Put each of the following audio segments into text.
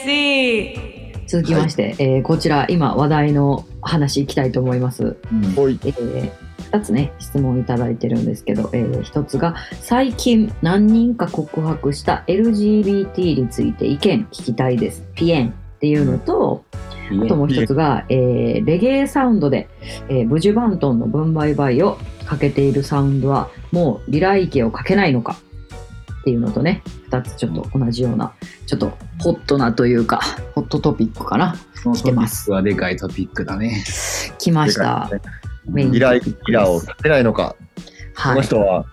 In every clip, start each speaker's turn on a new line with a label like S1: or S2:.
S1: TMC
S2: 続きまして、えーこちら今話題の話いきたいと思います、
S3: うん
S4: おい
S2: えー2つね質問いただいてるんですけど、えー1つが最近何人か告白した LGBT について意見聞きたいですピエンっていうのと、あともう一つが、えーレゲエサウンドで、えーブジュバントンの分売バイをかけているサウンドはもうリライケをかけないのかっていうのとね2つちょっと同じようなちょっとホットなというかホットトピックかな
S3: そのトピックはでかいトピックだね。
S2: 来ましたメイン
S4: イライラを
S2: です
S4: 立てないのか、こ
S2: は
S4: の
S2: い、
S4: 人は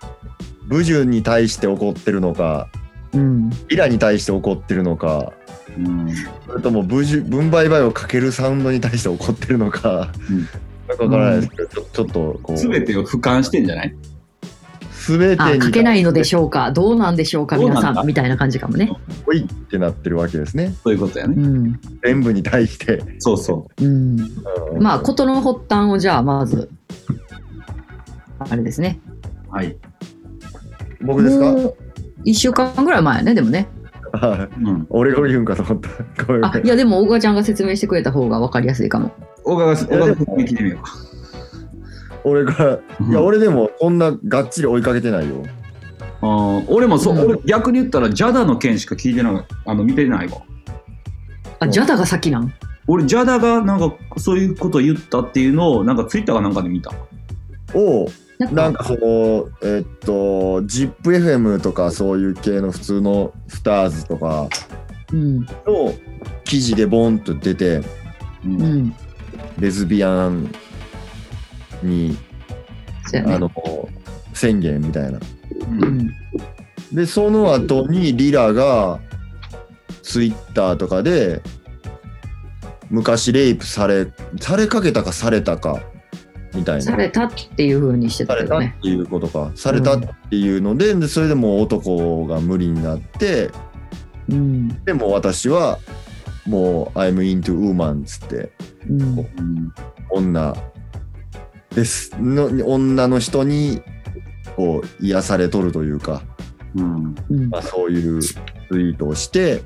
S4: 武術に対して怒ってるのか
S2: うん、
S4: イラに対して怒ってるのか
S3: うん。
S4: それとも武術分配倍をかけるサウンドに対して怒ってるのか、
S3: うん
S4: なんかわからないですけど、ちょちょっとこう
S3: すべてを俯瞰してんじゃない
S4: すべて
S2: あ
S4: に
S2: かけないのでしょうかどうなんでしょうか
S3: どうなん
S2: 皆
S3: だ
S2: さんみたいな感じかもね
S4: おいってなってるわけですね
S3: そういうことや
S2: う
S3: ね。
S2: ん、
S4: 全部に対して、
S3: そうそ
S2: うん、
S4: うん
S2: まあ事の発端をじゃあまずあれですね
S3: う。はい。
S4: 僕ですか、
S2: もう1週間ぐらい前やねでもね
S4: はい
S3: うん。
S4: 俺が言うんかと思ったごめん
S2: あいやでも大川ちゃんが説明してくれた方が分かりやすいかも
S3: 大川が、大川が説明聞いてみようか。
S4: 俺がいや俺でもこんながっちり追いかけてないよ
S3: あー俺もそう、
S2: うん
S3: 俺逆に言ったら、ジャダの件しか聞いてない、あの、見てないわ。
S2: あジャダが先なん
S3: 俺、ジャダがなんか、そういうこと言ったっていうのを、なんかツイッターかなんかで見た。
S4: を
S2: なんか
S4: なんかそのえっと ZIPFM とかそういう系の普通のスターズとか
S2: うん
S4: の記事でボンと出て
S3: う。
S2: うんん
S4: レズビアンに
S2: そうや
S4: あ
S2: ね
S4: の宣言みたいな
S3: う。
S2: うんん
S4: でその後にリラがツイッターとかで昔レイプされされかけたかされたかみたいな
S2: されたっていうふうにして
S4: さ
S2: たけ
S4: れた
S2: ど
S4: っ
S2: ね
S4: ていうことか、されたっていうのででそれでもう男が無理になって
S2: うん
S4: でも私はもう「I'm into woman」っつって
S2: うん
S3: うん
S4: 女ですの女の人にこう癒されとるというか、
S3: うん。
S2: うん
S4: まあ、そういうツイートをして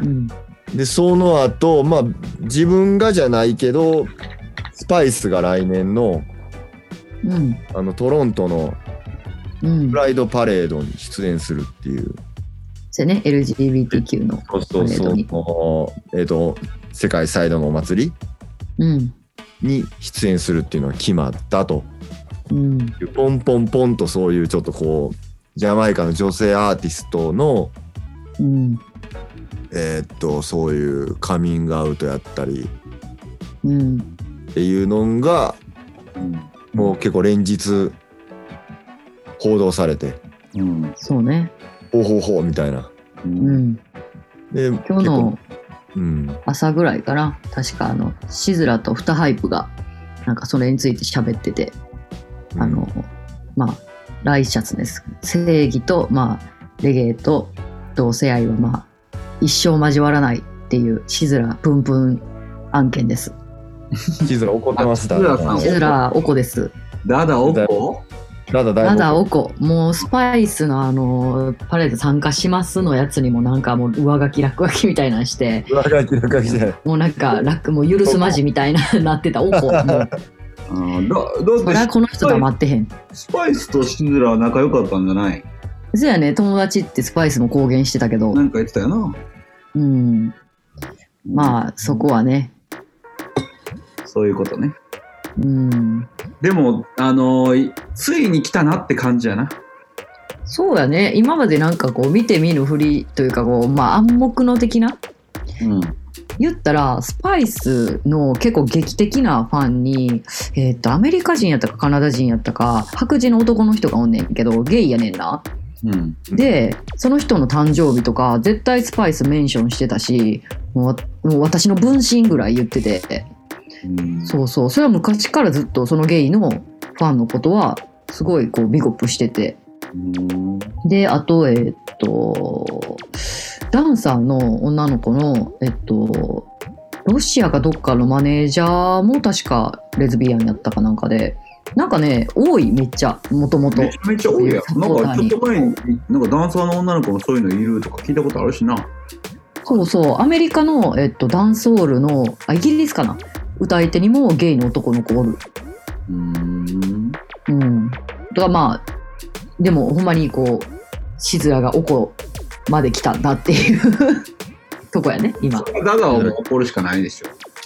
S2: うん
S4: でその後まあ自分がじゃないけどスパイスが来年の
S2: うん
S4: あのトロントの
S2: うん
S4: プライドパレードに出演するっていう
S2: そうやね LGBTQ の
S4: そうそう
S2: パ
S4: そ
S2: レード
S4: う
S2: に
S4: もうえっ、と世界最大のお祭り
S2: うん
S4: に出演するっていうのが決まったと
S2: うん
S4: いうポンポンポンとそういうちょっとこうジャマイカの女性アーティストの
S2: うん
S4: えっとそういうカミングアウトやったり
S2: うん
S4: っていうのが
S3: うん。
S4: もう結構連日報道されて
S3: うん。
S2: そうね
S4: ほうほうほうみたいな
S3: う。
S2: うんん
S4: で
S2: 今日の
S4: うん
S2: 朝ぐらいかな確かあのシズラとフタハイプがなんかそれについて喋っててあの、まあ、ライシャツです。正義と、まあ、レゲエと同性愛は、まあ、一生交わらないっていう、シズラプンプン案件です。
S4: シズラ怒ってました
S3: シズラさん
S2: シズラオコです。
S3: ダダおこ
S4: ただだ
S2: た
S4: いぶ
S2: だオコ、もうスパイスのあの、パレード参加しますのやつにもなんかもう上書き落書きみたいなんして、
S4: 上書き落書きじゃない
S2: もうなんか楽、もう許すまじみたいななってたオコ。もう、
S3: うん。だ、だ
S2: そりゃ
S3: って、
S2: この人黙ってへん。
S3: スパイスとシズラは仲良かったんじゃない
S2: そやね、友達ってスパイスも公言してたけど
S3: な、んか言ってたよな。
S2: うん。まあ、そこはね、
S3: そういうことね。
S2: うん。
S3: でも、あのーついに来たなって感じやな。
S2: そうやね今までなんかこう見て見ぬふりというかこう、まあ、暗黙の的な
S3: うん。
S2: 言ったらスパイスの結構劇的なファンに、えーっとアメリカ人やったかカナダ人やったか白人の男の人がおんねんけどゲイやねんな。
S3: うん。
S2: でその人の誕生日とか絶対スパイスメンションしてたしもうもう私の分身ぐらい言ってて
S3: うん
S2: そうそうそれは昔からずっとそのゲイのファンのことはすごいこうビゴップしてて。
S3: うん。
S2: で、あと、えーっと、ダンサーの女の子の、えっと、ロシアかどっかのマネージャーも確かレズビアンやったかなんかで、なんかね、多い、めっちゃ、もともと
S3: め。ちゃめちゃ多いやん。なんかちょっと前に、なんかダンサーの女の子もそういうのいるとか聞いたことあるしな。
S2: そうそう、アメリカの、えっと、ダンスホールの、あ、イギリスかな歌い手にもゲイの男の子おる。
S3: うーん。
S2: うん。だからまあ、でもほんまにこう、シズラがおこまで来たんだっていう とこやね、今。
S3: ガガをもう怒るしかないでし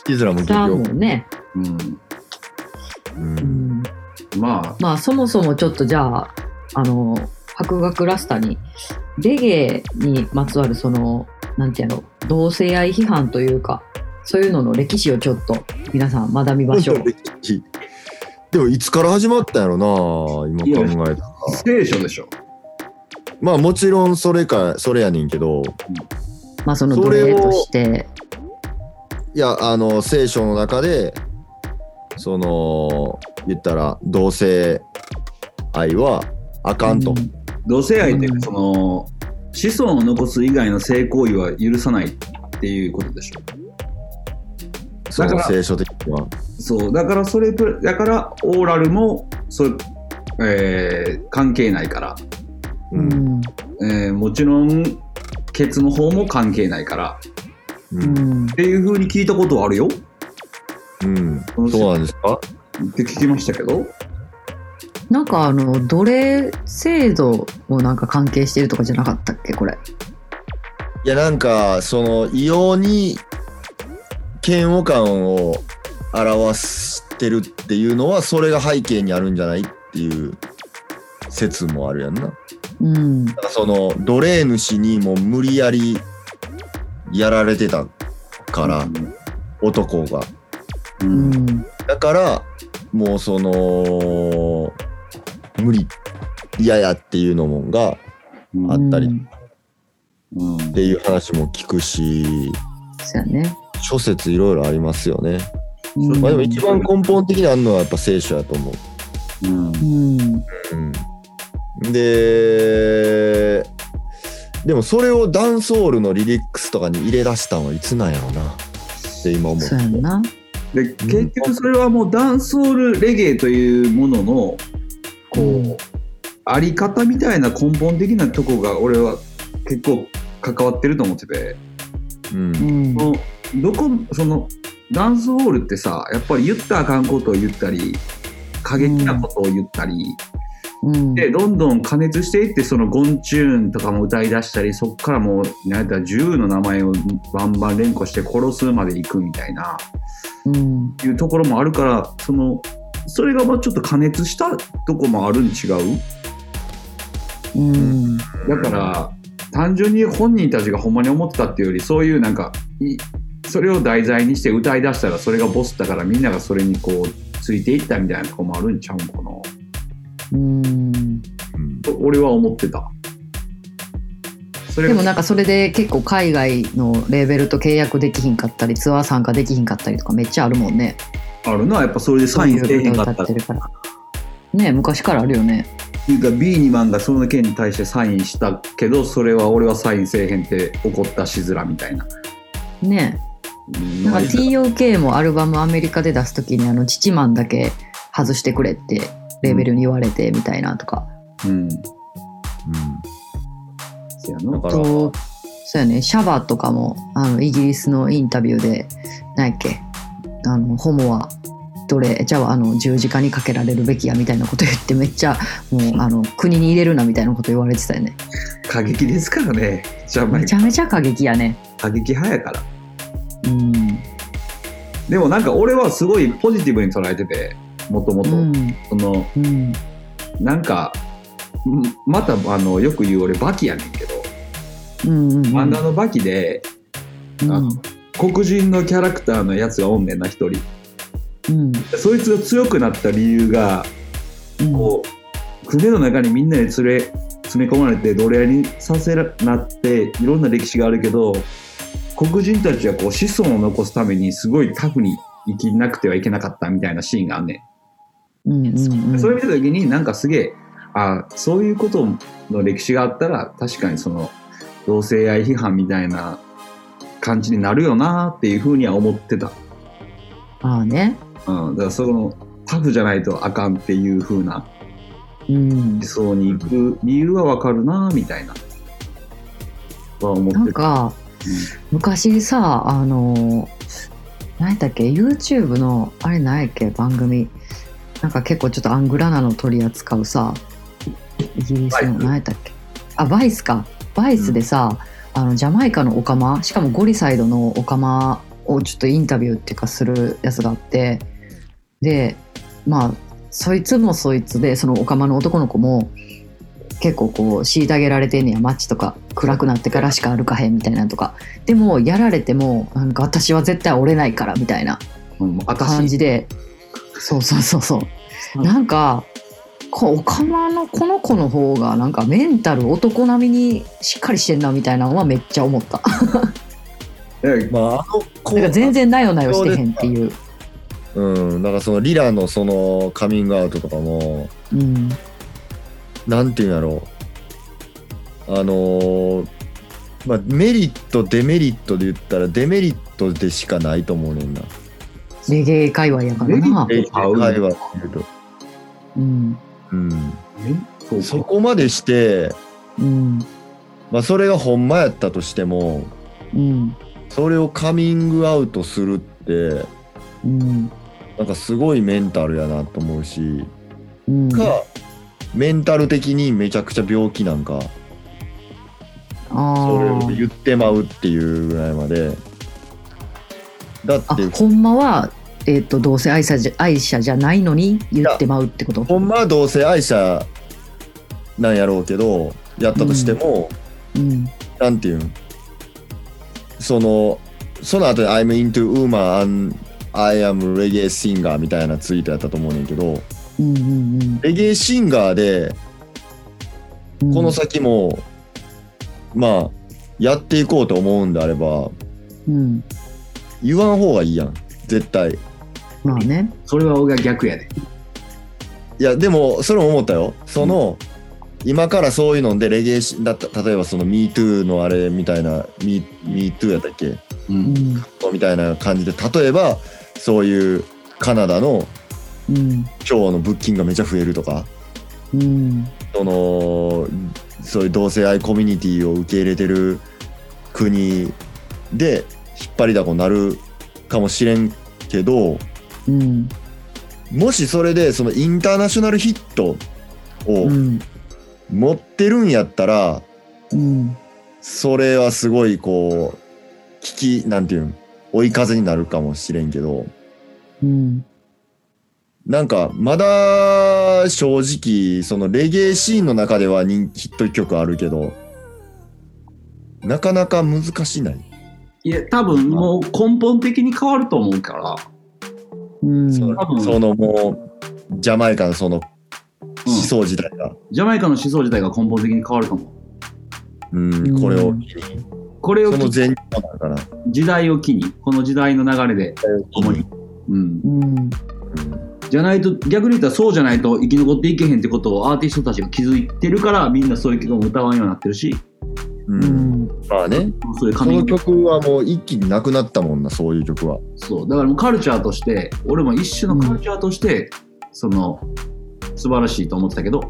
S3: ょ。
S4: いずらも結
S2: だも
S4: 局、
S2: んね。
S3: うん。
S4: う、
S2: うんん。
S3: ま
S2: まあそもそもちょっとじゃあ、あの、博学ラスタに、レゲエにまつわるその、なんていうの、同性愛批判というか、そういうのの歴史をちょっと皆さん学びましょ う。
S4: でもいつから始まったんやろな今考えたら
S3: あ、聖書でしょ。
S4: まあもちろんそれかそれやねんけど
S2: まあその奴隷として。
S4: いやあの聖書の中でその言ったら同性愛はあかんと、
S2: うん
S3: 同性愛ってい
S2: う
S3: うか
S2: ん
S3: その、子孫を残す以外の性行為は許さないっていうことでしょ。
S4: そ
S3: だ
S4: の
S3: から
S4: 聖書的には
S3: そう、だからそれプラ、だからオーラルも、そう、えー関係ないから、
S4: う
S2: うんん
S3: えーもちろん、ケツの方も関係ないから、
S4: う
S2: うんん
S3: っていうふうに聞いたことはあるよっ
S4: うんそうなんですか
S3: て聞きましたけど、
S2: なんかあの奴隷制度もなんか関係してるとかじゃなかったっけこれ。
S4: いやなんかその異様に嫌悪感を表してるっていうのはそれが背景にあるんじゃないっていう説もあるやんな。
S2: うん。
S4: なんかその奴隷主にもう無理やりやられてたから、男が。
S2: う
S3: う。
S2: んん。
S4: だからもうその無理嫌やっていうのもんが
S3: うん
S4: あったり
S2: うん
S3: うん
S4: っていう話も聞くし
S2: そうやね。
S4: 諸説いろいろありますよね。
S2: うん
S4: まあ、でも一番根本的にあるのはやっぱ聖書やと思う。
S3: うん
S2: うん。
S4: うん、ででもそれをダンスホールのリリックスとかに入れ出したんはいつなんやろうなって今思う。
S2: そうやんな。
S3: で結局それはもうダンスホールレゲエというもののこう、
S2: うん
S3: あり方みたいな根本的なとこが俺は結構関わってると思ってて、
S4: うん
S2: うん。
S3: もうどこそのダンスホールってさやっぱり言ったらあかんことを言ったり過激なことを言ったり、
S2: うん
S3: でどんどん加熱していってそのゴンチューンとかも歌い出したりそっからもう何やったら銃の名前をバンバン連呼して殺すまで行くみたいな。
S2: うん。
S3: いうところもあるからそのそれがまあちょっと加熱したとこもあるに違う
S2: うん。
S3: だから単純に本人たちがほんまに思ってたっていうよりそういうなんかいそれを題材にして歌い出したらそれがボスだからみんながそれにこうついていったみたいなとこもあるんちゃうんかな
S2: うん。
S4: うん
S3: と俺は思ってたそれ
S2: で
S3: が
S2: もなんかそれで結構海外のレーベルと契約できひんかったりツアー参加できひんかったりとかめっちゃあるもんね。
S3: あるなやっぱそれでサインせえへんか
S2: 歌歌
S3: った
S2: ってるから。ね昔からあるよね。
S3: っていうか B2 番がその件に対してサインしたけどそれは俺はサインせえへんって怒ったしづらみたいな。
S2: ね
S3: うん
S2: なんか TOK もアルバムアメリカで出す時にあの「チチマンだけ外してくれ」ってレーベルに言われてみたいなとか、
S3: うんせや
S4: だ
S3: な
S4: か
S2: あ
S4: ら
S2: とそうやねシャバとかもあのイギリスのインタビューで何やっけあのホモはどれじゃああの十字架にかけられるべきやみたいなこと言ってめっちゃもうあの国に入れるなみたいなこと言われてたよね
S3: 過激ですからねジャマイ
S2: めち
S3: カ
S2: ゃめちゃ過激やね
S3: 過激派やから
S2: うん
S3: でもなんか俺はすごいポジティブに捉えててもともと
S2: うん
S3: その
S2: うん
S3: なんかんまたあのよく言う俺バキやねんけど
S2: うんうん
S3: 漫画のバキで
S2: うん
S3: あの黒人のキャラクターのやつがおんねんな一人
S2: うん
S3: そいつが強くなった理由が
S2: うん
S3: こう船の中にみんなに連れ詰め込まれて奴隷にさせらなっていろんな歴史があるけど黒人たちはこう子孫を残すためにすごいタフに生きなくてはいけなかったみたいなシーンがあんね
S2: うんうん
S3: ん、
S2: うん
S3: それ見た時になんかすげえあそういうことの歴史があったら確かにその同性愛批判みたいな感じになるよなっていうふうには思ってた、
S2: ああね
S3: うん、だからそのタフじゃないとあかんっていうふうな
S2: うん
S3: 理想に行く理由はわかるなみたいなは思って
S2: なんか昔さあの何やったっけ YouTube のあれ何やっけ番組なんか結構ちょっとアングラなの取り扱うさイギリスの
S3: バイス
S2: 何やったっけあバイスかバイスでさ、あのジャマイカのオカマしかもゴリサイドのオカマをちょっとインタビューっていうかするやつがあってでまあそいつもそいつでそのオカマの男の子も結構こう虐げられてんねや街とか暗くなってからしか歩かへんみたいなのとかでもやられてもなんか私は絶対折れないからみたいな
S3: うん、
S2: 感
S3: 私
S2: じでそうそうそうそうなんかこうオカマのこの子の方がなんかメンタル男並みにしっかりしてんなみたいなのはめっちゃ思った
S3: え
S4: まあ、あの子
S2: なんか全然なよなよしてへんっていう、
S4: うん、だからそのリラのそのカミングアウトとかも、
S2: うん、
S4: なんていうんやろう。あのーまあ、メリット、デメリットで言ったら、デメリットでしかないと思うねんな。
S2: レゲエ界隈やから
S3: レゲエ
S2: な、
S4: 会
S3: あうん
S4: 話で言うと。
S2: うん
S4: うん。
S3: そう
S4: そ
S3: か
S4: こまでして、
S2: うん
S4: まあ、それがほんまやったとしても、
S2: うん
S4: それをカミングアウトするって、
S2: うん
S4: なんかすごいメンタルやなと思うし、
S2: うん
S4: か、メンタル的にめちゃくちゃ病気なんか、
S2: あ
S4: それを
S2: ー
S4: 言ってまうっていうぐらいまで。だ
S2: あ
S4: って、
S2: ほんまは、えっとどうせ愛者じゃ愛者じゃないのに言ってまうってこと
S4: ほんまはどうせ愛者なんやろうけど、やったとしても、
S2: うん
S4: なんていうん、その、その後に I'm into woman and I am reggae singer みたいなツイートやったと思うねんけど、
S2: うんうんうん
S4: レゲエシンガーで、
S2: うん
S4: この先も、まあ、やっていこうと思うんであれば、
S2: うん
S4: 言わん方がいいやん、絶対。
S2: まあね
S3: それは俺が逆やで。
S4: いや、でも、それも思ったよ。その、今からそういうので、レゲエシだった、例えばその MeToo のあれみたいな、Me- MeToo やったっけ
S3: う。
S2: うんん
S4: みたいな感じで、例えば、そういうカナダの
S2: うん
S4: 今日の物件がめちゃ増えるとか、
S2: うん
S4: その、そういう同性愛コミュニティを受け入れてる国で、引っ張りだこになるかもしれんけど、
S2: うん
S4: もしそれで、そのインターナショナルヒットを
S2: うん
S4: 持ってるんやったら、
S2: うん
S4: それはすごいこう、聞き、なんていうん、追い風になるかもしれんけど、
S2: うん
S4: なんか、まだ、正直、そのレゲエシーンの中では人ヒット曲あるけど、なかなか難しない。
S3: いや、多分もう根本的に変わると思うから。
S2: うん
S4: そ
S3: 多分
S4: のそのもう、ジャマイカのその
S3: うん
S4: 思想自体が、
S3: ジャマイカの思想自体が根本的に変わると思
S4: うん、
S2: うん
S4: これを機に、
S3: う。これを
S4: そ
S3: 機
S4: の
S3: に
S4: 前日だから、
S3: 時代を機に、この時代の流れで、共に。うん。
S2: うん
S3: じゃないと、逆に言ったらそうじゃないと生き残っていけへんってことをアーティストたちが気づいてるから、みんなそういう曲を歌わんようになってるし、
S4: う、
S2: うんん
S4: まあね、
S3: そういう
S4: こ
S3: 髪
S4: の曲はもう一気になくなったもんな、そういう曲は。
S3: そうだからもうカルチャーとして俺も一種のカルチャーとして、その素晴らしいと思ってたけど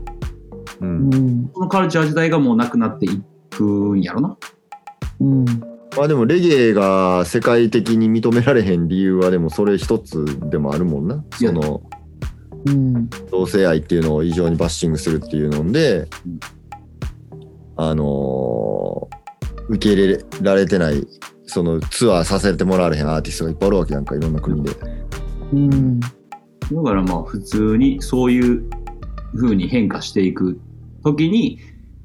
S4: う
S2: うんん
S3: そのカルチャー自体がもうなくなっていくんやろな
S2: うん
S4: まあでもレゲエが世界的に認められへん理由はでもそれ一つでもあるもんな。
S3: いや
S4: その
S2: うん
S4: 同性愛っていうのを異常にバッシングするっていうので、
S3: うん
S4: あのー受け入れられてない、そのツアーさせてもらわれへんアーティストがいっぱいあるわけやんか、いろんな国で。
S2: うん
S3: だからまあ普通にそういう風に変化していく時に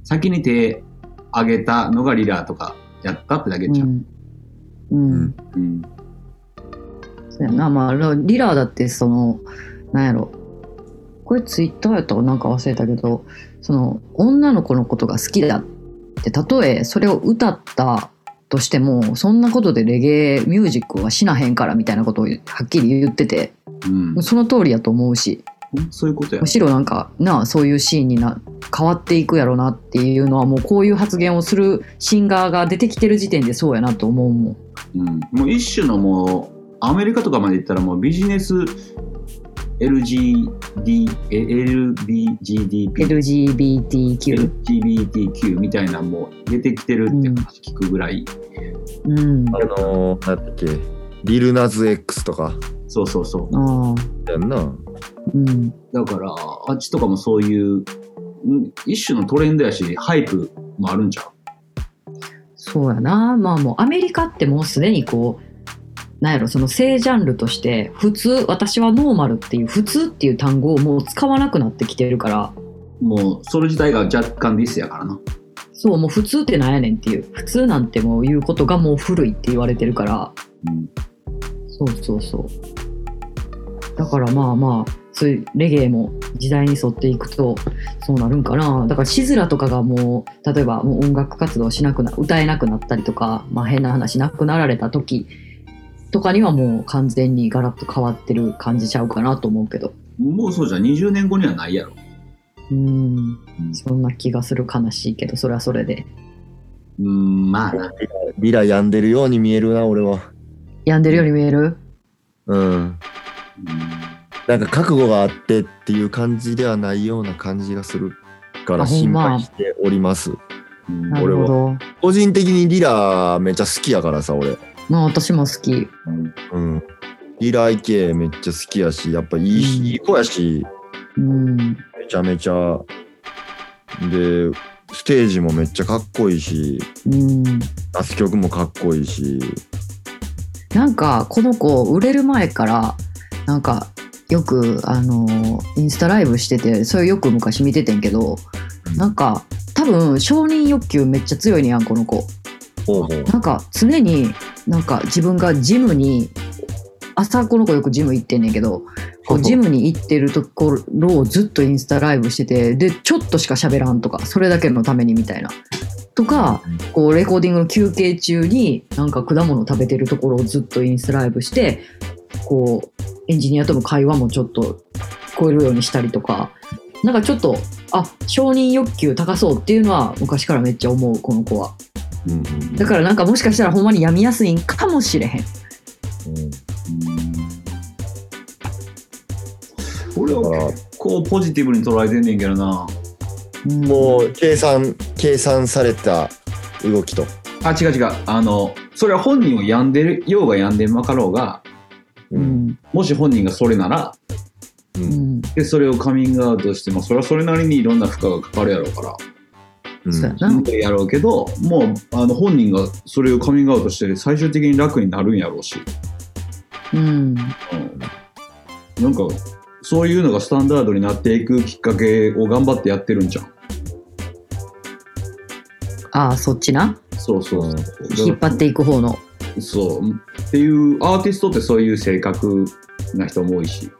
S3: 先に手挙げたのがリラーとかやったってだけじゃん、
S2: うん
S3: うん
S2: そうやなまあリラーだってそのなんやろこれツイッターやったかなんか忘れたけどその女の子のことが好きだってたとえそれを歌ったとしてもそんなことでレゲエミュージックは死なへんからみたいなことをはっきり言ってて
S3: うん
S2: その通りやと思うし
S3: そういうことや
S2: むしろなんかなあそういうシーンにな変わっていくやろなっていうのはもうこういう発言をするシンガーが出てきてる時点でそうやなと思うもん。
S3: うん、もう一種のもうアメリカとかまで行ったらもうビジネス LGBT D、え LBGDP、
S2: LGBTQ。
S3: LGBTQ みたいなのも出てきてるって話聞くぐらい、
S2: うん。
S4: あのー、なんだっけ、リルナズ X とか、
S3: そうそうそう。
S2: ああ。
S4: やんな。
S2: うん。
S3: だから、あっちとかもそういう、うん一種のトレンドやし、ハイプもあるんちゃう
S2: そうやな。まあもうアメリカってもうすでにこう、なんやろ、その性ジャンルとして、普通、私はノーマルっていう、普通っていう単語をもう使わなくなってきてるから、
S3: もう、それ自体が若干ディスやからな。
S2: そう、もう普通ってなんやねんっていう、普通なんてもう言うことがもう古いって言われてるから、
S3: うん
S2: そうそうそう。だからまあまあ、そういうレゲエも時代に沿っていくとそうなるんかな。だからシズラとかがもう、例えばもう音楽活動しなくな、歌えなくなったりとか、まあ変な話なくなられた時とかにはもう完全にガラッと変わってる感じちゃうかなと思うけど。
S3: もうそうじゃん、20年後にはないやろ。
S2: うん、
S3: うん
S2: そんな気がする悲しいけど、それはそれで。
S3: うん、まあな。
S4: リラ病んでるように見えるな、俺は。
S2: 病んでるように見える
S4: うん。
S3: うん
S4: なんか覚悟があってっていう感じではないような感じがするか
S2: あ
S4: ら
S2: ほん
S4: 心
S2: ま
S4: 配しております。
S3: うん
S2: な
S4: 俺
S2: るほど。
S4: 個人的にリラめっちゃ好きやからさ、俺。
S2: まあ私も好き。
S4: うん。リラ IK めっちゃ好きやし、やっぱいい,、
S2: うん
S4: いい子やし、
S2: うん。
S4: めちゃめちゃ。で、ステージもめっちゃかっこいいし、
S2: うん。
S4: 出す曲もかっこいいし。
S2: なんかこの子売れる前からなんかよくあのーインスタライブしててそれよく昔見ててんけど
S4: うん
S2: なんか多分承認欲求めっちゃ強いねやんこの子
S4: ほうほう。
S2: なんか常になんか自分がジムに朝この子よくジム行ってんねんけどこうジムに行ってるところをずっとインスタライブしててでちょっとしか喋らんとかそれだけのためにみたいなとかこうレコーディングの休憩中になんか果物食べてるところをずっとインスタライブしてこうエンジニアとの会話もちょっと聞こえるようにしたりとかなんかちょっとあ承認欲求高そうっていうのは昔からめっちゃ思うこの子は
S4: うんうんうん
S2: だからなんかもしかしたらほんまに病みやすいんかもしれへん
S4: うん
S3: 俺
S4: だか
S3: は
S4: ら
S3: 結構ポジティブに捉えてんねんけどな。
S4: もう計算計算された動きと、
S3: あ、違う違う。あの、それは本人を病んでるようが病んでまかろうが、
S2: う、ん
S3: もし本人がそれなら、
S4: う
S2: うんん、
S3: で、それをカミングアウトしても、それはそれなりにいろんな負荷がかかるやろうから、
S4: うん
S2: そうや
S3: し
S2: なん
S3: どいやろうけど、もう、あの、本人がそれをカミングアウトして、最終的に楽になるんやろうし、
S2: うん
S3: うん。なんか、そういうのがスタンダードになっていくきっかけを頑張ってやってるんじゃん。
S2: ああそっちな
S3: そうそう
S4: うん
S3: そう。
S2: 引っ張っていく方の
S3: そう。っていう、アーティストってそういう性格な人も多いし、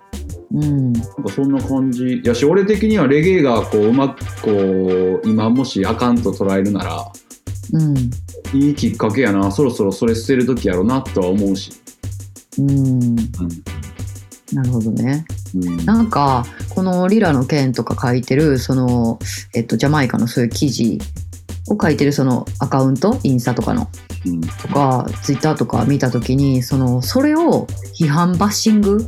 S2: うん
S3: なんかそんな感じ。やし、俺的にはレゲエがこう、うまく、こう、今もしあかんと捉えるなら、
S2: うん
S3: いいきっかけやな、そろそろそれ捨てる時やろな、とは思うし。
S2: うん
S3: う
S2: なるほどね。
S3: ん。うん。
S2: なんかこの「リラの件」とか書いてるその、えっと、ジャマイカのそういう記事を書いてるそのアカウントインスタとかの
S3: うん
S2: とかツイッターとか見た時にそのそれを批判バッシング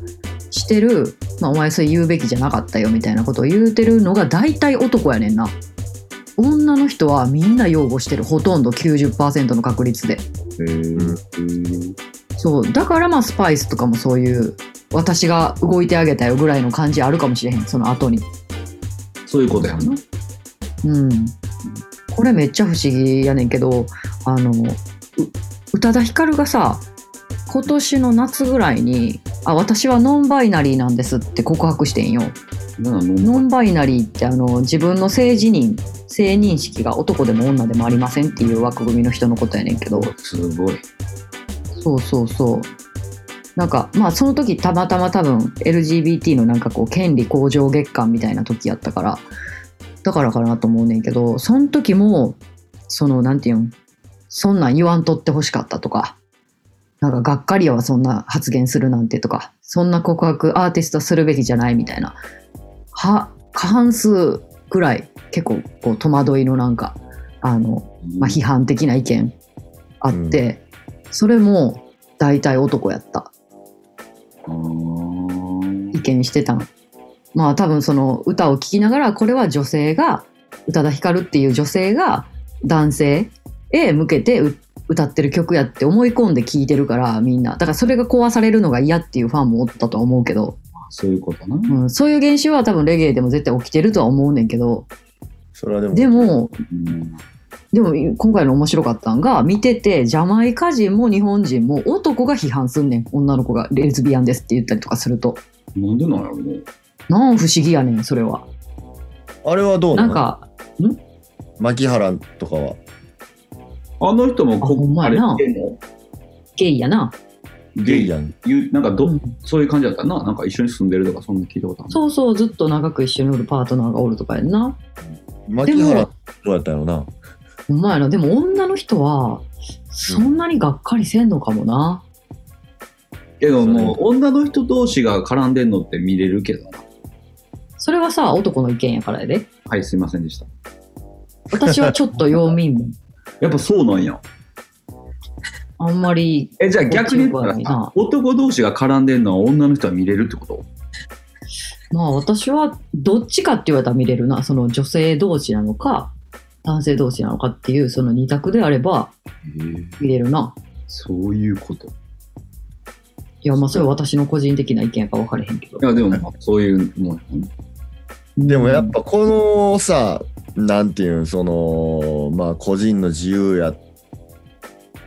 S2: してる、まあ、お前それ言うべきじゃなかったよみたいなことを言うてるのが大体男やねんな。女の人はみんな擁護してるほとんど90%の確率で。
S3: へー
S2: そうだからまあスパイスとかもそういう私が動いてあげたよぐらいの感じあるかもしれへんその後に
S3: そういうことやんな。
S2: うんこれめっちゃ不思議やねんけどあのう宇多田ヒカルがさ今年の夏ぐらいにあ私はノンバイナリーなんですって告白してんよ
S3: なんか
S2: ノンバイナリーってあの自分の性自認性認識が男でも女でもありませんっていう枠組みの人のことやねんけど
S3: すごい。
S2: そうそうそう。なんかまあその時たまたま多分 LGBT のなんかこう権利向上月間みたいな時やったからだからかなと思うねんけどその時もそのなんていうんそんなん言わんとってほしかったとかなんかがっかりやわそんな発言するなんてとかそんな告白アーティストするべきじゃないみたいなは過半数ぐらい結構こう戸惑いのなんかあのまあ、批判的な意見あって、それも大体男やった
S3: あー
S2: 意見してたのまあ多分その歌を聴きながらこれは女性が宇多田ヒカルっていう女性が男性へ向けてう歌ってる曲やって思い込んで聴いてるからみんなだからそれが壊されるのが嫌っていうファンもおったとは思うけど、
S3: そういうことな。
S2: うん、そういう現象は多分レゲエでも絶対起きてるとは思うねんけど
S4: それはでも
S2: でも
S3: うん
S2: でも今回の面白かったんが見ててジャマイカ人も日本人も男が批判すんねん女の子がレズビアンですって言ったりとかすると
S3: なんでなんやろね。
S2: なん不思議やねんそれは
S4: あれはどうな
S2: なん
S4: の
S2: か
S4: 牧原とかは
S3: あの人も
S2: あほんまやな
S3: あれゲイの
S2: ゲイやな、
S4: ゲ
S3: ゲ
S4: イ
S3: イや
S4: やん
S3: いうなんかど、
S2: うん
S3: そういう感じだったな。なんか一緒に住んでるとか、そんな聞いたことある。
S2: そうそうずっと長く一緒におるパートナーがおるとかやんな
S4: 牧原どうやったんやろな
S2: ほんまやなでも女の人はそんなにがっかりせんのかもな、
S3: けどもう
S4: そ、
S3: 女の人同士が絡んでんのって見れるけどな。
S2: それはさ男の意見やからやで
S3: はい、すいませんでした。
S2: 私はちょっと陽民も
S3: やっぱそうなんや。
S2: あんまり
S3: え、じゃあ逆に言っ
S2: こ
S3: た
S2: っちの方が
S3: ら
S2: いいな
S3: 男同士が絡んでんのは女の人は見れるってこと
S2: まあ私はどっちかって言われたら見れるなその女性同士なのか男性同士なのかっていうその二択であれば見れるな
S3: そういうこと。
S2: いやまあそれは私の個人的な意見やから分かれへんけど
S3: いや、でもまあ、そういうもんやね
S4: でもやっぱこのさなんていうんそのまあ個人の自由や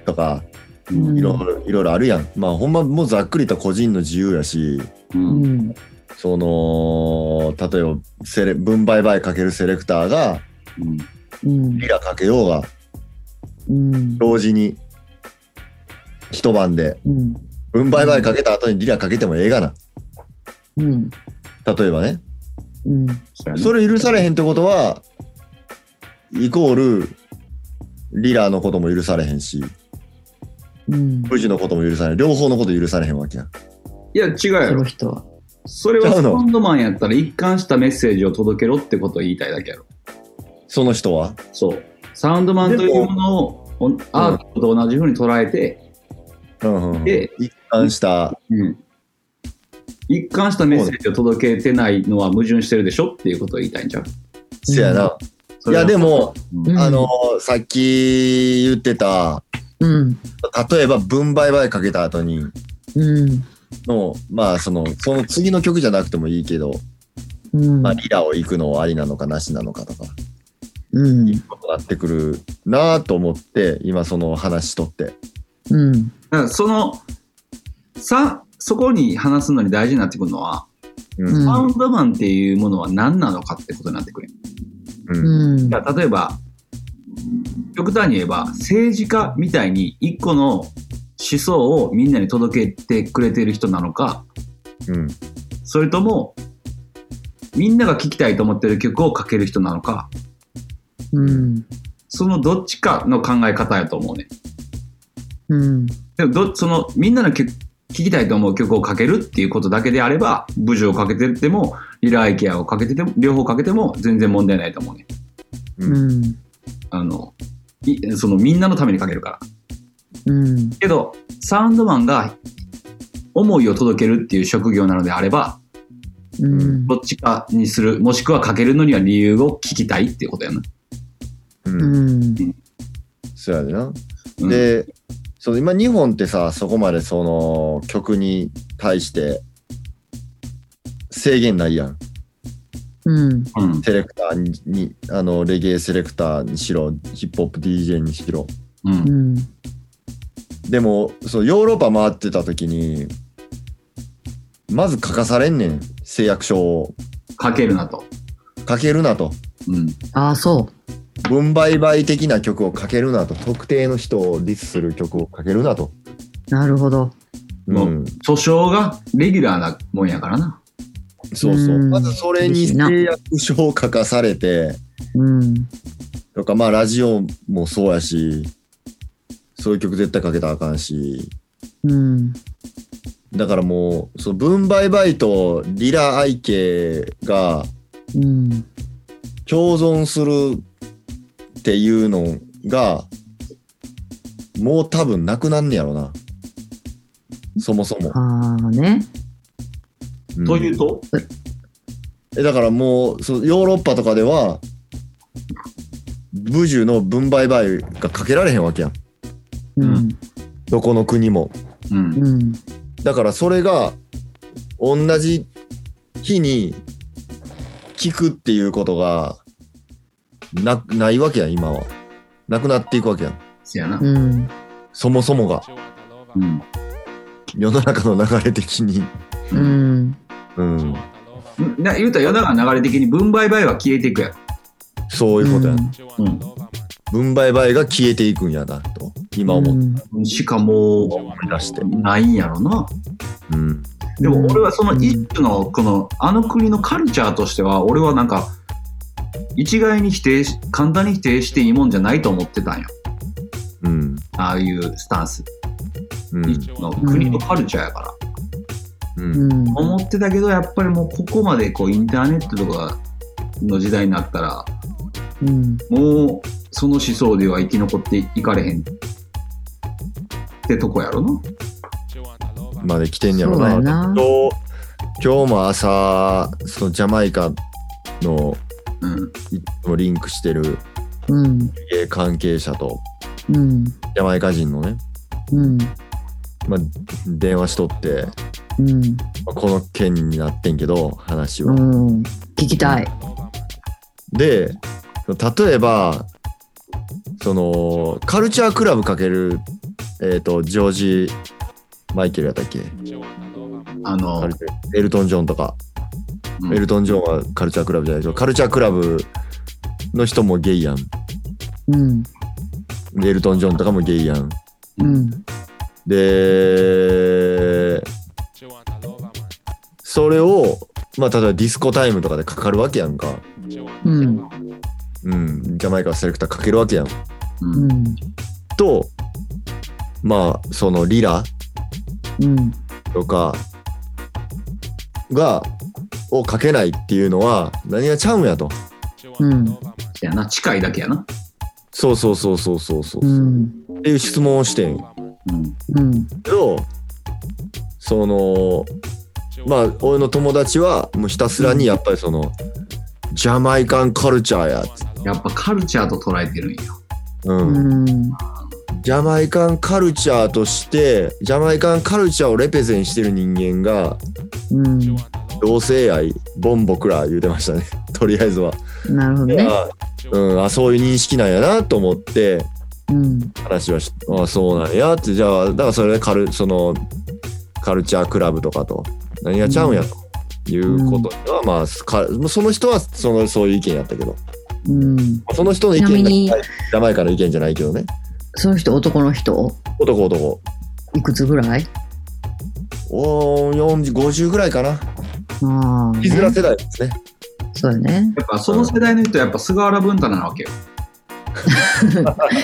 S4: とか
S2: うん
S4: いろいろいろいろあるやんまあほんまもうざっくりと個人の自由やし
S2: う
S3: う。
S2: んん
S4: その例えばセレ分配倍かけるセレクターが
S3: うん
S2: うん
S4: リラかけようが
S2: うん
S4: 同時に一晩で
S2: うん
S4: 分配倍かけた後にリラかけてもええがな
S2: うん
S4: 例えばね
S2: うん
S3: そうやね
S4: それ許されへんってことはイコールリラのことも許されへんし
S2: うん
S4: 無事のことも許されへん両方のこと許されへんわけやん
S3: いや、違うや
S2: そ
S3: ろ
S2: の。人は
S3: それは
S4: ちゃ
S3: サ
S4: うの
S3: ウンドマンやったら一貫したメッセージを届けろってことを言いたいだけやろ。
S4: その人は
S3: そう。サウンドマンというものをおアーティストと同じふうに捉えて、
S4: うんうんうん
S3: で
S4: 一貫した
S3: うん一貫したメッセージを届けてないのは矛盾してるでしょっていうことを言いたいんちゃう
S4: せやな、
S3: そ
S4: い
S3: れは
S4: やでも、
S3: うん
S2: うん
S4: あのさっき言ってた
S2: うん
S4: 例えば分倍倍かけた後に
S2: うん
S4: のまあそのその次の曲じゃなくてもいいけど、
S2: うん
S4: まあ、リラを行くのはありなのかなしなのかとか
S2: うん
S4: なってくるなぁと思って今その話しとって
S2: うん
S3: だからそのさそこに話すのに大事になってくるのは、
S4: うん
S2: うん
S3: サウンドマンっていうものは何なのかってことになってくる。
S4: うん
S2: うん
S3: だから例えば極端に言えば政治家みたいに一個の思想をみんなに届けてくれてる人なのか
S4: うん
S3: それともみんなが聴きたいと思ってる曲をかける人なのか
S2: うん
S3: そのどっちかの考え方やと思うね。
S2: うん
S3: でもどそのみんなの曲聴きたいと思う曲をかけるっていうことだけであれば武士をかけててもリラ・アイケアをかけてても両方かけても全然問題ないと思うね
S2: うん
S3: あのいそのみんなのためにかけるから
S2: うん
S3: けどサウンドマンが思いを届けるっていう職業なのであれば
S2: うん
S3: どっちかにするもしくはかけるのには理由を聞きたいっていうことやな、
S4: うん
S2: うん
S4: そうやでな。
S3: うん
S4: で、そう今日本ってさそこまでその曲に対して制限ないやん。
S2: うん
S3: うん
S4: セレクターににあのレゲエセレクターにしろヒップホップ DJ にしろ。
S3: う
S2: うんん
S4: でもそうヨーロッパ回ってた時にまず書かされんねん誓約書を
S3: かけるなと、
S4: 書けるなと。
S3: うん
S2: ああそ
S4: 分配倍的な曲を書けるなと特定の人をディスする曲を書けるなと。
S2: うなるほど
S4: うん、
S3: 訴訟がレギュラーなもんやからな
S4: そうそうう。
S2: ん
S4: まずそれに誓約書を書かされて、
S2: うん
S4: とか、まあ、ラジオもそうやし、そういう曲絶対かけたらあかんし、
S2: うん
S4: だからもう、その分配バイとリラ愛系が
S2: うん
S4: 共存するっていうのが、もう多分なくなんねやろな。そもそも。
S2: ああね
S4: うん
S3: というと
S4: えだからもうそうヨーロッパとかでは武術の分配倍がかけられへんわけやん
S2: うん
S4: どこの国も
S3: うん。
S2: うん
S4: だからそれが同じ日に聞くっていうことがなないわけやん今はなくなっていくわけやん
S3: せやな。
S2: うん
S4: そもそもが
S3: うん。
S4: 世の中の流れ的に
S2: うん
S4: うん
S3: な言うたら世の中の流れ的に分配倍は消えていくやん。
S4: そういうことやん、
S3: うん
S4: 分配倍が消えていくんやなと今思っ
S3: しかも
S4: 思い出して、
S3: ないんやろな。
S4: うん、
S3: でも俺はその一種のこのあの国のカルチャーとしては俺はなんか一概に否定し簡単に否定していいもんじゃないと思ってたんよ
S4: うん
S3: ああいうスタンス
S4: うん
S3: 一種の国のカルチャーやから、
S4: うん
S2: うん
S3: 思ってたけどやっぱりもうここまでこうインターネットとかの時代になったら
S2: うん
S3: もうその思想では生き残っていかれへんってとこやろな
S4: まで来てんやろ
S2: そう
S4: な
S2: やな
S4: 今日今日も朝そのジャマイカの
S3: うん
S4: いつもリンクしてる
S2: うん
S4: えー関係者と
S2: うん
S4: ジャマイカ人のね、
S2: うん
S4: まあ、電話しとって、
S2: うん
S4: まあこの件になってんけど話は。
S2: うん聞きたい
S4: で例えばそのカルチャークラブかける、えー、とジョージ・マイケルやったっけ
S3: あの
S4: カルチャーエルトン・ジョンとか、
S3: うん
S4: エルトン・ジョンはカルチャークラブじゃないけどカルチャークラブの人もゲイやん
S2: うん
S4: エルトン・ジョンとかもゲイやん
S2: うん
S4: でそれを、まあ、例えばディスコタイムとかでかかるわけやんか、
S2: うん
S4: うん、ジャマイカセレクターかけるわけやん
S3: うん
S2: う
S3: うん
S2: ん
S4: とまあそのリラ
S2: うん
S4: とかがをかけないっていうのは何がちゃうんやと
S2: うん
S3: せやな近いだけやな
S4: そうそうそうそうそうそう、
S2: うん
S4: っていう質問をしてん
S3: うん
S2: うん
S4: けどそのまあ俺の友達はもうひたすらにやっぱりその、ジャマイカンカルチャーやつ、
S3: やっぱカルチャーと捉えてるんや
S4: う
S2: うんん
S4: ジャマイカンカルチャーとしてジャマイカンカルチャーをレペゼンしてる人間が
S2: うん
S4: 同性愛ボンボクラ言うてましたね とりあえずは、
S2: なるほどね
S4: あうん、あそういう認識なんやなと思って
S2: うん
S4: 話はしあそうなんやってじゃあだからそれでカルそのカルチャークラブとかと何がちゃうんやと。いうことは、まあかその人はそのそういう意見やったけど
S2: うん
S4: その人の意
S2: ちなみ
S4: 見
S2: に
S4: が名前から意見じゃないけどね
S2: その人男の人
S4: 男男
S2: いくつぐらい
S4: おー40 50ぐらいかな
S2: ああ、
S4: いずら
S2: ね、
S4: 世代ですね
S2: そうよね
S3: やっぱその世代の人はやっぱ菅原文太なわけよ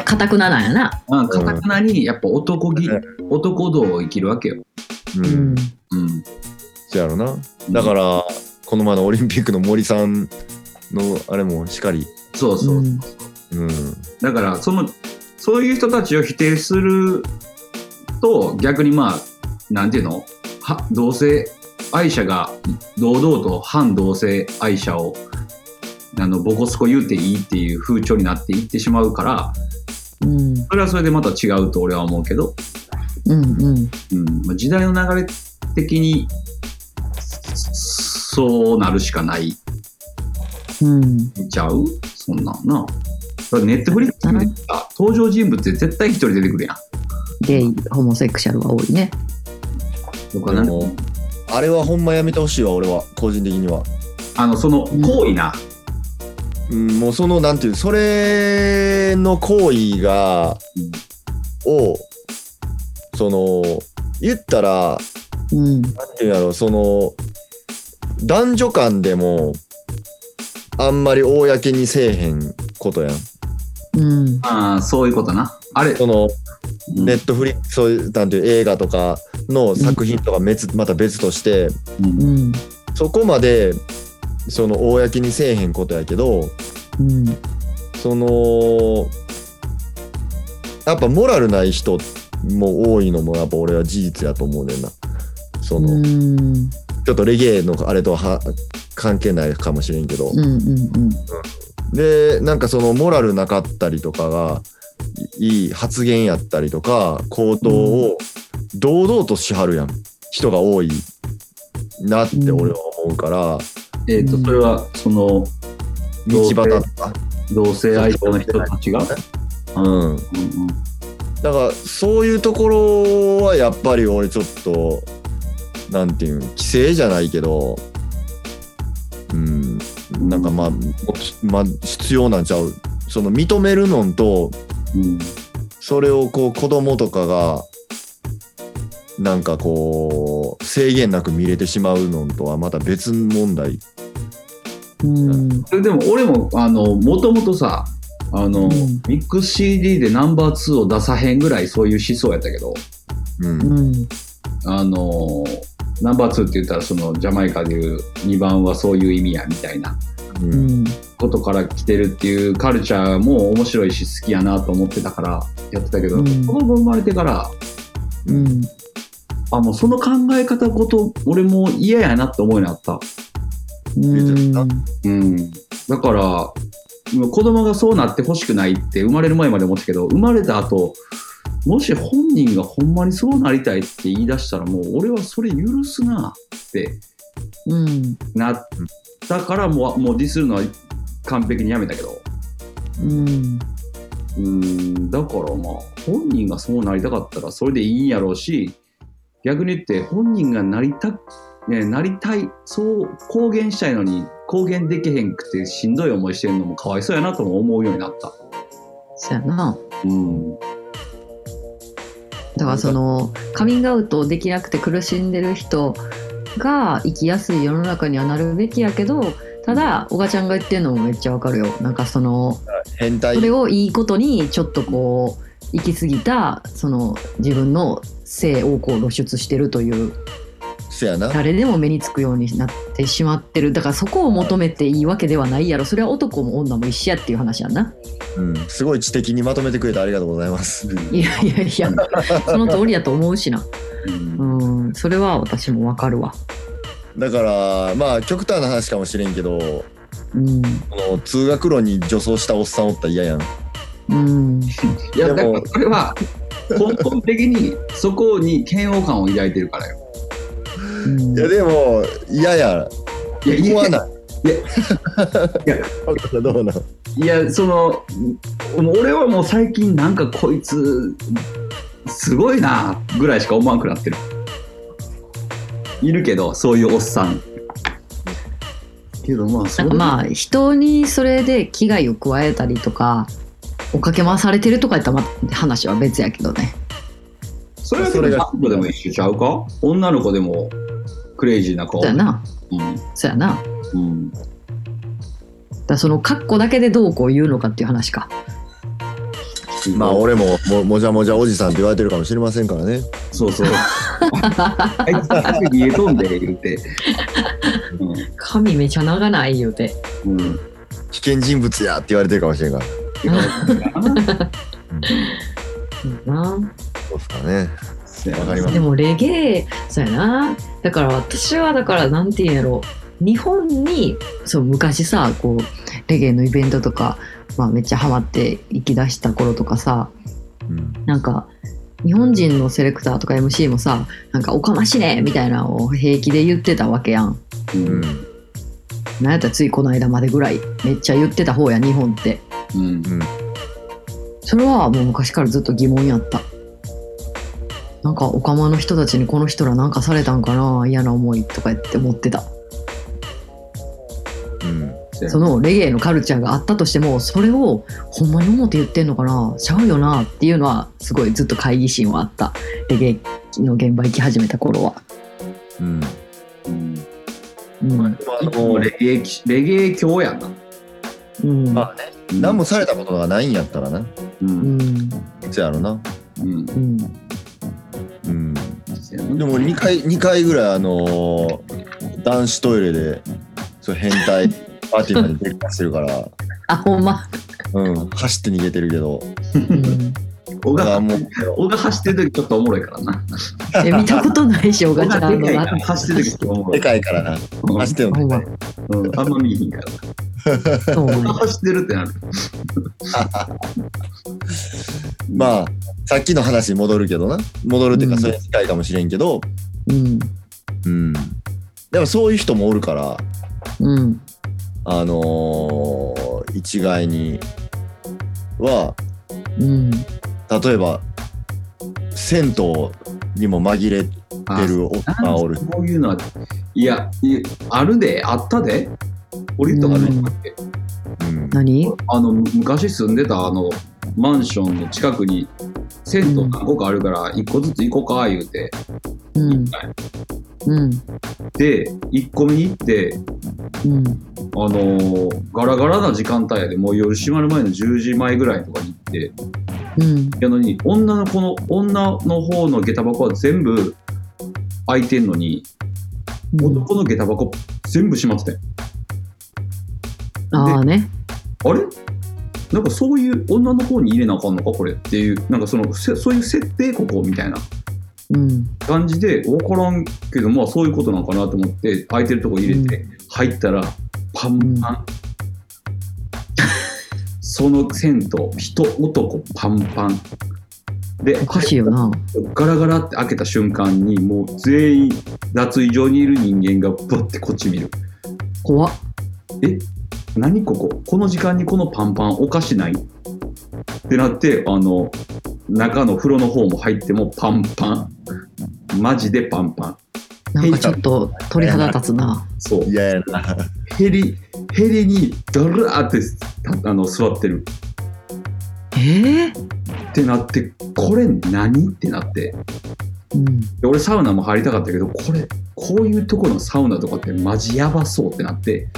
S2: かたくななんやな
S3: うん、かたくなにやっぱ男気、男道を生きるわけよ。
S4: う
S2: うんん
S3: うん、、
S4: そうやろなだかららこの前のオリンピックの森さんのあれもしかり
S3: そうそう、
S2: うん
S4: うん
S3: だからそのそういう人たちを否定すると逆にまあなんていうのは同性愛者が堂々と反同性愛者をあのボコスコ言うていいっていう風潮になっていってしまうから
S2: うん
S3: それはそれでまた違うと俺は思うけど、
S2: うんうん
S3: うんまあ時代の流れ的にそそうなるしかない
S2: うん
S3: 見ちゃうそんなんな。ネットフリックスでさ登場人物で絶対一人出てくるやん。
S2: ゲイホモセクシャルは多いね
S3: とか
S4: で
S3: なんか
S4: もあれはほんまやめてほしいわ俺は個人的には、
S3: あのその
S2: うん
S3: 行為な。
S4: うん、もうそのなんていうそれの行為がをその言ったら
S2: うん
S4: なんていうんやろその男女間でもあんまり公にせえへんことやん
S2: うん
S3: ああそういうことな。あれ、
S4: その
S3: うん
S4: ネットフリックスそういうなんていう映画とかの作品とか別、また別として
S3: うん
S2: うん
S4: そこまでその公にせえへんことやけど
S2: うん
S4: そのやっぱモラルない人も多いのもやっぱ俺は事実やと思うねんな。その
S2: うん
S4: ちょっとレゲエのあれとは関係ないかもしれんけど、
S2: うんうん
S4: でなんかそのモラルなかったりとかがいいい発言やったりとか行動を堂々としはるやん人が多いなって俺は思うから、
S3: えっ、と、
S2: うん
S3: それは、その、
S4: 道端とか、
S3: 同性愛好の人たちが。
S4: うん、
S3: うんうん
S4: だからそういうところはやっぱり俺ちょっとなんていうん規制じゃないけどうんなんかまあ、まあ、必要なんちゃうその認めるのんと
S3: うん
S4: それをこう子供とかがなんかこう制限なく見れてしまうのとはまた別問題
S2: うんうん
S3: それでも俺もあのもともとさあの、
S2: うん
S3: ミックス CD でナンバー2を出さへんぐらいそういう思想やったけど
S4: うん
S2: う、ん
S3: あのナンバー2って言ったらそのジャマイカでいう2番はそういう意味やみたいな
S4: う
S2: うんん
S3: ことから来てるっていうカルチャーも面白いし好きやなと思ってたからやってたけど、
S2: うん
S3: 子供生まれてから
S2: うん
S3: あもうその考え方ごと俺も嫌やなって思いになった。うん、だから今子供がそうなってほしくないって生まれる前まで思ったけど生まれた後もし本人がほんまにそうなりたいって言い出したらもう俺はそれ許すなって
S2: うん
S3: なったからもうもうディスるのは完璧にやめたけど
S2: うん
S3: うんだからまあ本人がそうなりたかったらそれでいいんやろうし逆に言って本人がなりた,、ね、なりたいそう公言したいのに公言できへんくてしんどい思いしてるのもかわいそうやなとも思うようになった。
S2: そうやな
S3: うん
S2: だからそのカミングアウトできなくて苦しんでる人が生きやすい世の中にはなるべきやけどただおがちゃんが言ってるのもめっちゃわかるよなんかその
S4: 変態
S2: それをいいことにちょっとこう行き過ぎたその自分の性をこう露出してるという
S4: せやな
S2: 誰でも目につくようになってしまってるだからそこを求めていいわけではないやろそれは男も女も一緒やっていう話やん な
S4: うん、すごい知的にまとめてくれてありがとうございます
S2: いやいやいやその通りやと思うしな
S3: うん
S2: うんそれは私もわかるわ
S4: だからまあ極端な話かもしれんけど
S2: うん
S4: この通学路に女装したおっさんおったら嫌やん
S2: うん
S3: いやだ
S4: で
S3: か
S4: も
S3: らそれは根本的にそこに嫌悪感を抱いてるからよ。
S2: うん
S4: いやでも嫌や
S3: いやい
S4: 思
S3: や
S4: わない
S3: いや
S4: いやどうなん
S3: いやそのもう俺はもう最近なんかこいつすごいなぐらいしか思わんくなってる。いるけどそういうおっさん。けどまあそ
S2: なん
S3: れ
S2: かまあ人にそれで危害を加えたりとか追っかけ回されてるとかやったらまあ話は別やけどね
S3: それは
S4: それが
S3: 男女でも一緒ちゃうか女の子でもクレイジーな子
S2: そうやな
S3: う
S2: そうやなだか
S3: んうん、
S2: らその格好だけでどうこう言うのかっていう話か
S4: まあ俺もももじゃもじゃおじさんって言われてるかもしれませんからね
S3: そ うそう。あいつ早く逃げとんで言う て。
S2: 髪めちゃ長ない言うて
S3: うん。うん。
S4: 危険人物やって言われてるかもしれんから
S3: てか
S2: うんな
S4: そうっすかねわかりま
S2: でもレゲエそうやなだから私はだからなんて言うんやろ日本にそう昔さこうレゲエのイベントとか、まあ、めっちゃハマって行き出した頃とかさ
S4: うん
S2: なんか日本人のセレクターとか MC もさなんか「おかましね」みたいなのを平気で言ってたわけやん。
S3: う。
S4: うんん
S2: なんやったらついこの間までぐらいめっちゃ言ってた方や日本って
S3: うん。
S2: それはもう昔からずっと疑問やったなんかオカマの人たちにこの人らなんかされたんかな嫌な思いとかって思ってた
S4: うん
S2: そのレゲエのカルチャーがあったとしてもそれをほんまに思って言ってんのかなちゃうよなっていうのはすごいずっと懐疑心はあったレゲエの現場行き始めた頃は、
S4: うん
S3: うん。
S2: うん
S4: まあ
S3: あ
S4: あの
S3: のレゲエき、レゲエ教やな。
S2: うん
S4: まあね何もされたことがないんやったらな
S3: う。
S2: うんん
S4: せやろな
S3: うん。
S2: うん
S4: うん
S3: で
S4: でも2回二回ぐらいあのー男子トイレでそう変態パーティーまで出っかしてるから、
S2: あほんま、
S4: うん、走って逃げてるけど
S2: うん
S3: 小
S4: だから
S3: が、
S4: もう
S3: 小が走ってる時ちょっとおもろいからな。
S2: え見たことないし、お
S3: 小
S2: がちゃ
S3: が
S2: ん
S3: でか
S2: のが
S3: い から走ってる時ちょっとおもろ
S4: で
S3: い。
S4: かいからな走ってる
S2: ほん
S4: の
S2: ま
S4: ね
S3: うん、あんま見えへんから。
S2: そうなんや
S3: あしてるってなる。
S4: まあさっきの話に戻るけどな戻るっていうかそれに近いかもしれんけど、
S2: うん
S4: うん、でもそういう人もおるから
S2: うん
S4: あのー一概には
S2: うん
S4: 例えば銭湯にも紛れて
S3: あ
S4: るおっさんおる
S3: こういうのは、いや、いあるで、あったで。俺とかね、
S4: うん
S2: 何
S3: あの、む昔住んでたあの、マンションの近くに、銭湯何個かあるから、一個ずつ行こうか、言うて。
S2: うんうん
S3: で、一個目に行って、
S2: うん
S3: あのーガラガラな時間帯やで、もう夜閉まる前の10時前ぐらいとかに行って、
S2: うん
S3: やのに、女の子の、女の方の下駄箱は全部開いてんの
S2: う
S3: に、
S2: ん
S3: 男の下駄箱全部閉まってて
S2: ああね
S3: あれなんかそういう女の方に入れなあかんのかこれっていうなんかそのせそういう設定ここみたいな
S2: うん
S3: 感じで分からんけどまあそういうことなんかなと思って空いてるとこ入れて入ったらパンパン、その銭湯人男パンパンで
S2: おかしいよな
S3: ガラガラって開けた瞬間にもう全員脱衣場にいる人間がバッてこっち見る
S2: 怖っ
S3: え何こここの時間にこのパンパンおかしないってなってあの中の風呂の方も入ってもパンパンマジでパンパン
S2: なんかちょっと鳥肌立つな
S3: そう
S4: 嫌やな
S3: ヘリヘリにドラーってたあの座ってる
S2: えー
S3: ってなってこれ何ってなって
S2: うん
S3: で俺サウナも入りたかったけどこれこういうとこのサウナとかってマジやばそうってなって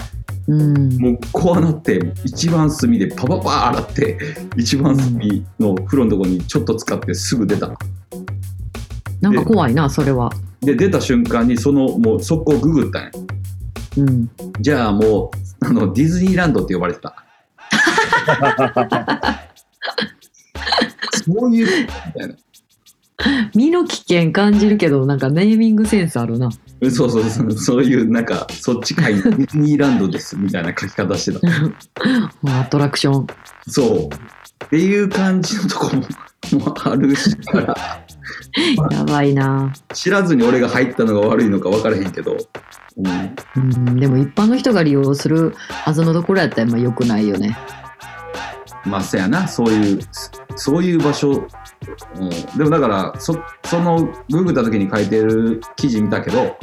S2: うん
S3: もうこうなって一番隅でパパパー洗って一番隅の風呂のところにちょっと使ってすぐ出た
S2: なんか怖いなそれは
S3: で出た瞬間にそのもう速攻ググったんや
S2: うん
S3: じゃあもうあのディズニーランドって呼ばれてたそういうみたいな
S2: 身の危険感じるけどなんかネーミングセンスあるな
S3: うんそうそうそうそういうなんかそっちかいディズニーランドですみたいな書き方してた
S2: アトラクション
S3: そうっていう感じのとこももあるしから
S2: やばいな、
S3: 知らずに俺が入ったのが悪いのか分からへんけど、うん、
S2: うん、でも一般の人が利用するはずのところやったらまあ良くないよね
S3: まあそやなそういうそそういう場所、うん、でもだからそそのググった時に書いてる記事見たけど、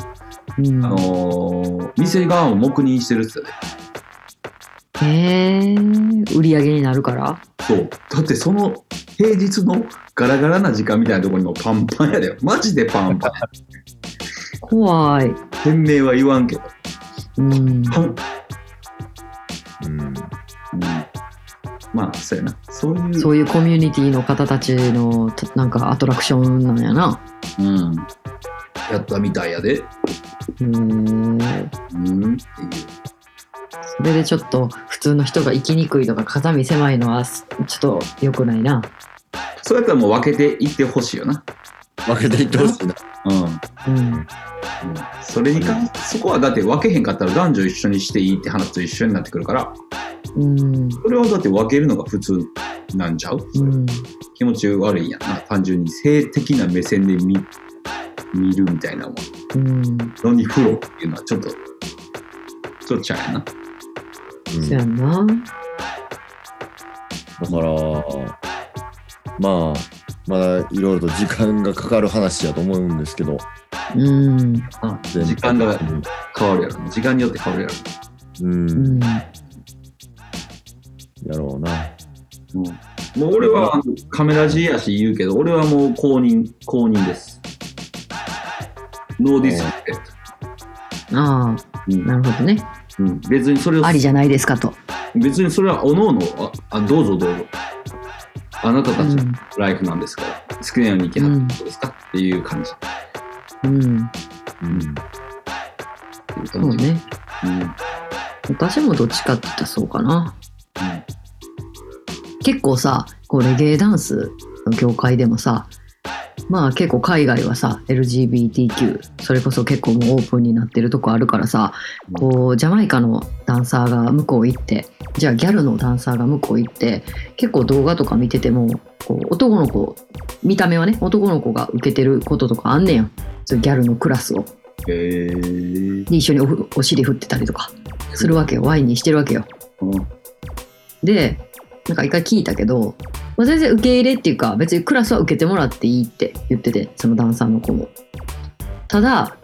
S2: うん
S3: あのー店側も黙認してるっつってた
S2: へえ売り上げになるから
S3: そうだってその平日のガラガラな時間みたいなところにもパンパンやでマジでパンパン
S2: 怖い
S3: 店名は言わんけど
S2: うん
S3: パン、うん、
S4: うん
S3: まあそうやなそういう
S2: そういうコミュニティの方たちのとなんかアトラクションなんやな
S3: うん、やったみたいやで
S2: へえ
S3: うんっていう
S2: それでちょっと普通の人が生きにくいとか肩身狭いのはすちょっと良くないな
S3: そうやったらもう分けていってほしいよな
S4: 分けていってほしいな
S3: うん
S2: うん
S3: それに関してそこはだって分けへんかったら男女一緒にしていいって話と一緒になってくるから
S2: うん
S3: それはだって分けるのが普通なんちゃう、
S2: うん
S3: 気持ち悪いやんな単純に性的な目線で見見るみたいなも
S2: うん
S3: のに風呂っていうのはちょっとちょっとちゃうやな
S4: うん
S2: そうやんな
S4: だから、まあ、まだいろいろと時間がかかる話やと思うんですけど、
S2: うん
S4: 全
S3: 時間が
S4: うん
S3: 変わるやろ時間によって変わるや
S4: うん、
S2: うん
S4: やろうな。
S3: ろ、もう俺はあのカメラ G やし言うけど俺はもう公認公認ですノーディスペク
S2: ああ
S3: ト、うん
S2: なるほどね
S3: うん、別にそれを
S2: ありじゃないですかと、
S3: 別にそれは各々ああどうぞどうぞあなた
S2: う
S3: たちの
S2: ん
S3: ライフなんですから、好きなように生きなさいどうですか、っていう感じって
S2: うん、
S4: うん。
S3: いう
S2: そ
S3: 感
S2: う
S3: じ
S2: ね
S3: うん
S2: 私もどっちかって言ったらそうかな結構さこうレゲエダンスの業界でもさまあ結構海外はさ LGBTQ それこそ結構もうオープンになってるとこあるからさこうジャマイカのダンサーが向こう行ってじゃあギャルのダンサーが向こう行って結構動画とか見ててもこう男の子見た目はね男の子が受けてることとかあんねんそういうギャルのクラスを
S3: へえー。
S2: で一緒におお尻振ってたりとかするわけよワインにしてるわけよ
S3: うん
S2: でなんか一回聞いたけど、まあ、全然受け入れっていうか別にクラスは受けてもらっていいって言っててそのダンサーの子もただ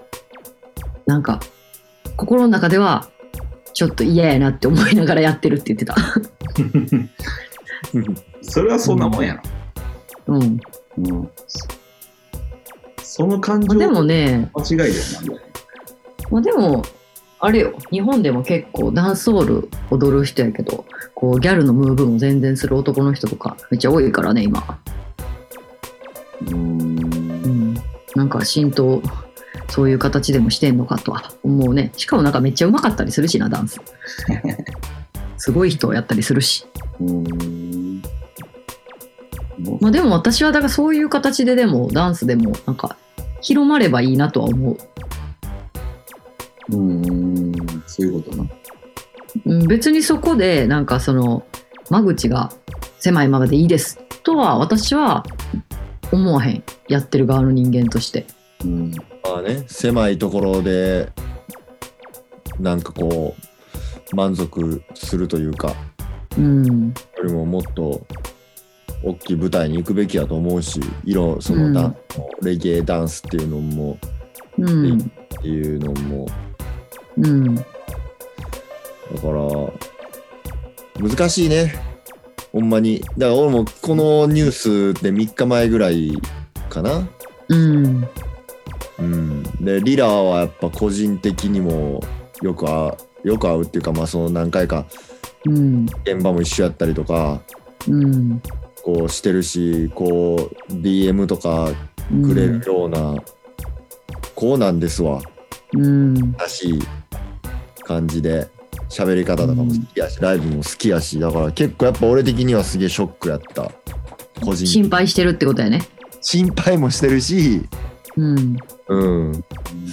S2: なんか心の中ではちょっと嫌やなって思いながらやってるって言ってた
S3: それはそんなもんやな。
S2: うん
S3: うん。その感
S2: まあ
S3: 情
S2: でも
S3: 間
S2: ね、
S3: 違いだよな。
S2: まあ、でもあれよ日本でも結構ダンスホール踊る人やけどこうギャルのムーブも全然する男の人とかめっちゃ多いからね今、
S3: うーん
S2: うん、なんか浸透そういう形でもしてんのかとは思うねしかもなんかめっちゃうまかったりするしなダン スすごい人をやったりするし
S3: うーん。
S2: まあでも私はだからそういう形ででもダンスでもなんか広まればいいなとは思う、
S3: うーん。そういうことな。
S2: うん、別にそこでなんかその間口が狭いままでいいですとは私は思わへんやってる側の人間として
S3: うん。
S4: まあね狭いところでなんかこう満足するというか
S2: うん
S4: よりももっと大きい舞台に行くべきやと思うし色そのダン、レゲエダンスっていうのも
S2: うん
S4: っていうのも
S2: うん
S4: だから難しいねほんまにだから俺もこのニュースで3日前ぐらいかな
S2: うん
S4: うん、でリラはやっぱ個人的にもよくあよく会うっていうか、まあ、その何回か
S2: うん
S4: 現場も一緒やったりとか
S2: うん
S4: こうしてるしこう DM とかくれるような、こうなんですわ
S2: うん
S4: らしい感じで喋り方とかも好きやし、ライブも好きやしだから結構やっぱ俺的にはすげえショックやった個人
S2: 心配してるってことやね
S4: 心配もしてるし
S2: うん
S4: うん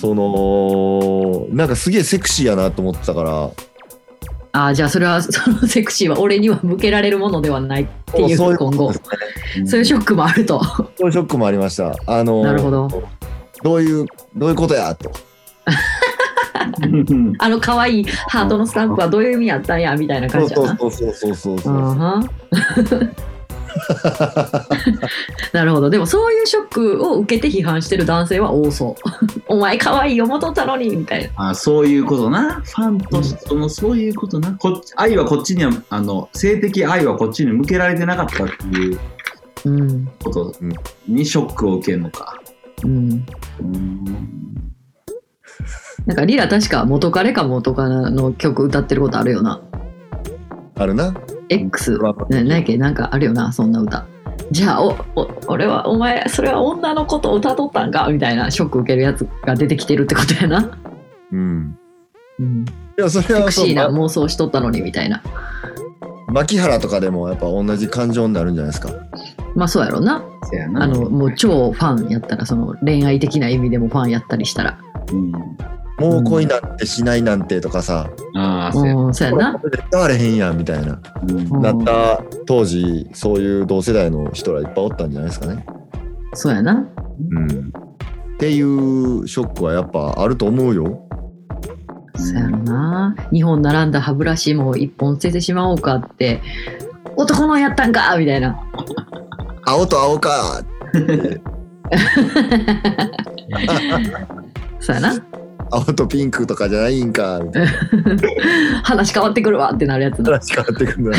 S4: そのなんかすげえセクシーやなと思ってたから
S2: ああじゃあそれは そのセクシーは俺には向けられるものではないっていう
S4: そうそういう
S2: 今
S4: こと
S2: 後
S4: ですね
S2: そういうショックもあると
S4: そういうショックもありました。あの
S2: なるほど
S4: どういうどういうことやと。
S3: うん
S2: あの可愛いハートのスタンプはどういう意味やったんやみたいな
S4: そ
S2: 感
S4: う
S2: じやな
S4: そうそうそうそう
S2: う
S4: そ
S2: ん
S4: う。
S2: は んなるほどでもそういうショックを受けて批判してる男性は多そう お前可愛いよ元取ったのにみたいな
S3: あそういうことな。ファンとしてのそういうことな。こっち愛はこっちには、あの、性的愛はこっちに向けられてなかったっていう
S2: うん
S3: ことにショックを受けるのか。
S2: うん
S3: うーん。
S2: なんかリラ確か元彼か元カノの曲歌ってることあるよな
S4: あるな。
S2: X
S4: わか
S2: な
S4: る
S2: なんやっけなんかあるよなそんな歌じゃあおお俺はお前それは女の子と歌っとったんかみたいなショック受けるやつが出てきてるってことやな、
S4: うん。
S2: うん、
S4: いやそれ
S2: セ
S4: は
S2: ク
S4: そう
S2: シーな
S4: ま
S2: 妄想しとったのにみたいな
S4: 牧原とかでもやっぱ同じ感情になるんじゃないですか。
S2: まあそうやろな
S3: せやな。
S2: あのもう超ファンやったらその恋愛的な意味でもファンやったりしたら
S3: うん。
S4: もう恋なんてしないなんてとかさ、
S3: ああ、せやな。
S2: うんそうや
S4: これ
S2: な
S4: これ絶対あれへんやんみたいな、
S3: うん
S2: うん
S4: なった当時そういう同世代の人らいっぱいおったんじゃないですかね。
S2: そうやな
S4: うん。っていうショックはやっぱあると思うよ。
S2: そうやろな2本並んだ歯ブラシも1本捨ててしまおうかって男のやったんかみたいな
S4: 青と青か。
S2: そうやな
S4: 青とピンクとかじゃないんかみたいな
S2: 話変わってくるわってなるやつな
S4: 話変わってくるんだな。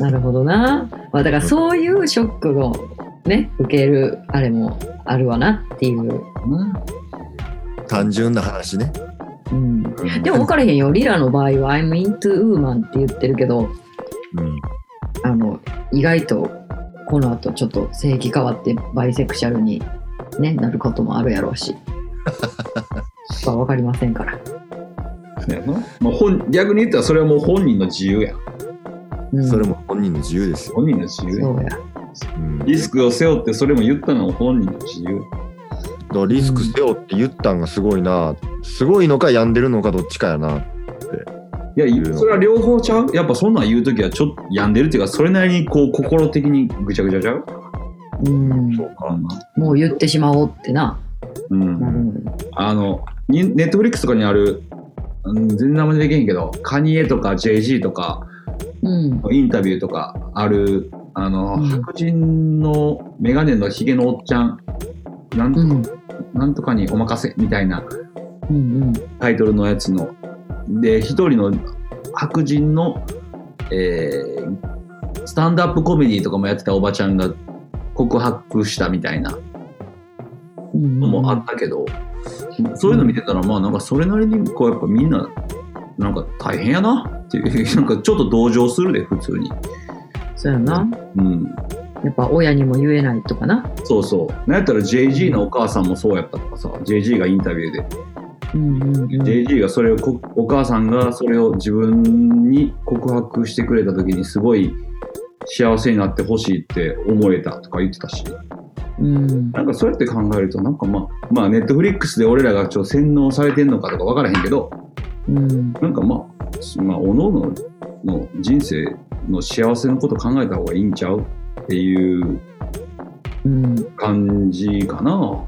S2: なるほどな、まあ、だからそういうショックをね受けるあれもあるわなっていう、
S3: な
S4: 単純な話ね。
S2: うん、でも分からへんよリラの場合は「I'm into woman」って言ってるけど
S4: うん。
S2: あの意外とこの後ちょっと性器変わってバイセクシャルに、ね、なることもあるやろ うしまあ分かりませんから、
S3: せやな。まあ、本逆に言ったらそれはもう本人の自由や。
S2: うん、
S4: それも本人の自由ですよ。
S3: 本人の自由
S2: そ
S3: や。
S2: うや
S4: うん
S3: リスクを背負ってそれも言ったのは本人だし言う
S4: だからリスク背負って言ったんがすごいな。すごいのか病んでるのかどっちかやな。
S3: いや言うそれは両方ちゃうやっぱそんなん言う時はちょっと病んでるっていうかそれなりにこう心的にぐちゃぐちゃちゃう
S2: うん
S3: うかな
S2: もう言ってしまおうってな。
S3: うん
S2: なるのよ
S3: あの、にネットフリックスとかにある、うん、全然名前できへんけど、カニエとか JG とか、
S2: うん。
S3: インタビューとかある、あの、
S2: うん
S3: 白人のメガネのヒゲのおっちゃん、なん,、
S2: うん。
S3: なんとかにお任せみたいな
S2: うん。
S3: タイトルのやつの、で、一人の白人の、えー、スタンダップコメディとかもやってたおばちゃんが告白したみたいな
S2: うん。
S3: のもあったけど、そういうの見てたら、まあなんかそれなりにこうやっぱみんな、なんか大変やなっていう、 なんかちょっと同情するで、普通に。
S2: そうやな。
S3: うん。
S2: やっぱ親にも言えないとかな。
S3: そうそう。なんやったら JG のお母さんもそうやったとかさ、JG がインタビューで、
S2: うんうんうん。
S3: JG がそれをこ、お母さんがそれを自分に告白してくれた時にすごい幸せになってほしいって思えたとか言ってたし。
S2: うん。
S3: なんかそうやって考えると、なんかまあ、まあネットフリックスで俺らがちょっと洗脳されてんのかとかわからへんけど、
S2: うん。
S3: なんかまあ、まあ、おののの人生の幸せのこと考えた方がいいんちゃうっていう
S2: うん。
S3: 感じかな。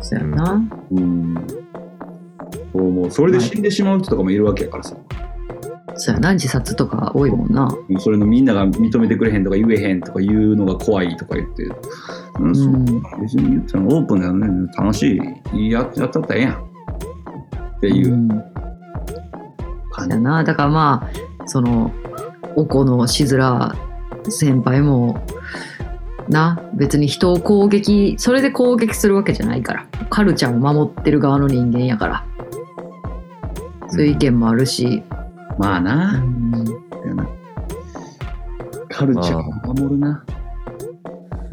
S2: そうやな。
S3: うん。そう思う。それで死んでしまう人とかもいるわけやからさ。
S2: そうやな。自殺とか多いもんな。。
S3: それのみんなが認めてくれへんとか言えへんとか言うのが怖いとか言って。うん、そううん別に言ってもオープンだよね。楽しい。ややったったらええやん。っていううん感じ
S2: だ。なだからまあそのおこのしずら先輩もな別に人を攻撃それで攻撃するわけじゃないからカルチャーを守ってる側の人間やからそういう意見もあるし、
S3: まあ
S2: う
S3: な。
S2: ん
S3: だよなカルチャーを守るな。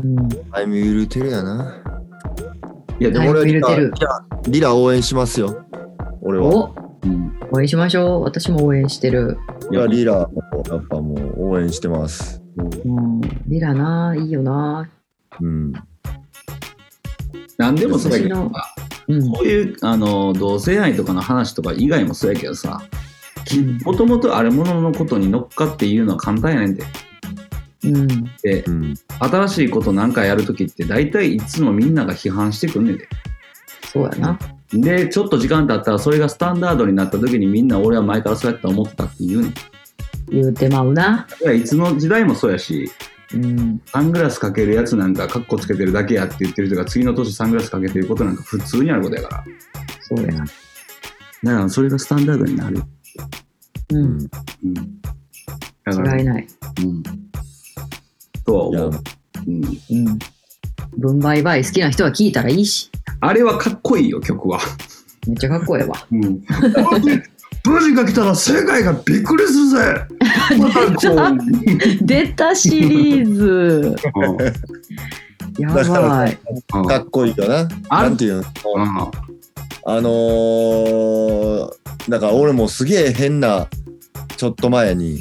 S2: うん
S4: タイム揺れてるやな。
S3: いや、で
S4: で
S2: タイ
S3: も、
S2: ム
S4: も俺は
S2: 揺
S4: リ
S2: れて
S4: ラ
S2: る
S4: リラリラ応援しますよ。俺は。
S2: お
S3: うん
S2: 応援しましょう私も応援してる、
S4: いやリラもやっぱもう応援してます。
S2: うん、リラないいよな
S4: うん。
S3: 何でもそうやけどさ
S2: 私のうん
S3: こういうあの同性愛とかの話とか以外もそうやけどさもともとあるもののことに乗っかって言うのは簡単やねんて
S2: うん
S3: で
S4: うん。
S3: 新しいことなんかやるときって大体いつもみんなが批判してくんねんで
S2: そうやな
S3: でちょっと時間経ったらそれがスタンダードになった時にみんな俺は前からそうやって思ってたって言うねんだ
S2: 言うてまうな
S3: からいつの時代もそうやし
S2: うん
S3: サングラスかけるやつなんかカッコつけてるだけやって言ってる人が次の年サングラスかけてることなんか普通にあることやから
S2: そうやな
S3: だからそれがスタンダードになる、
S2: う
S4: うんん。
S3: うん、だから
S2: らえない
S3: うんとはい思
S4: や
S3: う、うん。
S2: うん分倍倍好きな人は聞いたらいいし
S3: あれはかっこいいよ、曲は。
S2: めっちゃかっこええわ。
S3: うん。ブジが来たら世界がびっくりする ぜ
S2: 出たシリーズ。 やばい。
S4: かっこいいよな。
S3: ある
S4: なんていうのあのー、だから俺もすげえ変な、ちょっと前に、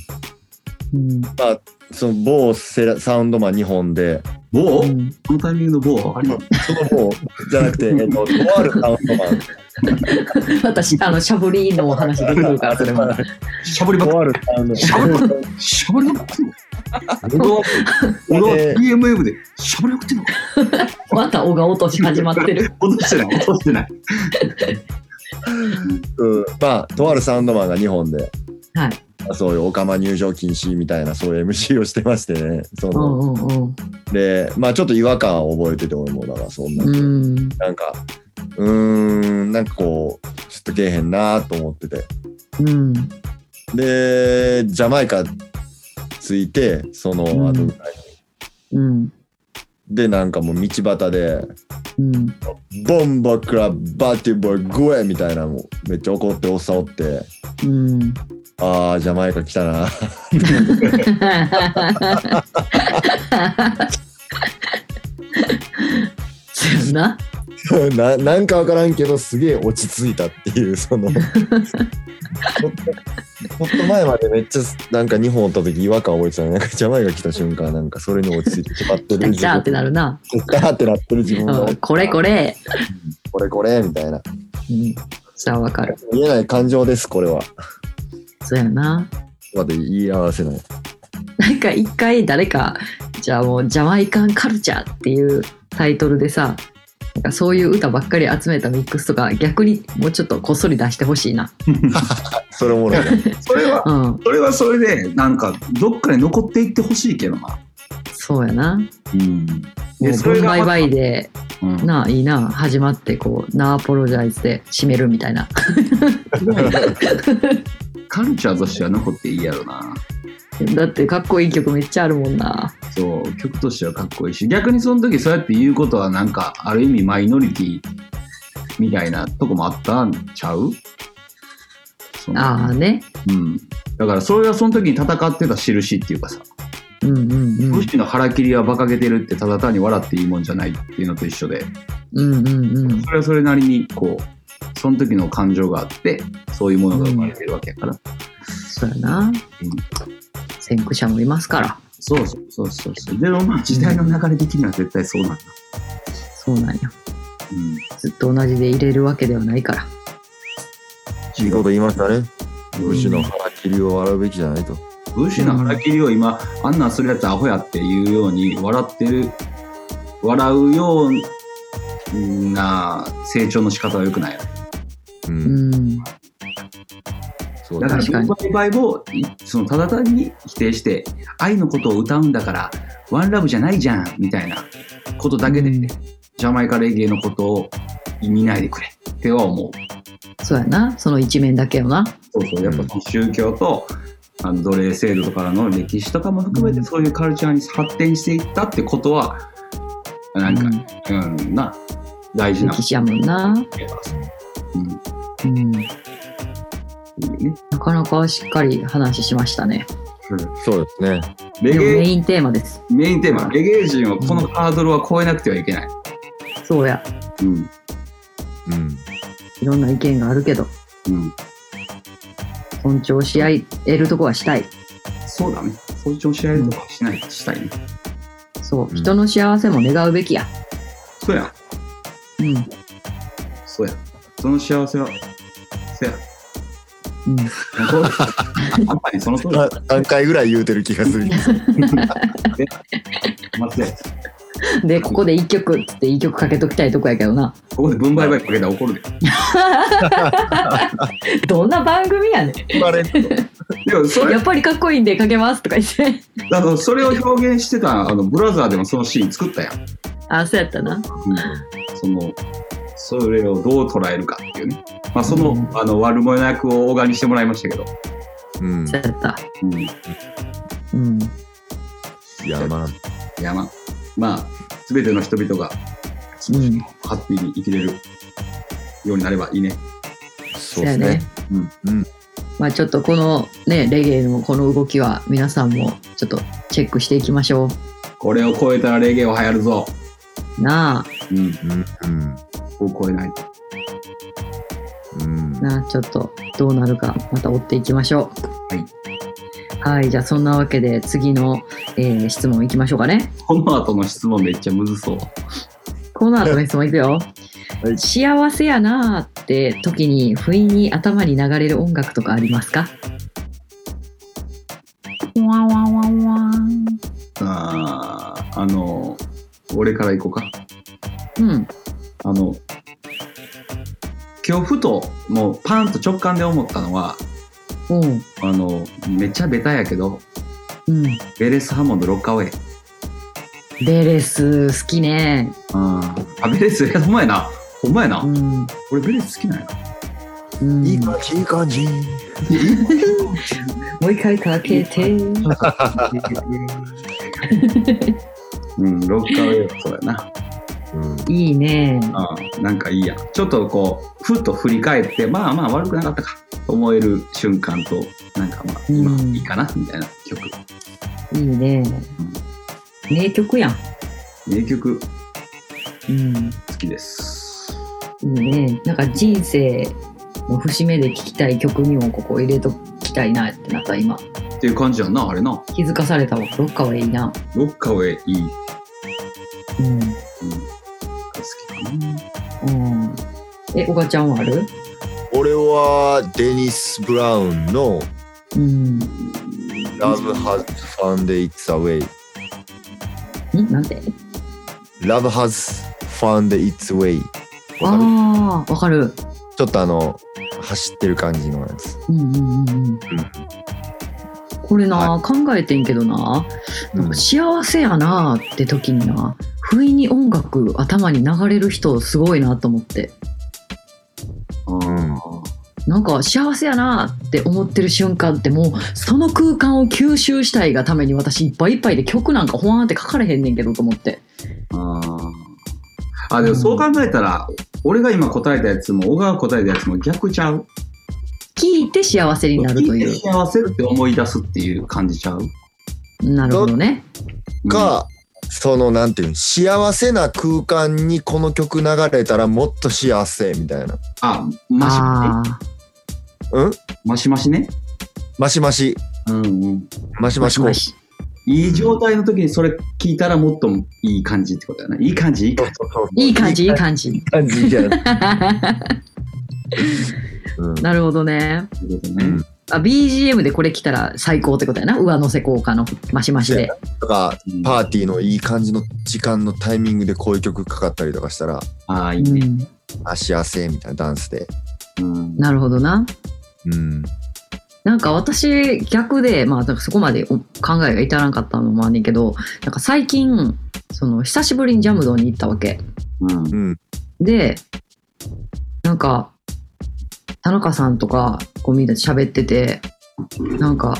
S2: うん。
S4: まあ、その某セラサウンドマン日本で、
S3: 某
S2: うん
S3: このタイミングの某は分かります
S4: その某じゃなくて、えっと、とあるサウンドマン。
S2: 私、あの、しゃぶりのお話できるから、それ も。
S3: しゃぶりばっか
S4: とあるサウンド
S3: しゃぶりばっかしゃぶりばっかうどん、うどん、
S4: で
S3: DMM でしゃぶりまくってんの
S2: また、小が落とし始まってる。
S3: 落としてない、落としてない。
S4: うんまあ、とあるサウンドマンが日本で、
S2: はい。
S4: そういうオカマ入場禁止みたいな、そういう MC をしてましてね。そ
S2: うん
S4: の
S2: うん
S4: で、まあちょっと違和感を覚えてて、俺も、だからそんな。
S2: うん。うん。
S4: なんか、うーん、なんかこう、ちょっとけえへんなと思ってて。
S2: うん。
S4: で、ジャマイカついて、その
S2: ん
S4: 後ぐらいに、
S2: うん。
S4: で、なんかもう道端で、
S2: うん。
S4: ボンバクラバティボイグエみたいなもうめっちゃ怒っておっさんおって、
S2: うん。
S4: あー、ジャマイカ来たな。
S2: そうやな。
S4: ななんかわからんけどすげえ落ち着いたっていう そのちょっとちょっと前までめっちゃなんか日本おった時違和感覚えてたのになんかジャマイカ来た瞬間なんかそれに落 ち着いて決まってる
S2: 来たってなるな。
S4: 来たってなってる自分が
S2: うんこれこれ。
S4: これこれみたいな
S2: うん。さあわかる。
S4: 見えない感情ですこれは
S2: そうやな。
S4: まで言い合わせない
S2: なんか一回誰か、じゃあもうジャマイカンカルチャーっていうタイトルでさ、なんかそういう歌ばっかり集めたミックスとか逆にもうちょっとこっそり出してほしいな。
S4: それおもろい な
S3: それは、
S2: うん。
S3: それはそれで、なんか、どっかに残っていってほしいけどな。
S2: そうやな。
S3: うん。
S2: も
S3: で、
S2: う
S3: そ
S2: ブ
S3: れ
S2: ン
S3: が
S2: バイ
S3: また、
S2: バイで、
S3: うん
S2: なあ、いいな、始まってこう、ナーポロジャイズで締めるみたいな。
S3: カルチャーとしては残っていいやろな。
S2: だってかっこいい曲めっちゃあるもんな。
S3: そう、曲としてはかっこいいし、逆にその時そうやって言うことは、なんか、ある意味マイノリティみたいなとこもあったんちゃうその
S2: ああね。
S3: うん。だから、それはその時に戦ってた印っていうかさ、
S2: うんうんう
S3: 武
S2: ん。
S3: 士の腹切りは馬鹿げてるって、ただ単に笑っていいもんじゃないっていうのと一緒で、
S2: うんうんうん。
S3: それはそれなりに、こう、その時の感情があって、そういうものが生まれてるわけやから。
S2: そうやな。先駆者もいますから。
S3: そうそうそうそうそう。でもまあ時代の流れ的には絶対そうなんだ。
S2: そうなんや。
S3: うん。
S2: ずっと同じで入れるわけではないから。
S4: いいこと言いましたね
S3: 武
S4: 武
S3: 士
S4: 士
S3: の
S4: の腹切りを笑うべきじゃないと
S3: 武士の腹切りを今、あんなんするやつアホやっていうように笑ってる、笑うような成長の仕方は良くないよね。
S4: う
S2: うんん。
S4: そう
S3: だか
S4: だ
S3: ら、
S4: ね
S2: 確かに
S3: バイバイを、いそのただ単に否定して、愛のことを歌うんだから、ワンラブじゃないじゃん、みたいなことだけで、
S2: うん
S3: ジャマイカレゲエのことを見ないでくれ、っては思う。
S2: そうやな。その一面だけよな。
S3: そうそう、やっぱその宗教と、あの奴隷制度とからの歴史とかも含め
S2: うん
S3: て、そういうカルチャーに発展していったってことは、なんか、
S2: う
S3: うん、な、大事
S2: ん、
S3: な
S2: 歴史やもんな。
S3: うん、
S2: うん。
S3: いいね。
S2: なかなかしっかり話しましたね。
S4: そうですね
S3: レ
S2: でも
S3: ゲ
S2: メ
S3: エ、
S2: インテーマです。
S3: メインテーマ、レゲエ人はこのハードルは超えなくてはいけない。
S2: そうや。
S3: うん、
S4: うん
S2: いろんな意見があるけど、
S3: うん。
S2: 尊重し合えるとこはしたい。
S3: そうだね。尊重し合えるとかしない、したいね。
S2: そう。
S4: うん
S2: 人の幸せも願うべきや。
S3: そうや、
S2: うん。
S3: そうや。その幸せは、 そうや。
S2: うん、
S3: あんまりその通りだ。
S4: 3回ぐらい言うてる気が する
S3: まずね
S2: で、ここで一曲っつって一曲かけときたいとこやけどな。
S3: ここで分売買かけたら怒るで。
S2: どんな番組やねん。
S4: 言われる
S3: でもそれ
S2: やっぱりかっこいいんでかけますとか言って。
S3: だからそれを表現してたあのブラザーでもそのシーン作ったやん、
S2: あ、そうやったな。
S3: そのそれをどう捉えるかっていうね、まあ、その,、
S2: うん
S3: あの悪者役をオーガにしてもらいましたけど、
S4: う ん
S2: そうやった。
S3: うん、
S2: うん。
S4: いやまあ
S3: 山まあ全ての人々が少しでもハッピーに生きれるようになればいいね、
S4: そ
S2: そうう
S4: で
S2: や
S4: す
S2: ね
S4: ね。
S2: まあちょっとこのね、レゲエのこの動きは皆さんもちょっとチェックしていきましょ
S3: これを超えたらレゲエは流行るぞ、
S2: う。なあ、
S3: うん、
S4: うん
S3: こう超えないと
S4: うん
S2: なあ、ちょっとどうなるかまた追っていきましょう。はい。はい、じゃあそんなわけで次の、えー質問いきましょうかね。
S3: この後の質問めっちゃむずそう
S2: コーナーの質問いく よ。
S4: はい
S2: 幸せやなあって時に不意に頭に流れる音楽とかありますかワンワンワンワン。
S3: あーあの俺から行こうか
S2: うん。
S3: あの、今日ふと、もうパンと直感で思ったのは、
S2: うん。
S3: あの、めっちゃベタやけど、
S2: うん。
S3: ベレスハーモンドロッカーウェイ。
S2: ベレス好きね。
S3: あーあ、ベレス、えほんまやな。ほんまやな。
S2: うん。
S3: 俺ベレス好きなん やな。
S2: うん、
S4: いい感じいい感じ
S2: もう一回かけて。
S3: うん、ロッカーウェイはそうやな。
S4: うん
S2: いいね。
S3: あーなんかいいや。ちょっとこう、ふっと振り返って、まあまあ悪くなかったか。と思える瞬間と、なんかまあ、今
S2: うん
S3: いいかな、みたいな曲。
S2: いいね。名曲やん。
S3: 名曲、
S2: うん。
S3: きです。
S2: いいね。なんか人生の節目で聴きたい曲にもここ入れときたいなってなった今。
S3: っていう感じやんな、あれな。
S2: 気づかされたわ。ロッカーはいいな。
S3: ロッカウェイいい。うん、が
S2: うん。
S3: 好きかな。
S2: うん。え、おがちゃんはある
S4: 俺はデニス・ブラウンの
S2: うん。ん
S4: 「Love Has Found Its Way」
S2: なんて
S4: Love has found its way わかる
S2: ああ、わかる。
S4: ちょっとあの走ってる感じのやつ
S2: うんうんうんうん。これな、考えてんけどな、なんか幸せやなって時にな、不意に音楽頭に流れる人すごいなと思って。
S4: うん
S2: なんか幸せやなって思ってる瞬間ってもうその空間を吸収したいがために私いっぱいいっぱいで曲なんかほわーって書かれへんねんけどと思って。
S3: あーあ、でもそう考えたら、俺が今答えたやつも、小川答えたやつも逆ちゃう。
S2: 聞いて幸せになると
S3: 聞い
S2: い
S3: て
S2: う。
S3: 幸せって思い出すっていう感じちゃう。
S2: なるほどね。
S4: が、そのなんていうの幸せな空間にこの曲流れたらもっと幸せみたいな
S3: あ、マシマ
S2: ああ。
S4: うん
S3: シマシマシね。
S4: マシマシ
S3: うんうん。
S4: マシマシ
S2: も
S4: こ
S2: し
S3: いい状態の時にそれ聞いたらもっといい感じってことだな。いい感じ、いい感じ。
S4: う
S2: いい感じ、いい感じ。
S4: 感じじゃん、うん、
S2: なるほどね。
S3: ってことね。
S4: うん
S2: あ BGM でこれ来たら最高ってことやな上乗せ効果のマシマシで
S4: とか
S3: うん
S4: パーティーのいい感じの時間のタイミングでこういう曲かかったりとかしたら
S3: ああ、いういね。
S2: ん
S4: あ幸せみたいなダンスで
S3: うん。
S2: なるほどな
S4: うん
S2: なんか私逆でまあなんかそこまでお考えが至らんかったのもあんねんけどなんか最近その久しぶりにジャムドンに行ったわけ
S3: うん。
S4: うん
S2: でなんか田中さんとかこうみんなで喋っててなんか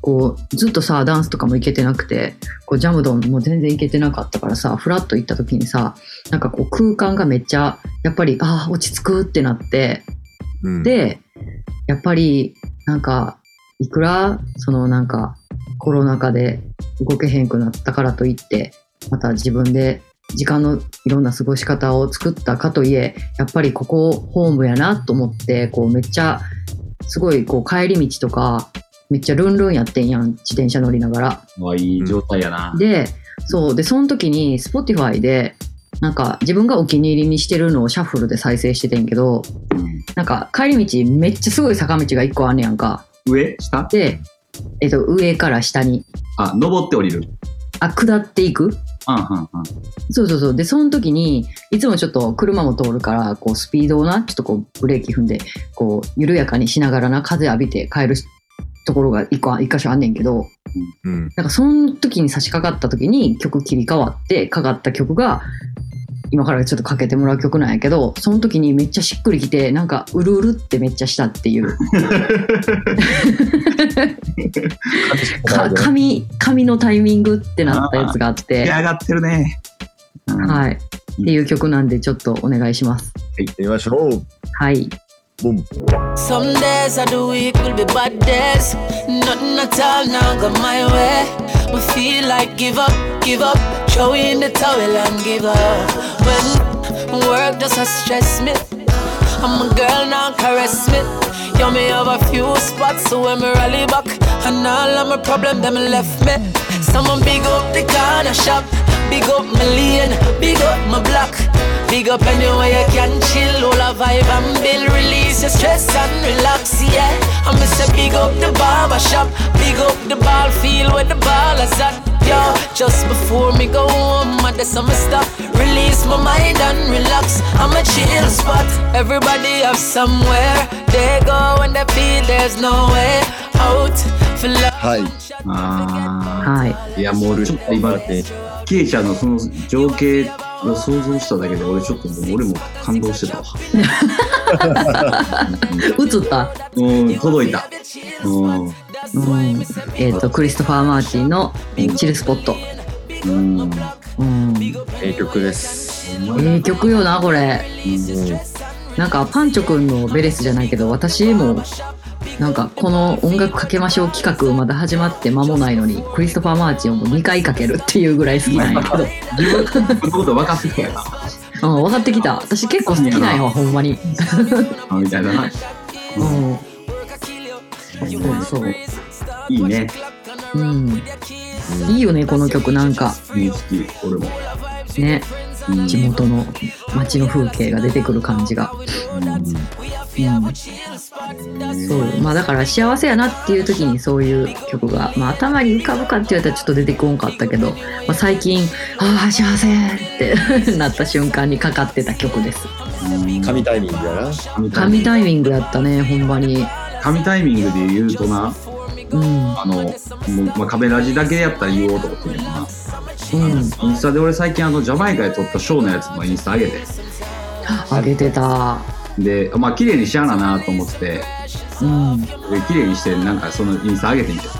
S2: こうずっとさダンスとかも行けてなくてこうジャムドンも全然行けてなかったからさフラッと行った時にさなんかこう空間がめっちゃやっぱりああ落ち着くってなって
S4: うん
S2: でやっぱりなんかいくらそのなんかコロナ禍で動けへんくなったからといってまた自分で時間のいろんな過ごし方を作ったかといえやっぱりここホームやなと思ってこうめっちゃすごいこう帰り道とかめっちゃルンルンやってんやん自転車乗りながら。
S3: まあ、いい状態やな。
S2: で、そう。で、その時に Spotify で、なんか自分がお気に入りにしてるのをシャッフルで再生しててんけど、
S3: うん
S2: なんか帰り道めっちゃすごい坂道が一個あんねやんか。
S3: 上下
S2: で、えっと、上から下に、
S3: あ、登って降りる。
S2: あ、下っていく
S3: うんうんうん。
S2: そうそうそう。で、その時に、いつもちょっと車も通るから、こう、スピードをな、ちょっとこう、ブレーキ踏んで、こう、緩やかにしながらな、風浴びて帰るところが一個あ、一箇所あんねんけど、
S4: うん
S2: なんかその時に差し掛かった時に曲切り替わってかかった曲が今からちょっとかけてもらう曲なんやけどその時にめっちゃしっくりきてなんかうるうるってめっちゃしたっていうか髪髪のタイミングってなったやつがあっ
S3: 出
S2: て
S3: 上がってるね。うん
S2: はいっていう曲なんでちょっとお願いします
S4: 行ってみましょう
S2: はい
S4: ボン
S1: Some days of the week will be bad days. Nothing at all now got my way. We feel like give up, give up, throw in the towel and give up. When work does not stress me, I'm a girl now caress me. Yo, me have a few spots, so when me rally back, and all of my problem them left me. Someone big up the corner shop, big up my lane, big up my block. Big up anywhere you can chill, all a vibe and build, release your stress and relax, yeah. I miss a big up the barber shop, big up the ball field where the ball is at, yo. Just before me go home, at the summer stop, release my mind and relax. I'm a chill spot. Everybody have somewhere they go when they feel there's no way out for love.
S4: はい
S3: あ
S2: はい
S3: ーいやもうちょっと今ね、ケイちゃんのその情景を想像しただけで俺ちょっともう俺も感動 してたわ。
S2: 映った、
S3: うん、届いた。うん、
S2: うんえっ、とクリストファー・マーティンのえー「チルスポット
S3: うん、」
S2: うん
S4: 名曲です
S2: ええ曲よなこれなんかパンチョくんのベレスじゃないけど私もなんかこの音楽かけましょう企画まだ始まって間もないのにクリストファー・マーチンをもう2回かけるっていうぐらい好きなんやけど
S3: 自分のこと分かってきたやな。
S2: ううん、分かってきた。私結構好きなんよ、ほんまに。
S3: あみたいな。
S2: うん。
S1: そうそう
S3: いいね
S2: うん。いいよね、この曲なんか。
S3: 認識、俺も。
S2: ね。
S3: うん
S2: 地元の街の風景が出てくる感じが。うん。そう。まあだから幸せやなっていう時にそういう曲が、まあ頭に浮かぶかって言われたらちょっと出てこんかったけど、まあ、最近、ああ、幸せって なった瞬間にかかってた曲です。
S4: 神タイミングや
S3: 神
S4: な。
S3: タイ
S2: 神
S3: ミング
S2: タイミングやったね、ほんまに。
S3: 神タイミングで言うとな、
S2: うん。
S3: あの、もうまあ、壁ラジだけやったら言おうと思ってるけどな。
S2: うん。
S3: インスタで俺最近あの、ジャマイカで撮ったショーのやつもインスタ上げて。
S2: あげてた。
S3: で、まあ、綺麗にしやななと思ってて、で
S2: うん。
S3: 綺麗にして、なんかそのインスタ上げてみてさ。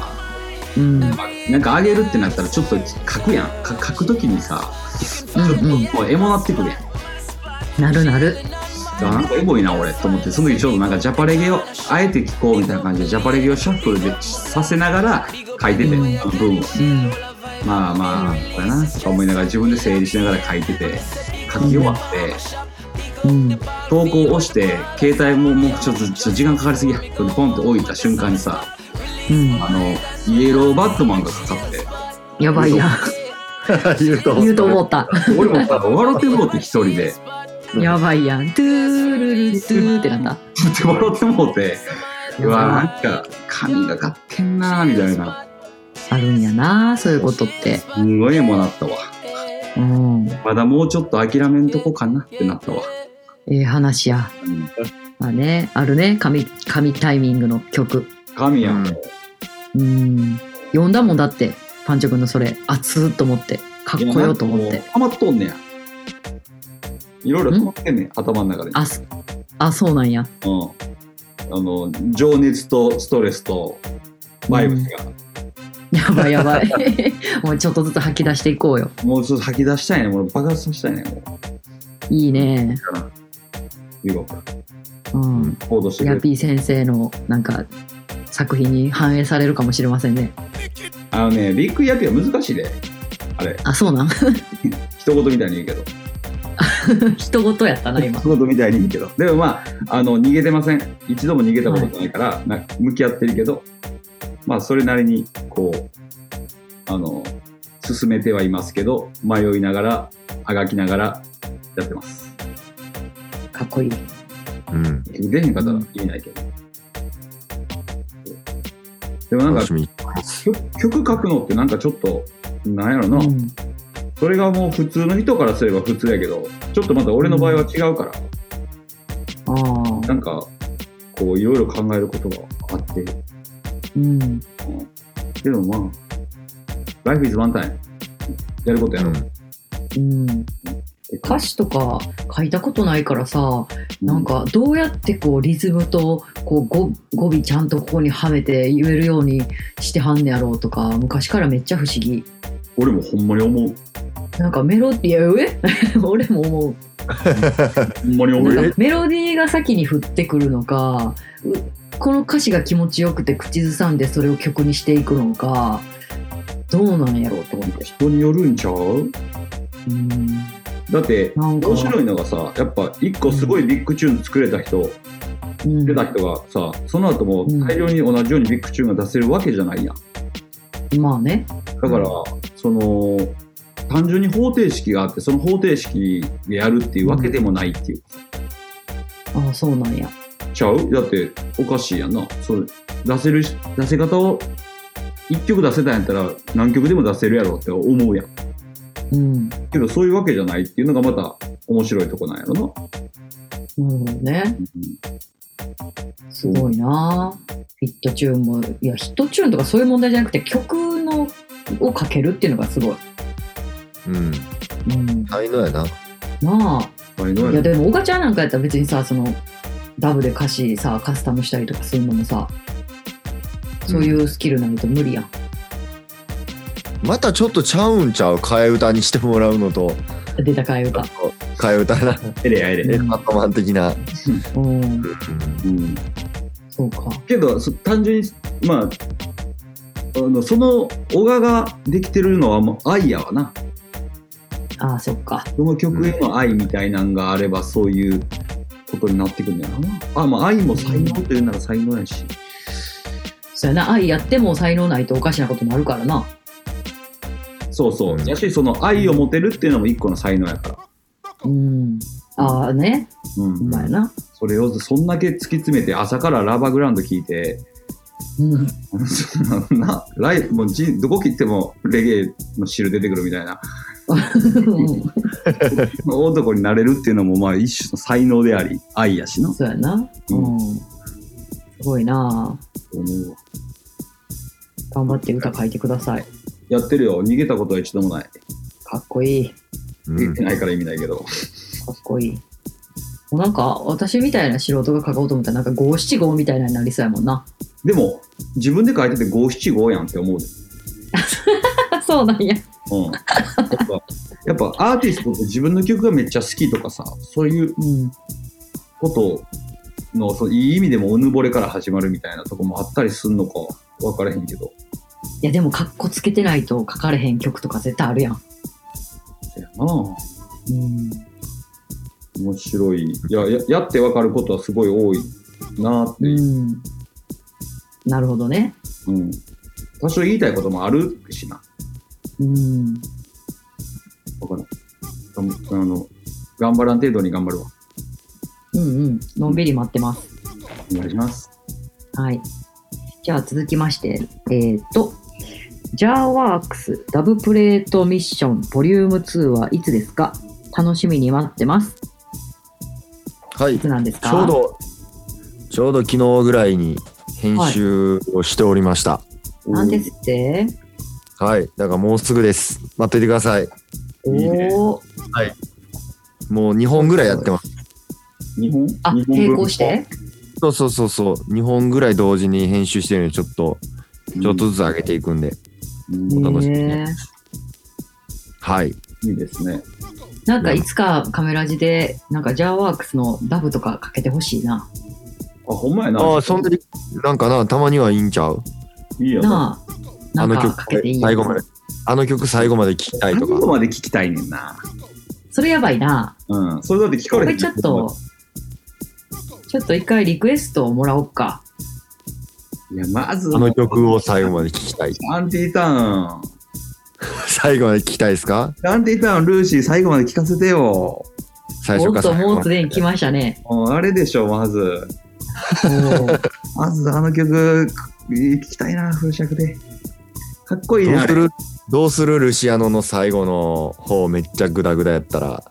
S2: うん。うん。
S3: なんか上げるってなったらちょっと書くやん。か書くときにさ、ちょっと
S2: うん。
S3: もうエモなってくるやん。
S2: なるなる。
S3: あなんかエモいな俺と思ってその時ちょうどなんかジャパレゲをあえて聞こうみたいな感じでジャパレゲをシャッフルでさせながら書いてて、
S2: うん
S3: あの文を
S2: うん。
S3: まあまあこれなとか思いながら自分で整理しながら書いてて書き終わって、
S2: うん。
S3: 投稿を押して携帯ももうちょっとちょっと時間かかりすぎやこれポンって置いた瞬間にさ
S2: うん。
S3: あのイエローバットマンがかかって
S2: やばいや。
S4: 言うと思う
S2: 言うと思った。
S3: 俺もさ笑ってもうて一人で
S2: やばいやん。トゥールルルトゥーってなった。
S3: 笑ってもうてうわなんか髪がかってんなみたいな
S2: あるんやな、そういうことって。
S3: すんごいもなったわ。
S2: うん。
S3: まだもうちょっと諦めんとこかなってなったわ。
S2: ええ話や。
S3: うん、
S2: まあね、あるね、神、神タイミングの曲。
S3: 神やん。
S4: うん
S2: うん。読んだもんだって、パンチョ君のそれ、熱っと思って、かっこよと思っ
S3: いやな
S2: て
S3: んかも。うハマっとんねや。いろいろ止まってんねん、頭の中で。
S2: あ、すあ、そうなんや。
S3: うん。あの、情熱とストレスとバイブスが、
S2: やばいやばい。 もうちょっとずつ吐き出していこうよ。
S3: もうちょっと吐き出したいね。もう爆発させたいね。も
S2: いいね。
S3: う、いうか、
S2: うん。
S3: 行動してく
S2: ヤ
S3: れる。
S2: ピー先生の、なんか、作品に反映されるかもしれませんね。
S3: あのね、ビッグやピは難しいで。あれ、
S2: あ、そうなん
S3: 一言みたいに言うけど。
S2: 人事やったな、今。
S3: 一言みたいに言うけど。でもまあ、あの、逃げてません。一度も逃げたことないから、な向き合ってるけど、まあ、それなりに、こう、あの、進めてはいますけど、迷いながら、あがきながら、やってます。
S2: かっこいい。
S4: うん。
S3: 出へんかったら意味ないけど。でもなん
S4: 楽
S3: か
S4: し、み。
S3: 曲曲書くのってなんかちょっと、なんやろ
S2: う
S3: な、
S2: ん。
S3: それがもう普通の人からすれば普通やけど、ちょっとまた俺の場合は違うから、
S2: ああ。
S3: なんか、こう、いろいろ考えることがあって、
S2: うん。
S3: でもまあ、Life is one time。やることやろ。
S2: うん。歌詞とか書いたことないからさ、なん、かどうやってこうリズムとこう語語尾ちゃんとここにはめて言えるようにしてはんねやろうとか、昔からめっちゃ不思議。
S3: 俺もほんまに思う。
S2: なんかメロディー、え 俺も思う。
S3: ほんまに思う。
S2: なんかメロディーが先に降ってくるのかうこの歌詞が気持ちよくて口ずさんでそれを曲にしていくのかどうなんやろうと思って。
S3: 人によるんちゃう
S2: うん
S3: だって、
S2: なんか
S3: 面白いのがさ、やっぱ一個すごいビッグチューン作れた人、
S2: うん
S3: 出た人がさ、その後も
S2: うん
S3: 大量に同じようにビッグチューンが出せるわけじゃないやん。
S2: まあね。
S3: だから、その、単純に方程式があって、その方程式でやるっていうわけでもないっていう。
S2: ああそうなんや。
S3: ちゃうだっておかしいやんな。そう出せるし出せ方を1曲出せたんやったら何曲でも出せるやろって思うやん。
S2: うん。な
S3: けどそういうわけじゃないっていうのがまた面白いとこなんやろな。
S2: るほどね。すごいなあヒットチューンもいやヒットチューンとかそういう問題じゃなくて曲のをかけるっていうのがすごい、
S4: うん。
S2: うん、な
S4: 才能やな。
S2: あ
S3: うん。
S2: い
S3: や
S2: やでも岡ちゃんなんかやったら別にさそのダブで歌詞さカスタムしたりとかするのもさそういうスキルないと無理やん、
S4: またちょっとちゃうんちゃう替え歌にしてもらうのと、
S2: 出た替え歌
S4: 替え歌な、
S3: えれやえれ
S4: エ
S3: や。
S4: ルマットマン的な。
S2: うん
S3: うん。
S2: そうか
S3: けどそ単純に、まあ、あのその小川ができてるのはもう愛やわな。
S2: あああ、そっか。
S3: その曲への愛みたいなんがあればそういうことになってくんだよな。あ、まあ愛も才能というなら才能やし。
S2: そうやな、愛やっても才能ないとおかしなこともあるからな。
S3: そうそう。やし、その愛を持てるっていうのも一個の才能やから。
S2: うん。ああね、
S3: う
S2: ほん
S3: ん。
S2: まやな。
S3: それをそんだけ突き詰めて朝からラバーグラウンド聞いて、
S2: うん。
S3: そんな、ライもうじどこ切ってもレゲエの汁出てくるみたいな男になれるっていうのもまあ一種の才能であり愛やしな
S2: そうやな。うん。すごいな頑張って歌書いてください。
S3: やってるよ逃げたことは一度もない
S2: かっこいい。
S4: うん
S3: 出てないから意味ないけど、
S2: かっこいい。もうなんか、私みたいな素人が書こうと思ったら、なんか五七五みたいなになりそうやもんな。
S3: でも自分で書いてて五七五やんって思うで、
S2: そうなんや。
S3: うん、やっぱやっぱアーティストって自分の曲がめっちゃ好きとかさそういう
S2: うん。
S3: ことのそういい意味でもうぬぼれから始まるみたいなとこもあったりすんのか分からへんけど
S2: いや、でも、かっこつけてないと書かれへん曲とか絶対あるやん。
S3: そやな
S2: うん。
S3: 面白いいやややって分かることはすごい多いなっていう、
S2: うん。なるほどね。
S3: うん、多少言いたいこともあるしな
S2: うん。
S3: 分からんあの頑張らん程度に頑張るわ
S2: うんうん。のんびり待ってます。
S3: お願いします
S2: はい。じゃあ続きまして、えっ、と、ジャーワークスダブプレートミッションボリューム2はいつですか楽しみに待ってます。
S4: はい
S2: いつなんですか
S4: ちょう。ど、ちょうど昨日ぐらいに編集をしておりました。
S2: なんですって
S4: はい。だからもうすぐです。待っていてください。
S2: お
S3: いいね
S2: おー。
S4: もう2本ぐらいやってます。
S3: 日本
S2: あ、
S3: 日本文
S2: 並
S3: 庫
S2: 行して
S4: そうそうそうそう。2本ぐらい同時に編集してるので、ちょっと、ちょっとずつ上げていくんで。
S3: うん
S2: へ
S4: お楽しみに
S2: ー
S4: はい。
S3: いいですね
S2: なんかいつかカメラ字で、なんかジャーワークスのダブとかかけてほしいな。
S3: あほんまやな
S4: ああ、そんなに、なんかな、たまにはいいんちゃう
S3: いいよな
S2: なあ、な
S4: あ
S2: ん
S4: の
S2: か
S4: 曲
S2: かけていいや
S4: 最後まで。あの曲最後まで聞きたい
S3: 最
S4: と
S3: 後
S4: か。
S3: まで聞きたいねんな
S2: それやばいな。
S3: うんそれだって聞か
S2: こ
S3: れへ
S2: れ
S3: ん
S2: ちょっと、ちょっと一回リクエストをもらおうか。
S3: いやまず
S4: あの曲を最後まで聞きたい。
S3: アンティターン
S4: 最後まで聞きたいですか
S3: アンティターンルーシー最後まで聞かせてよ
S4: 最
S2: おっ
S4: 初か
S2: と、
S4: 最後
S2: もう
S4: ますで。
S2: でに来ました ね。
S3: うんあれでしょまず
S2: おー
S3: まずあの曲聞きたいな、風尺で。かっこいい
S4: どう
S3: な。
S4: するどうするルシアノの最後の方めっちゃグダグダやったら。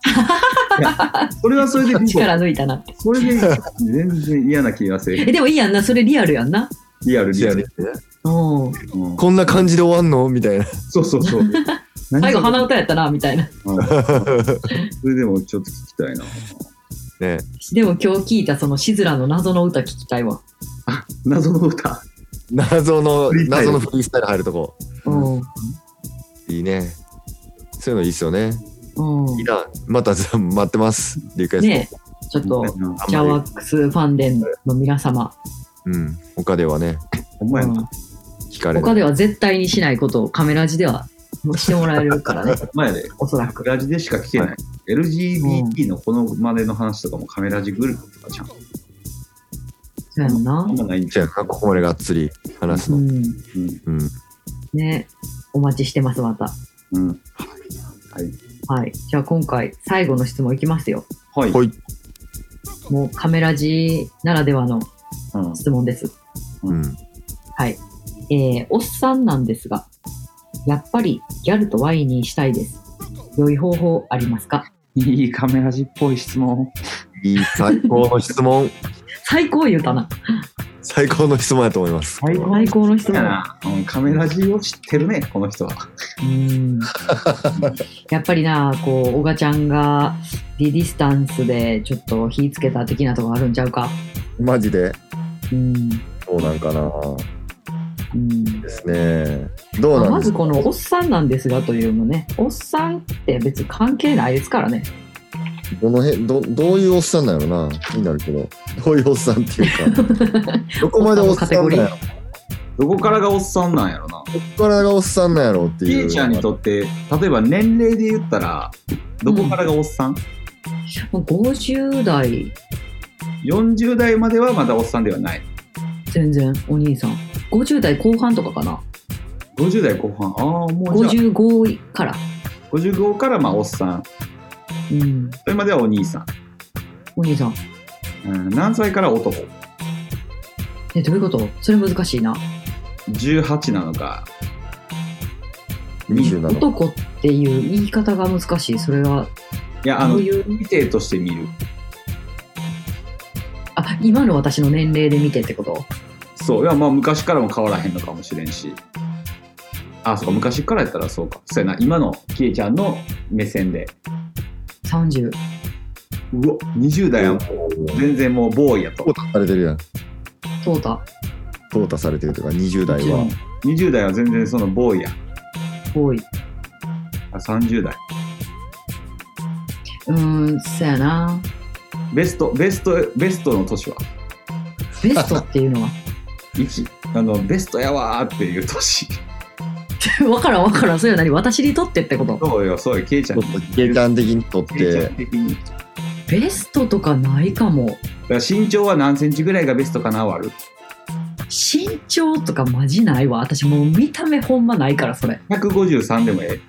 S3: それはそれでいいぞ
S2: 力抜いたな。
S3: それで全然嫌な気がす る。
S2: え、でもいいやんな。それリアルやんな。
S3: リアルリアル。
S2: うん。
S3: うん
S4: こんな感じで終わんのみたいな。
S3: そうそうそう。
S2: 最後鼻
S3: 何
S2: 歌やったな、みたいな。
S3: それでもちょっと聞きたいな。
S4: ね。
S2: でも今日聞いたそのシズラの謎の歌聞きたいわ。
S3: 謎の歌。
S4: 謎の
S3: フリース、タイル
S4: 謎のフリースタイル入るとこ。
S2: うん。うん。
S4: いいね。そういうのいいっすよね。いいな。また、 じゃあ待ってます。リクエスト。
S2: ねえちょっと、
S3: ほ
S4: あんまり
S2: ジャワックスファンデンの皆様、
S4: うん。他ではね、
S3: んまやな。
S4: 聞かれな
S2: 他
S4: い。
S2: では絶対にしないことをカメラ字ではしてもらえるからね、
S3: ほんまやで。
S2: おそらく。
S3: カメラジでしか聞けな。
S4: はい
S3: LGBT のこのまでの話とかもカメラジグループとかじゃん。
S2: そうやろな
S3: あん。まないん
S4: じ
S3: じ
S4: ゃ
S3: ゃ
S4: あ、
S3: ん。
S4: ここまでがっつり話す
S2: う
S4: の。
S2: ん。
S3: うん
S4: うん。
S2: ねお待ちしてます、また。
S3: うん。
S2: はい。じゃあ今回、最後の質問いきますよ。
S3: はい。
S4: ほい。
S2: もうカメラ字ならではの
S3: うん
S2: 質問です。
S4: うん。
S2: はい。えー、おっさんなんですが、やっぱりギャルとワインにしたいです。良い方法ありますか
S3: いいカメラジっぽい質問。
S4: いい、最高の質問。
S2: 最高言うたな。
S4: 最高の質問やと思います。
S3: 最高
S2: 最高の質
S3: だ
S2: 問。
S3: な。うんカメラジを知ってるね、この人は。
S2: うんやっぱりなこう小賀ちゃんがディディスタンスでちょっと火つけた的なとこあるんちゃうか
S4: マジで
S2: うん、
S4: そうなんかな。
S2: うん
S4: ですね。ど
S2: ま
S4: う
S2: あ
S4: なん
S2: ま
S4: です
S2: ず
S4: か
S2: この「おっさんなんですが」というのねおっさんって別に関係ないですからね
S4: どの辺どどういうおっさんなの な気になるけどどういうおっさんっていうかどこまでおっさんな
S2: おっさんのカテゴリ
S4: の
S2: ー
S3: どこからがおっさんなんやろな。
S4: からがおっさんなんやろって
S3: ピ
S4: いう。
S3: ーちゃんにとって、例えば年齢で言ったら、どこからがおっさん、
S2: もう50代、
S3: ?40 代まではまだおっさんではない。
S2: 全然、お兄さん。50代後半とかかな。
S3: 50代後半。ああ、もうじゃ
S2: 55から。
S3: あ55からまあおっさん。
S2: うん。
S3: それまではお兄さん。
S2: お兄さん。
S3: うん、何歳から男
S2: え、どういうことそれ難しいな。
S3: ?18 なのか。
S4: 27。
S2: 男っていう言い方が難しい。それは、
S3: いや、あ
S2: ど
S3: の
S2: う、いう、
S3: 見てとして見る。
S2: あ、今の私の年齢で見てってこと
S3: そう。いや、まあ昔からも変わらへんのかもしれんし。あ、そうか、昔からやったらそうか。そうやな、今のキエちゃんの目線で。
S2: ?30。
S3: うわ、20代はもう全然もうボーイやと
S4: 淘。汰されてるやん。
S2: トータ、
S4: 淘汰されてるというか、20代は。
S3: 20代は全然そのボーイや。
S2: 多い。
S3: あ30代。
S2: うーん、そやな。
S3: ベスト、ベスト、ベストの年は
S2: ベストっていう のは。
S3: ?1。あの、ベストやわーっていう年。
S2: わからんわからん。それは何私にとってってこと
S3: そうよ、そうよ、ケイちゃ
S4: ちょ
S3: ん
S4: っ
S3: に。
S4: とゲちゃん的にとっ
S3: ケイちゃ
S4: て
S3: ん、的に。だか
S2: ベストとかないかも。
S3: ら身長は何センチぐらいがベストかなはある
S2: 身長とかマジないわ。私もう見た目ほんまないから、それ。
S3: ?153 でもえ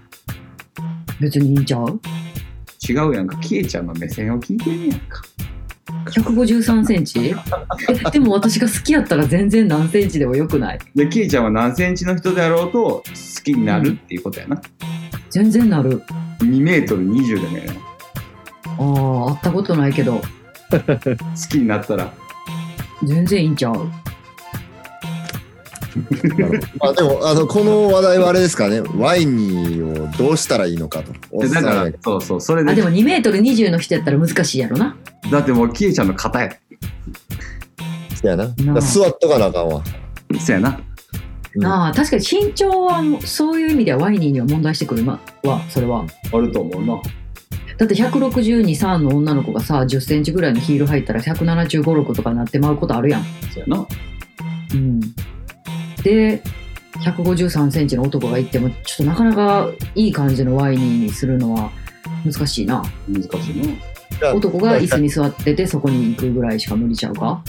S2: 別にいいんちゃう
S3: え。違うやんか。ケイちゃんの目線を聞いてんねやんか。
S2: 153センチえでも私が好きやったら全然何センチでもよくない
S3: で、ケイちゃんは何センチの人であろうと好きになるっていうことやな。
S2: 全然なる
S3: 2メートル20でもええな。
S2: ああ会ったことないけど
S3: 好きになったら。
S2: 全然いいんちゃう
S4: まあでもあのこの話題はあれですかねワイニーをどうしたらいいのかとおっ
S3: で
S4: さ
S3: だ
S4: ん
S3: か
S4: や
S3: ら、そうそう、それ
S2: あ
S3: で
S2: で。も2メートル2 0の人やったら難しいやろな
S3: だってもうケイちゃんの型や。
S4: そうやなだから座っとかなあかんわ
S3: そうやな。
S4: うん
S2: ああ確かに身長はそういう意味ではワイニーには問題してくるなはそれは
S3: あると思うな。
S2: だって1623の女の子がさ1 0ンチぐらいのヒール入ったら1756とかなってまうことあるやん
S3: そうやな。
S2: うんで153センチの男がいってもちょっとなかなかいい感じのワイニーにするのは難しいな
S3: 難しいな。
S2: 男が椅子に座っててそこに行くぐらいしか無理ちゃうか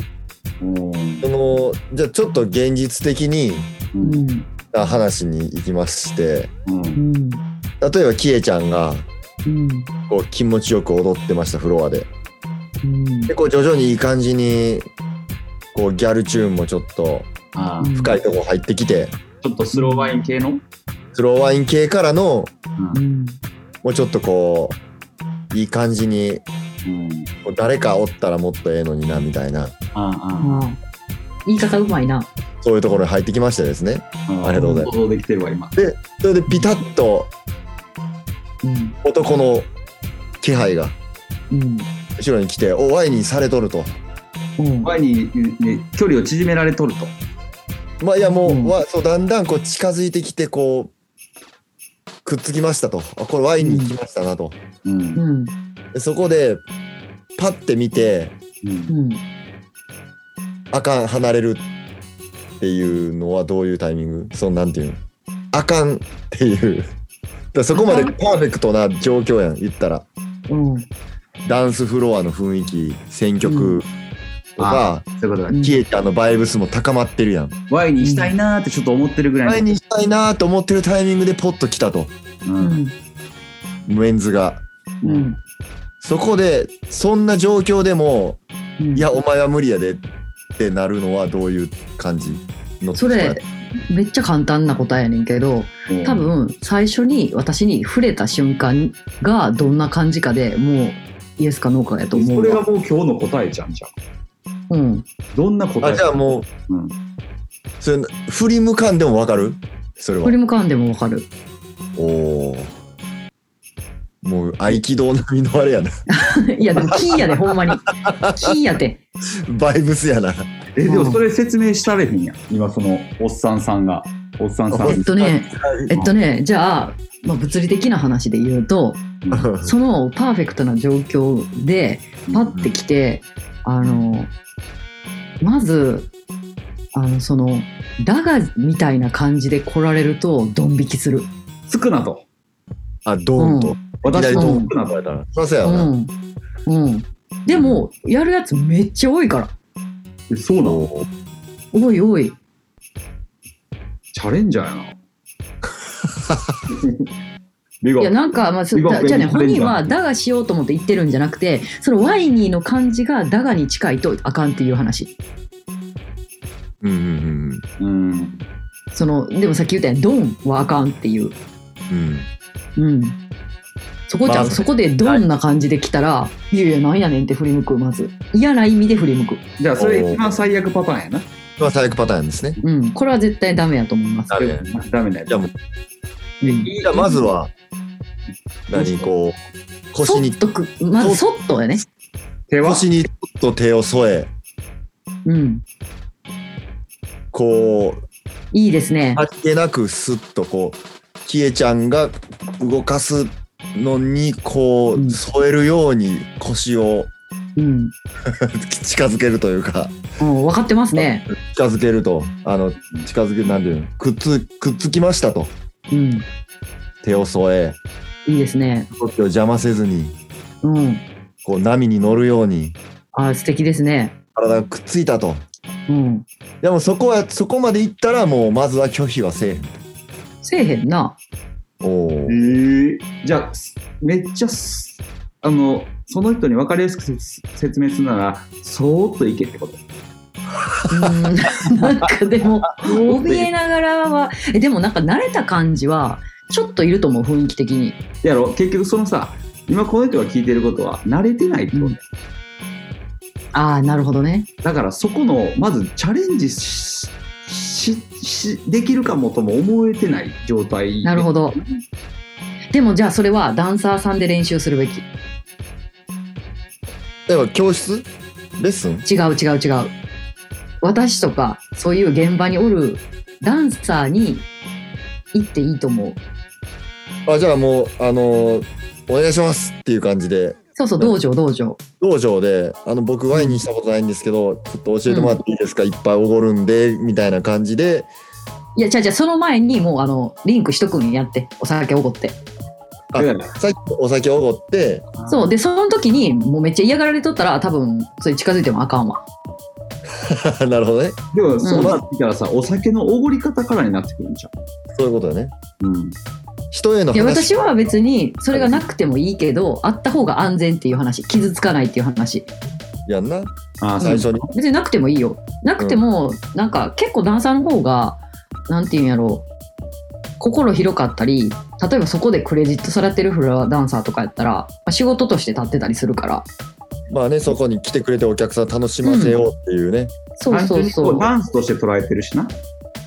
S3: うん
S4: そのじゃあちょっと現実的に
S2: う
S3: う
S2: んん
S4: あ話に行きまして
S2: う
S3: う
S2: んん
S4: 例えばキエちゃんが
S2: うん
S4: こう気持ちよく踊ってましたフロアで
S2: うん
S4: でこう徐々にいい感じにこうギャルチューンもちょっと
S3: ああ
S2: うん
S4: 深いとこ入ってきて
S3: ちょっとスローワイン系の
S4: スローワイン系からの
S2: うん
S4: もうちょっとこういい感じに
S3: うん。
S4: こう誰かおったらもっとええのになみたいな
S3: ああ、
S2: ああ言い方うまいな
S4: そういうところに入ってきましてですね
S3: ああ。
S4: ありがとうございます
S3: 想像できてるわ、今。
S4: それでピタッと
S2: うん
S4: 男の気配が
S2: うん
S4: 後ろに来ておワイにされとると
S2: うん
S3: 前に、ね、距離を縮められとると。
S4: まあいやもう,、
S2: うん
S4: わそうだんだんこう近づいてきてこうくっつきましたとあこれワイに来ましたなと、
S3: うん。
S2: う
S3: うん
S4: でそこでパッて見て
S2: うんん
S4: あかん離れるっていうのはどういうタイミングそのなんていうのあかんっていうだ からそこまでパーフェクトな状況やん言ったら
S2: うん
S4: ダンスフロアの雰囲気選曲とか、
S3: そういうことだ。
S2: うん
S4: キエちゃんのバイブスも高まってるやん
S3: Y にしたいなーってちょっと思ってるぐら
S4: 前
S3: いの。
S4: にしたいなと思ってるタイミングでポッと来たと
S3: う。
S2: うんん
S4: メンズが
S2: うんうん
S4: そこでそんな状況でも
S2: うん
S4: いやお前は無理やでってなるのはどういう感じの
S2: それめっちゃ簡単な答えやねんけど
S3: うん
S2: 多。分最初に私に触れた瞬間がどんな感じかでもうイエスかノーかやと思
S3: そうれ
S2: わ
S3: がもう今日の答えじゃん、じゃあ
S2: うん
S3: どんな答え
S4: あじゃあもう
S3: うん。
S4: それ振り向かんでもわかるそれは
S2: 振り向かんでもわかる
S4: おおもう合気道並みのあれやな
S2: いやでもキーやでほんまにキーやで
S4: バイブスやな
S3: え、でもそれ説明したれへんやん。今、その、おっさんさんが。おっさんさん。
S2: えっとねえっとねじゃあ、まあ、物理的な話で言うとそのパーフェクトな状況でパッてきてあのまずあの、その、だがみたいな感じで来られると、ドン引きする。
S3: つくなと。
S4: あ、ドーン
S2: う
S4: と。
S3: 私
S2: 左
S3: も
S2: と
S3: つくなと言われたら。
S4: そりゃそうや
S2: う
S4: わな。
S2: ん。うん。でも、やるやつめっちゃ多いから。
S3: えそうなの
S2: おいおい。
S3: チャレンジャーやな。ビゴ
S2: いや、なんか、まあ、そう
S3: 地獄
S2: だじゃあね、
S3: に行く
S2: 本
S3: んじゃん
S2: 人は、だがしようと思って言ってるんじゃなくて、そのワイニーの感じが、だがに近いとあかんっていう話。
S4: うんうん
S3: うん。
S2: その、でもさっき言ったように、ドンはあかんっていう。
S4: うんうん。
S2: うん。そこじゃん、
S4: まあ
S2: そこでどんな感じで来たら、いやいや、なんやねんって振り向く、まず。嫌な意味で振り向く。
S3: じゃあ、それ一番最悪パターンやな。
S4: まあ、最悪パターンですね。
S2: うん。これは絶対ダメやと思います。
S4: なるやん
S3: ダメだよ。
S4: じゃあもう
S2: うん、
S4: じゃあ、まずは、何、こう、腰に
S2: そっ、とく、まずそっとやね。
S3: 手は
S4: 腰にちょっと手を添え、
S2: うん。
S4: こう、
S2: いいですね。
S4: 味気なくスッとこう、キエちゃんが動かすのに、こ
S2: うん
S4: う、添えるように腰を
S2: うん。
S4: 近づけるというか、
S2: うん、分かってますね。
S4: 近づけると、あの、近づける、なんていうの、くっつ、くっつきましたと。
S2: うん。
S4: 手を添え、
S2: いいですね。
S4: 動きを邪魔せずに、
S2: うん。
S4: こう、波に乗るように、
S2: あー素敵ですね。
S4: 体がくっついたと。
S2: うん。
S4: でもそこは、そこまで行ったら、もう、まずは拒否はせえへん。
S2: せえへんな。
S4: お
S3: え
S4: ー
S3: ー、じゃあ、めっちゃす、あの、その人に分かりやすくせつ説明するなら、そーっといけってこと。
S2: うん。なんかでも、怯えながらは、えでもなんか慣れた感じは、ちょっといると思う、雰囲気的に。
S3: やろ結局そのさ、今この人が聞いてることは、慣れてないってことだよ
S2: ああ、なるほどね。
S3: だからそこの、まずチャレンジし、し、しできるかもとも思えてない状態。
S2: なるほど。でもじゃあそれはダンサーさんで練習するべき。
S4: 例えば、教室レッスン
S2: 違う違う違う。私とかそういう現場におるダンサーに行っていいと思う。
S4: あ、じゃあもう、あのーお願いしますっていう感じで、
S2: そうそう、
S4: うん
S2: 道場道場。
S4: 道場で、あの、僕ワインにしたことないんですけど、ちょっと教えてもらっていいですか、いっぱいおごるんで、みたいな感じで、
S2: いや、じゃじゃその前にもうあの、リンク一組やって、お酒おごって。
S4: あ
S3: だから
S4: さっきお酒おごって、
S2: そう。で、その時にもうめっちゃ嫌がられとったら多分、それ近づいてもあかんわ。
S4: なるほどね。
S3: でも、そうなってきたらさ、お酒のおごり方からになってくるんじ
S4: そういうことだね。
S3: ゃん。うん。
S4: 人への
S2: いや、
S4: 話
S2: 私は別にそれがなくてもいいけど、あった方が安全っていう話。傷つかないっていう話。
S4: やんな、
S3: ああ、
S4: 最初に。
S2: 別になくてもいいよなくても、なんか結構ダンサーの方がなんていうんやろう心広かったり例えばそこでクレジットされてるフラダンサーとかやったら、まあ、仕事として立ってたりするから
S4: まあね、そこに来てくれてお客さん楽しませようっていうね。
S2: そうそうそ
S3: 単純にこ
S2: う
S3: ダンスとして捉えてるしな。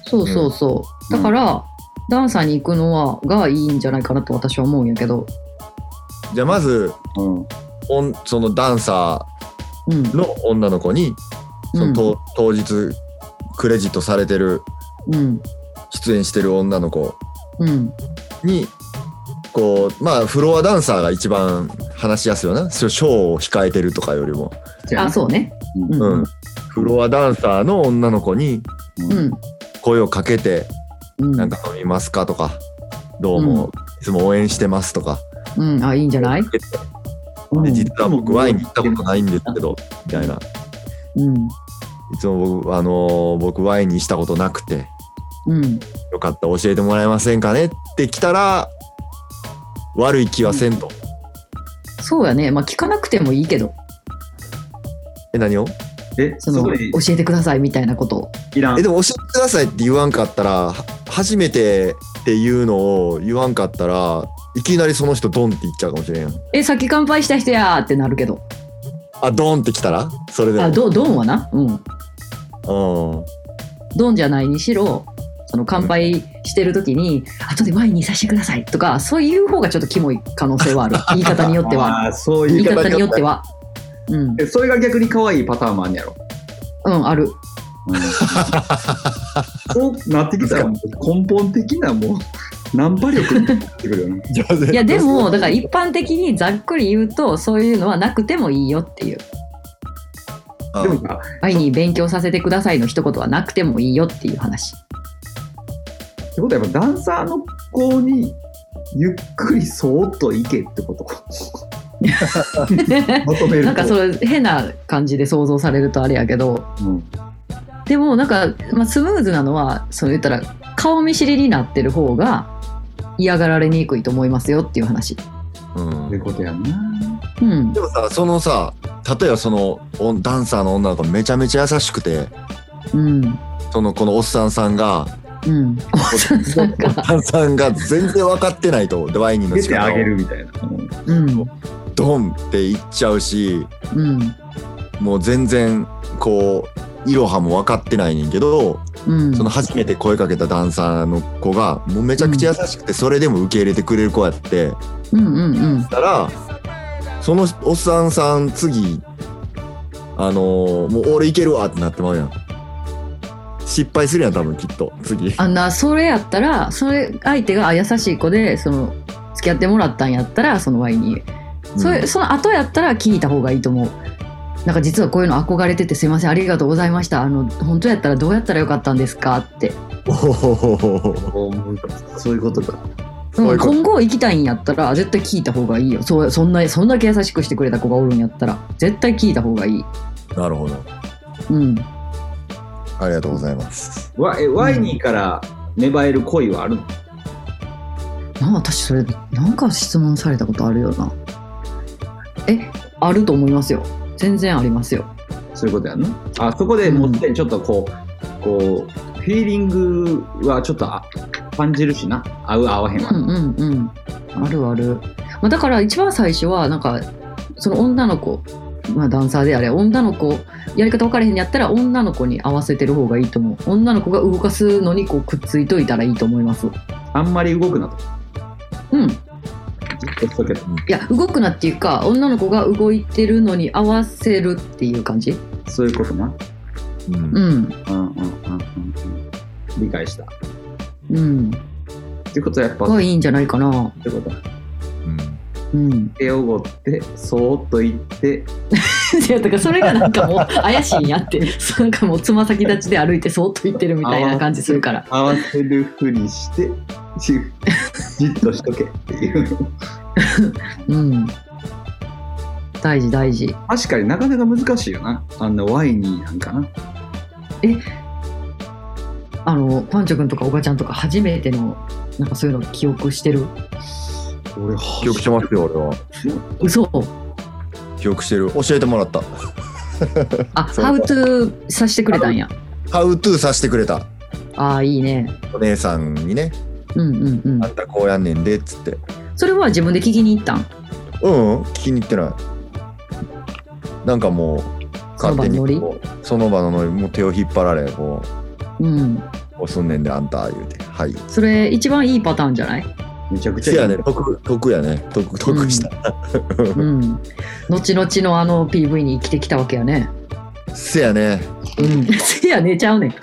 S2: そうそうそう
S3: う
S2: だ
S3: ん
S2: から、ダンサーに行くのはがいいんじゃないかなと私は思うんやけど、
S4: じゃあまず、
S3: うん。
S4: おんそのダンサ
S2: うん、
S4: ーの女の子に、その当当日、クレジットされてる、
S2: うん
S4: 出演してる女の子
S2: うん
S4: にこうまあフロアダンサーが一番話しやすいよなそうショーを控えてるとかよりも、
S3: じゃ
S2: あそうね
S3: う
S2: うん
S4: う
S2: うんん
S4: フロアダンサーの女の子に
S2: うん
S4: 声をかけて
S2: うん
S4: 「なんか飲みますか?」とか「どうも、
S2: うん
S4: いつも応援してます」とか
S2: うんあいいんじゃない
S4: 「で実は僕ワインに行ったことないんですけど」みたいな「
S2: うん
S4: いつも僕,、あのー僕ワインにしたことなくて
S2: うん
S4: よかったら教えてもらえませんかね?」って来たら悪い気はせんと。
S2: そうやねまあ聞かなくてもいいけど
S4: え何を
S3: え、
S2: そ
S3: そ
S2: の
S3: こ
S2: 教
S3: に
S2: えてくださいみたいなことを
S3: いらん
S4: え。でも教えてくださいって言わんかったらは初めてっていうのを言わんかったらいきなりその人ドンって言っちゃうかもしれんやん
S2: え、先乾杯した人やーってなるけど。
S4: あドンって来たらそれで
S2: あ、
S4: も
S2: ど、ドンはな。うん。
S4: うん
S2: ドンじゃないにしろ、その乾杯してる時に、後でワインにさせてくださいとか、そういう方がちょっとキモい可能性はあ る。言い方によっては。
S3: ああ、そう
S2: 言
S3: い
S2: いう方によっては。うん。
S3: えそれが逆に可愛いパターンもあんねやろ。
S2: うん、ある。
S3: そうなってきたらもう根本的なもうナンパ力になってくるよね。
S2: いや、でも、だから一般的にざっくり言うと、そういうのはなくてもいいよっていう。
S4: あ
S3: でもさ
S2: 前に勉強させてくださいの一言はなくてもいいよっていう話。
S3: ってことはやっぱダンサーの子にゆっくりそーっと行けってことまとめると
S2: なんかそれ変な感じで想像されるとあれやけど、
S3: うん
S2: でもなんか、まあ、スムーズなのは、そう言ったら顔見知りになってる方が嫌がられにくいと思いますよっていう話。
S4: うん
S3: ってことやんな
S2: うん。
S4: でもさそのさ例えばそのおダンサーの女の子めちゃめちゃ優しくて
S2: うん。
S4: そのこのおっさんさんが
S2: うん。おっさんさん
S4: おっ
S2: が。
S4: さんさんが全然分かってないとワインの
S3: 出て
S4: 力を
S3: あげるみたいな、
S2: うん。
S4: ドンっていっちゃうし
S2: うん。
S4: もう全然こういろはも分かってないねんけど、
S2: うん。
S4: その初めて声かけたダンサーの子がもうめちゃくちゃ優しくてそれでも受け入れてくれる子やって
S2: うんうんうん。
S4: たらそのおっさんさん次あのーもう俺いけるわってなってまうやん失敗するやん多分きっと次
S2: あんな、それやったら、それ、相手があ優しい子で、その、付き合ってもらったんやったら、そのワインに。それ、
S4: うん
S2: その後やったら聞いた方がいいと思う。なんか実はこういうの憧れてて、すいません、ありがとうございました。あの、本当やったらどうやったらよかったんですかって。
S4: おほほほほほ
S3: そういうことか
S4: ういううんこと
S2: 今後行きたいんやったら、絶対聞いた方がいいよ。そう、そんな、そんだけ優しくしてくれた子がおるんやったら、絶対聞いた方がいい。
S4: なるほど
S2: うん。
S4: ありがとうございます
S3: わえワイニーから芽生える恋はあるの、
S2: なあ私それなんか質問されたことあるよなえあると思いますよ全然ありますよ
S3: そういうことやんなあそこでもうすでにちょっとこう、こうフィーリングはちょっとあ感じるしな合う合わへん
S2: う
S3: は、
S2: んうんうんあるある、まあ、だから一番最初はなんかその女の子まあダンサーであれ女の子やり方分かれへんやったら女の子に合わせてる方がいいと思う女の子が動かすのにこうくっついといたらいいと思います
S3: あんまり動くなと
S2: うんい
S3: じっとしとけと
S2: や動くなっていうか女の子が動いてるのに合わせるっていう感じ
S3: そういうことな
S4: うん
S2: うん
S3: うんうんうんうんうん理解した
S2: うん
S3: っていうことはやっぱ
S2: がいいんじゃないかな
S3: ってこと
S4: うん
S2: うん
S3: 手をごってそーっと行って
S2: いやだからそれがなん かもう怪しいんやってなんかもうつま先立ちで歩いてそーっと行ってるみたいな感じするから
S3: 合わせるふりしてじ じっとしとけっていう
S2: うん大事大事
S3: 確かになかなか難しいよなあのワイニーなんかな
S2: あのパンチョ君とかおばちゃんとか初めてのなんかそういうの記憶してる
S3: 俺
S4: 記憶してますよ俺は
S2: 嘘
S4: 記憶してる教えてもらった
S2: あ
S4: そう
S2: ハウトゥーさせてくれたんや
S4: ハウトゥーさせてくれた
S2: ああいいね
S4: お姉さんにね
S2: うんうんうん
S4: あんたこうやんねんでっつって
S2: それは自分で聞きに行ったん
S4: うん、うん、聞きに行ってないなんかもう
S2: その場
S4: に
S2: のノリ
S4: こうその場のノリもう手を引っ張られこ
S2: うん
S4: う「押すんねんであんた」言うて「はい」
S2: それ一番いいパターンじゃない
S3: めちゃくち
S4: せ
S3: ゃいい
S4: やね得得やね得得した、
S2: うん後々のあの PV に生きてきたわけやね
S4: せやね
S2: うんせやねちゃうねん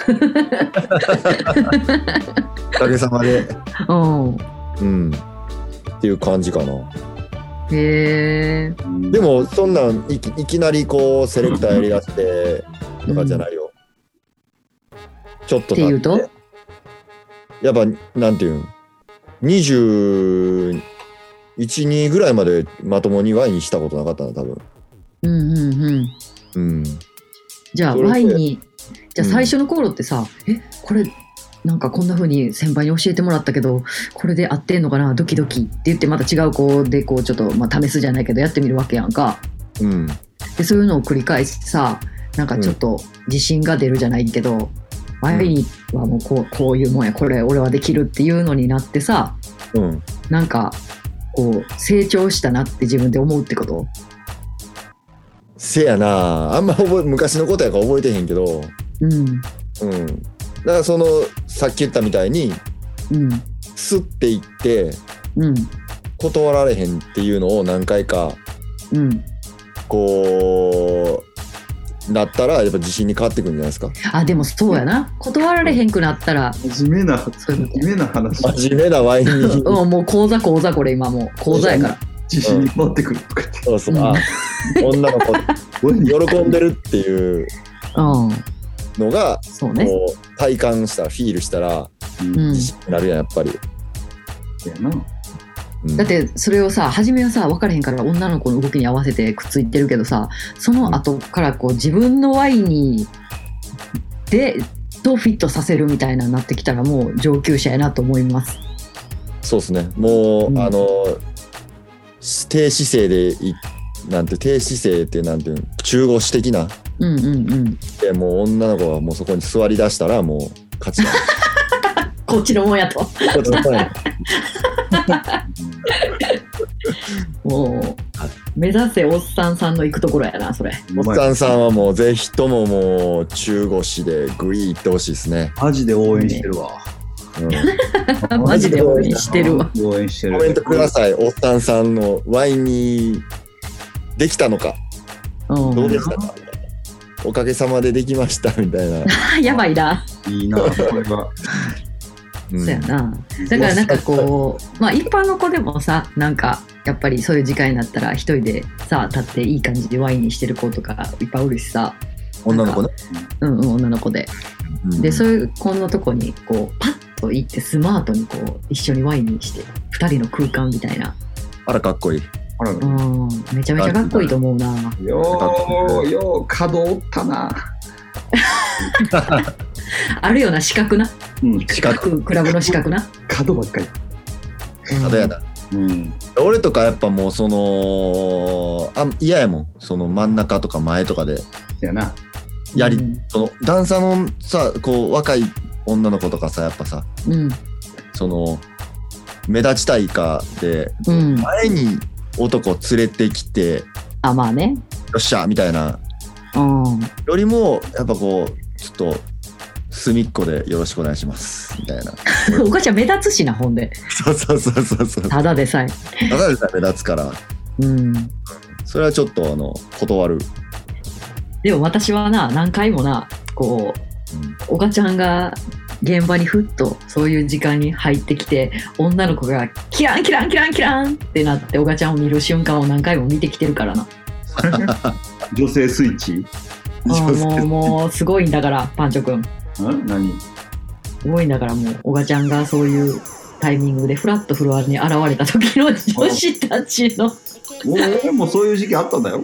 S4: おかげさまで
S2: うん
S4: うんっていう感じかな
S2: へえ
S4: でもそんなんいきいきなりこうセレクターやりだしてとかじゃないよ、ちょっと経
S2: っていうと
S4: やっぱなんていうん212ぐらいまでまともにワインしたことなかったな多分
S2: うんうんうん
S4: うん
S2: じゃあ
S4: それで
S2: ワインにじゃあ
S4: うん
S2: 最初の頃ってさ、えこれなんかこんな風に先輩に教えてもらったけどこれで合ってんのかなドキドキって言ってまた違う子でこうちょっと、まあ、試すじゃないけどやってみるわけやんか
S4: うん
S2: でそういうのを繰り返してさなんかちょっと自信が出るじゃないけど、ワインはもうこうこういうもんやこれ俺はできるっていうのになってさ
S4: うん
S2: なんかこう成長したなって自分で思うってこと
S4: せやなあんま覚え昔のことやから覚えてへんけど
S2: うん
S4: うんだからそのさっき言ったみたいに
S2: うん
S4: スッていって
S2: うん
S4: 断られへんっていうのを何回か
S2: うん
S4: こうなったらやっぱ自信に変わってくるんじゃないですか
S2: あでもそうやな断られへんくなったら
S3: 真面目な
S2: そういうこと
S3: 真面目な話
S4: 真面目なワインに
S2: うん、もう講座講座これ今もう講座やから。
S3: 自信に持ってくるとかって。
S4: そうそう、
S2: うん
S4: あ女の子
S3: 俺に
S4: 喜んでるっていう
S2: うん。
S4: のが
S2: そうね。
S4: こう体感したらフィールしたら
S2: うん
S4: 自。信になるやんやっぱり、
S3: やな。
S4: うん
S2: だってそれをさ初めはさ分からへんから女の子の動きに合わせてくっついてるけどさその後からこう自分のワインにでとフィットさせるみたいなになってきたらもう上級者やなと思います。
S4: そうですねも
S2: う
S4: う、
S2: ん
S4: あの低姿勢でいなんて低姿勢ってなんていうの中腰的な
S2: うんうんうん。
S4: でもう女の子はもうそこに座り出したらもう勝 ちだ
S2: こっちのもんやと。
S4: こっちの声
S2: もう目指せおっさんさんの行くところやなそれ。
S3: お
S4: おっさんさんはもうぜひとももう中腰でグイーってほしいですね、
S3: マジで応援してるわ。
S4: うん、
S2: マジで応援してるわ。。
S3: 応援してる。
S4: コメントく ださいおっさんさんのワインにできたのか
S2: うん
S4: どうでしたかおかげさまでできましたみた いな、
S2: あやばいな。
S3: いいな、これは。
S4: うん
S2: そうやな。だからなんかこう、まあ一般の子でもさ、なんかやっぱりそういう時間になったら一人でさ、立っていい感じでワインにしてる子とかいっぱいおるしさ、
S4: 女の子ね、
S2: うんうん、女の子で。
S4: うん
S2: で、そういう子のとこにこう、パッと行ってスマートにこう、一緒にワインにして、二人の空間みたいな。
S4: あらかっこいい
S3: あら
S2: うん、めちゃめちゃかっこいいと思うな。
S3: よう、よう、角おったな。
S2: あるよな、資格な。
S3: うん、
S4: 資格
S2: クラブの資格 な。
S3: 角ばっかり。
S2: うん
S4: 派手やな、
S3: うん。
S4: 俺とかやっぱもうそのあ嫌やもんその真ん中とか前とかで
S3: やな。
S4: やり
S2: うん
S4: そのダンサーのさこう若い女の子とかさやっぱさ
S2: うん。
S4: その目立ちたいかで
S2: うん。
S4: 前に男連れてきてよ
S2: あ、まあね。
S4: っしゃみたいな
S2: うん。
S4: よりもやっぱこうちょっと隅っこでよろしくお願いしますみたいな
S2: お母ちゃん目立つしな、ほんで。
S4: そうそうそうそうそう
S2: ただでさえ。
S4: ただでさえ目立つから
S2: うん。
S4: それはちょっとあの断る、
S2: でも私はな何回もなこうおがちゃんが現場にふっとそういう時間に入ってきて女の子がキランキランキランキランってなっておがちゃんを見る瞬間を何回も見てきてるからな
S3: 女性スイッチ
S2: あもうもうすごいんだからパンチョくん
S3: ん何
S2: すごいんだからもうおがちゃんがそういうタイミングでフラッとフロアに現れた時の女子たちの
S3: 俺もそういう時期あったんだよ。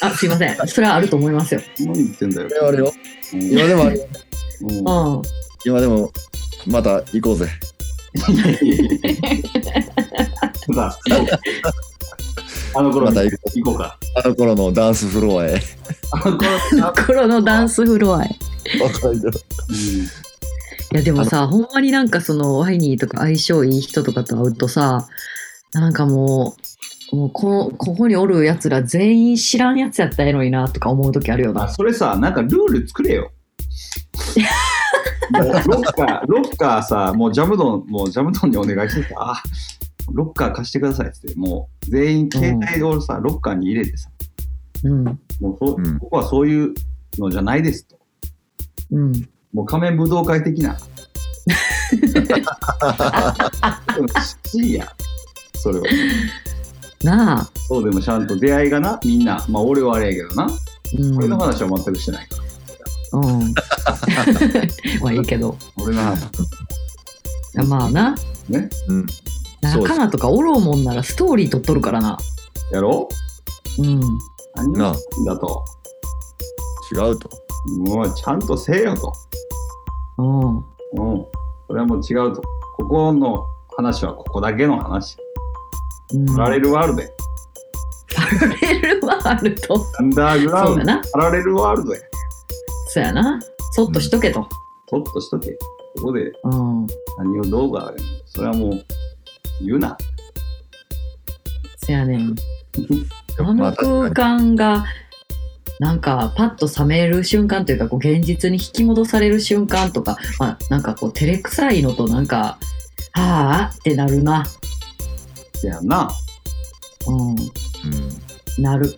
S2: あすいませんそれはあると思いますよ
S3: 何言ってんだよ。
S4: あれよ今でもあれよ
S3: うんうん
S2: うん
S4: 今でもまた行こうぜ
S3: さあ行こうあの頃
S4: ま
S3: に
S4: た行こ
S3: 行こうか。
S4: うあの頃のダンスフロアへ
S3: あの頃
S2: 黒のダンスフロアへ
S3: う
S2: いやでもさ、ほんまになんかそのワイニーとか相性いい人とかと会うとさ、なんかもう、もうこここにおるやつら全員知らんやつやったらええのになとか思う時あるよ
S3: んあ
S2: な。
S3: それさ、なんかルール作れよ。もうロッカー、ロッカーさ、もうジャムドン、もうジャムドンにお願いしてさ、あロッカー貸してくださいっつって、もう全員携帯をさ、ロッカーに入れてさ、
S2: うん。
S3: もうそ、
S4: うん
S3: ここはそういうのじゃないですと。
S2: うん。
S3: もう仮面武道会 的な。でもしいやんそれは。
S2: なあ。
S3: そうでもちゃんと出会いがな、みんな、まあ俺はあれやけどな、
S2: うん。
S3: 俺の話は全くしてないから、
S2: うん。まあいいけど。
S3: 俺の話
S2: まあな。
S3: ね、
S4: うんそうです
S2: 仲間とかおろうもんならストーリー撮っとるからな。
S3: やろう
S2: うん。
S3: 何
S4: な
S3: を
S4: あ
S3: だと、
S4: 違うと
S3: もうちゃんとせえよと。
S2: うん。
S3: うん。それはもう違うと。ここの話はここだけの話。
S2: うん、
S3: パラレルワールドや。
S2: パラレルワールド。
S3: アンダーグラウ
S2: そう
S3: ン
S2: だ
S3: ド
S2: な。
S3: パラレルワールドや。
S2: そうやな。そっとしとけと。
S3: とっとしとけ。ここで
S2: うん。
S3: 何をどうか、それはもう言うな。
S2: そやねん。あの空
S4: か
S2: 間がなんかパッと冷める瞬間というかこう現実に引き戻される瞬間とか、まあ、なんかこう照れくさいのとなんか「はあ」ってなるな、
S3: せやな。
S2: うん、なる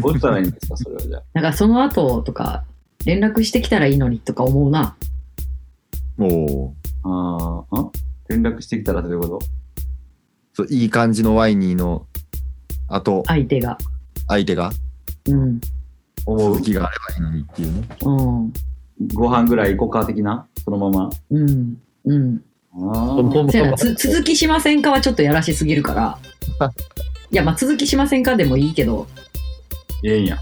S3: どうしたらいいんですか、それはじ ゃあ。
S2: なんかその後とか連絡してきたらいいのにとか思うな
S4: も
S3: あーん連絡してきたらということ
S4: そういい感じのワイニーの後、
S2: 相手が。
S4: 相手が
S2: うん。
S4: 思う気があればいいのにっていうね。
S2: うん。
S3: ご飯ぐらい行こうか的な、そのまま。
S2: うん。うん。
S3: あ
S4: ほん
S3: ー
S4: ま
S2: せやな、つ続きしませんかはちょっとやらしすぎるから。いや、まあ、続きしませんかでもいいけど、
S3: ええんや。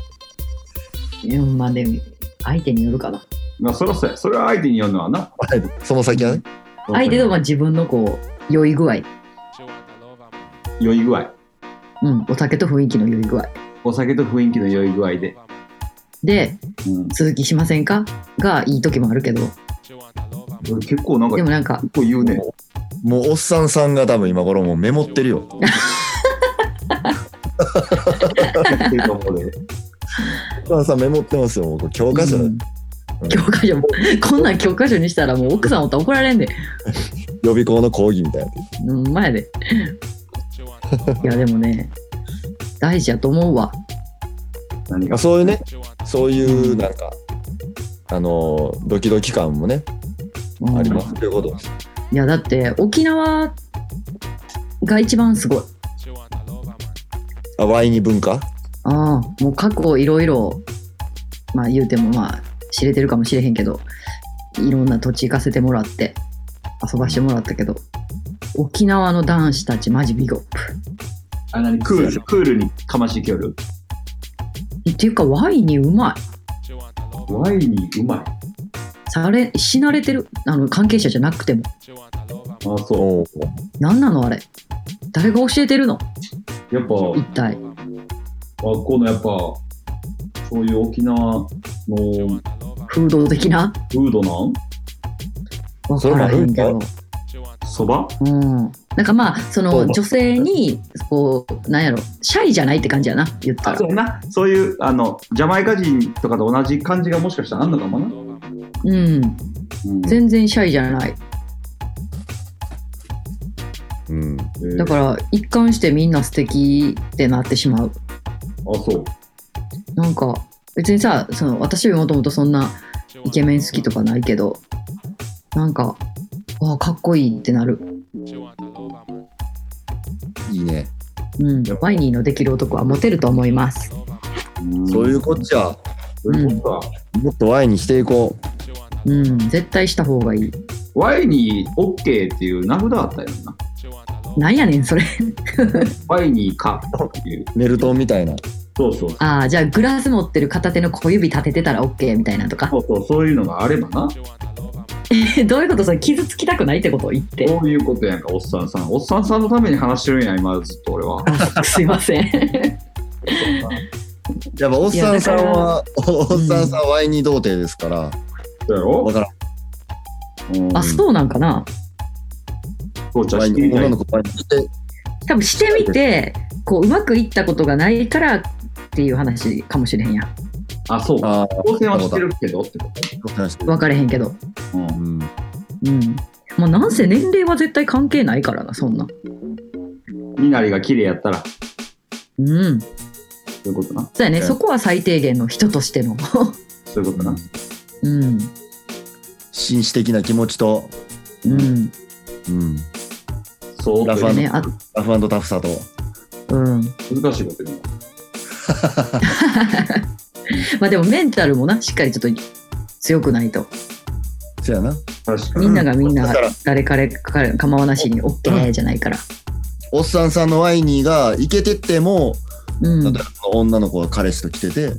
S2: うん、まあ、でも、相手によるかな。
S3: まあ、そらそうや。それは相手によるのはな。
S4: その先はね。
S2: 相手と、まあ、自分のこう、酔い具合。
S3: 酔い具合。
S2: うん。お酒と雰囲気の酔い具合。
S3: お酒と雰囲気の酔い具合で。
S2: で、
S3: うん。
S2: 続きしませんかがいい時もあるけど、
S3: 俺結構なんか、
S2: でも
S3: 結
S2: なんか、
S3: 構言うね。
S4: もうおっさんさんが多分今頃もうメモってるよ。
S3: やってるとこで。
S4: おっさんさんメモってますよ。もうこれ教科書だ、
S2: うん教科書も、こんなん教科書にしたらもう奥さんおったら怒られんで。
S4: 予備校の講義みたいな。
S2: うん、前で。いや、でもね、大事やと思うわ。
S3: 何
S4: ま
S3: が
S4: あ、。そういうね、そういうなんか、あのー、ドキドキ感もね、
S2: うん
S4: ありますということです。
S2: いや、だって、沖縄が一番すごい。
S4: あ、ワイニ文化
S2: ああ、もう過去いろいろ、まあ言うてもまあ知れてるかもしれへんけど、いろんな土地行かせてもらって、遊ばしてもらったけど、沖縄の男子たちマジビゴッ
S3: あ、何クール、クールにかましてきよる。
S2: プ。っていうかワインにうま
S3: ワインにうまい。
S2: い。され、死なれてる。あの、関係者じゃなくても。
S3: あ、そ
S4: おー
S2: なんなのあれ。誰が教えてるの
S3: う。やっぱ、
S2: 一体。
S3: 学校のやっぱ、そういう沖縄の
S2: 風土的な
S3: フードなん
S2: わ
S4: そ
S2: か
S4: れもあ
S2: らへ
S4: る
S2: ん
S4: ん
S2: け
S4: か
S2: ど。
S3: そば
S2: うん。なんかまあ、そ
S4: そう
S2: の女性に、こう、なんやろ、シャイじゃないって感じやな、言った
S3: あ、
S2: ら
S3: そ。うやな。そういう、あの、ジャマイカ人とかと同じ感じがもしかしたらあんのかもな。
S2: うん。
S3: うん。
S2: 全然シャイじゃない。
S4: うん。
S2: だからら一貫してみんな素敵ってなってしまう。
S3: あ、そう。
S2: なんか別にさ、その私もともとそんなイケメン好きとかないけど、なんか、ああ、かっこいいってなる。
S4: いいね。
S2: うん。ワイニーのできる男はモテると思います。
S4: そういうこっちゃ、
S3: そういうことか。
S4: もっとワイにしていこう。
S2: うん。絶対した方がいい。
S3: ワインに OK っていう名札あったよな。
S2: なんやねん、それ。
S3: ワインにかっていう。
S4: メルトンみたいな。
S3: そうそうそう。
S2: ああ、じゃあグラス持ってる片手の小指立ててたら OK みたいなとか。
S3: そうそう、そういうのがあればな。
S2: どういうことそれ傷つきたくないってこと言って。
S3: そういうことやんか、おっさんさん。おっさんさんのために話してるんや、今ずっと俺は。
S2: すいません。
S4: やっぱおっさんさんは、おっさんさんはワイニ童貞ですから、
S3: そうやろ
S4: わからん。
S3: うん
S2: あ、そうなんかな
S3: そうちゃ
S4: ワ
S3: う
S4: イ
S3: して
S4: ニ
S3: みた
S4: 女
S3: い
S4: の子ワイニして、
S2: 多分してみてこううまくいったことがないからっていう話かもしれへんやん
S3: あ、そうか。
S4: ああ、
S3: 当選はしてるけどってこ
S4: おっさんして
S2: 分かれへんけど
S3: と。うん
S4: う。
S2: うん
S4: ん。
S2: まあなんせ年齢は絶対関係ないからなそんな
S3: みなりが綺麗やったら、そ
S2: うんそう
S3: いうことな。
S2: うやね
S4: うん
S2: そこは最低限の人としての
S3: そういうことな。
S2: うん
S4: 紳士的な気持ちと、
S2: うん
S4: うん。
S3: そう
S4: ラフ
S3: と
S4: ァ
S3: い
S2: ねあ
S4: ラフタフさと。
S2: うん
S3: う難しいこと言う
S2: まあでもメンタルもなしっかりちょっと強くないと
S4: そやな。
S3: な。確か
S2: み
S3: に。
S2: んながみん
S4: だ
S2: な
S4: から
S2: 誰彼彼構わなしに OK じゃないから
S4: おっさんさんのワイニーがイケてっても、
S2: う
S4: 例え
S2: ん
S4: ば女の子が彼氏と来てて、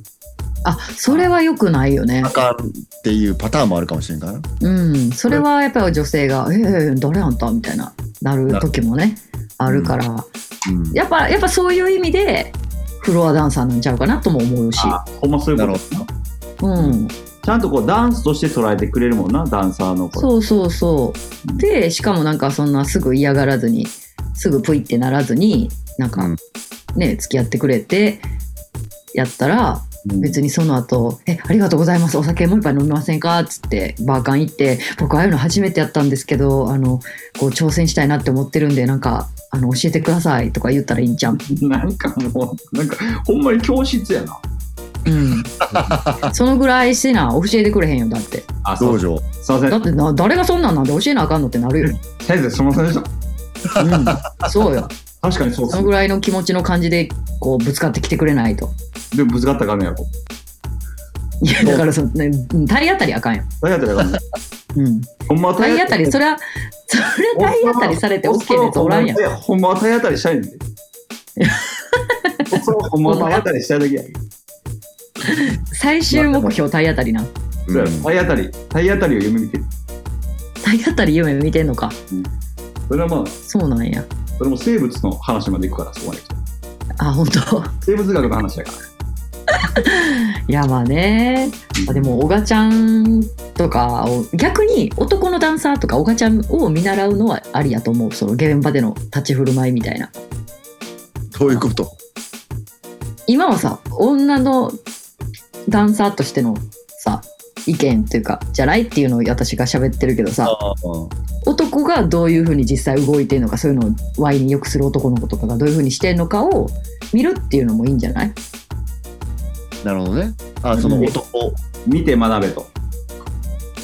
S2: あそれは良くないよね
S4: あかんっていうパターンもあるかもしれんからな。
S2: うん、それはやっぱり女性が「ええ誰あんた?」みたいななる時もねあるから、
S4: うん。
S2: やっぱやっぱそういう意味でフロアダンサーなんちゃうかなとも思うし、
S3: あ、ほんまそういうことな。
S2: うん、
S3: ちゃんとこうダンスとして捉えてくれるもんな、ダンサーの子。
S2: そうそうそうでしかもなんかそんなすぐ嫌がらずにすぐプイってならずになんか、
S4: うん
S2: ね付き合ってくれてやったら
S3: うん
S2: 別にその後えありがとうございますお酒もう一杯飲みませんか?」っつってバーカン行って「僕ああいうの初めてやったんですけどあのこう挑戦したいなって思ってるんでなんかあの教えてください」とか言ったらいいんじゃん。
S3: なんかもう、なんか、ほんまに教室やな。
S2: うん、そのぐらいしな教えてくれへんよだって
S3: あ、そ
S4: 道
S3: う。
S4: 場。
S3: すいませ
S2: だ
S3: ん。
S2: ってな誰がそんなんなんで教えなあかんのってなるよ。
S3: 先生、すいませんでした。
S2: うん、そうよ。
S3: 確かにそうっ
S2: そ
S3: す
S2: のぐらいの気持ちの感じで、こう、ぶつかってきてくれないと。
S3: でもぶつかったらあかんねやろ。
S2: いや、だからその、ね、うん体当たりあかんよ。
S3: 大当たりあかんね
S2: うん。
S3: ん。ほんまは
S2: 体当たり、そりゃ、そりゃ体当たりされて OK なやつおらんやん。
S3: ん。ほんまは体当たりしたいねん で。そうほんまは体当たりしたいだけや。
S2: 最終目標体当たりな。
S3: そうやろ体当たり、体当たりを夢見てる。
S2: 体当たり夢見てんのか。
S3: それはまあ、
S2: そうなんや。
S3: それも生物の話までいくから、そこまで来たら。
S2: あ、本当。
S3: 生物学の話だから。
S2: いや、まあね。あでも、小賀ちゃんとかを、逆に男のダンサーとか、小賀ちゃんを見習うのはありやと思う。その現場での立ち振る舞いみたいな。
S4: どういうこと
S2: 今はさ、女のダンサーとしてのさ、意見というか、じゃないっていうのを私が喋ってるけどさ、男がどういうふうに実際動いてるのか、そういうのをワイによくする男の子とかがどういうふうにしてるのかを見るっていうのもいいんじゃない
S4: なるほどね。あ、その男。
S3: 見て学べと。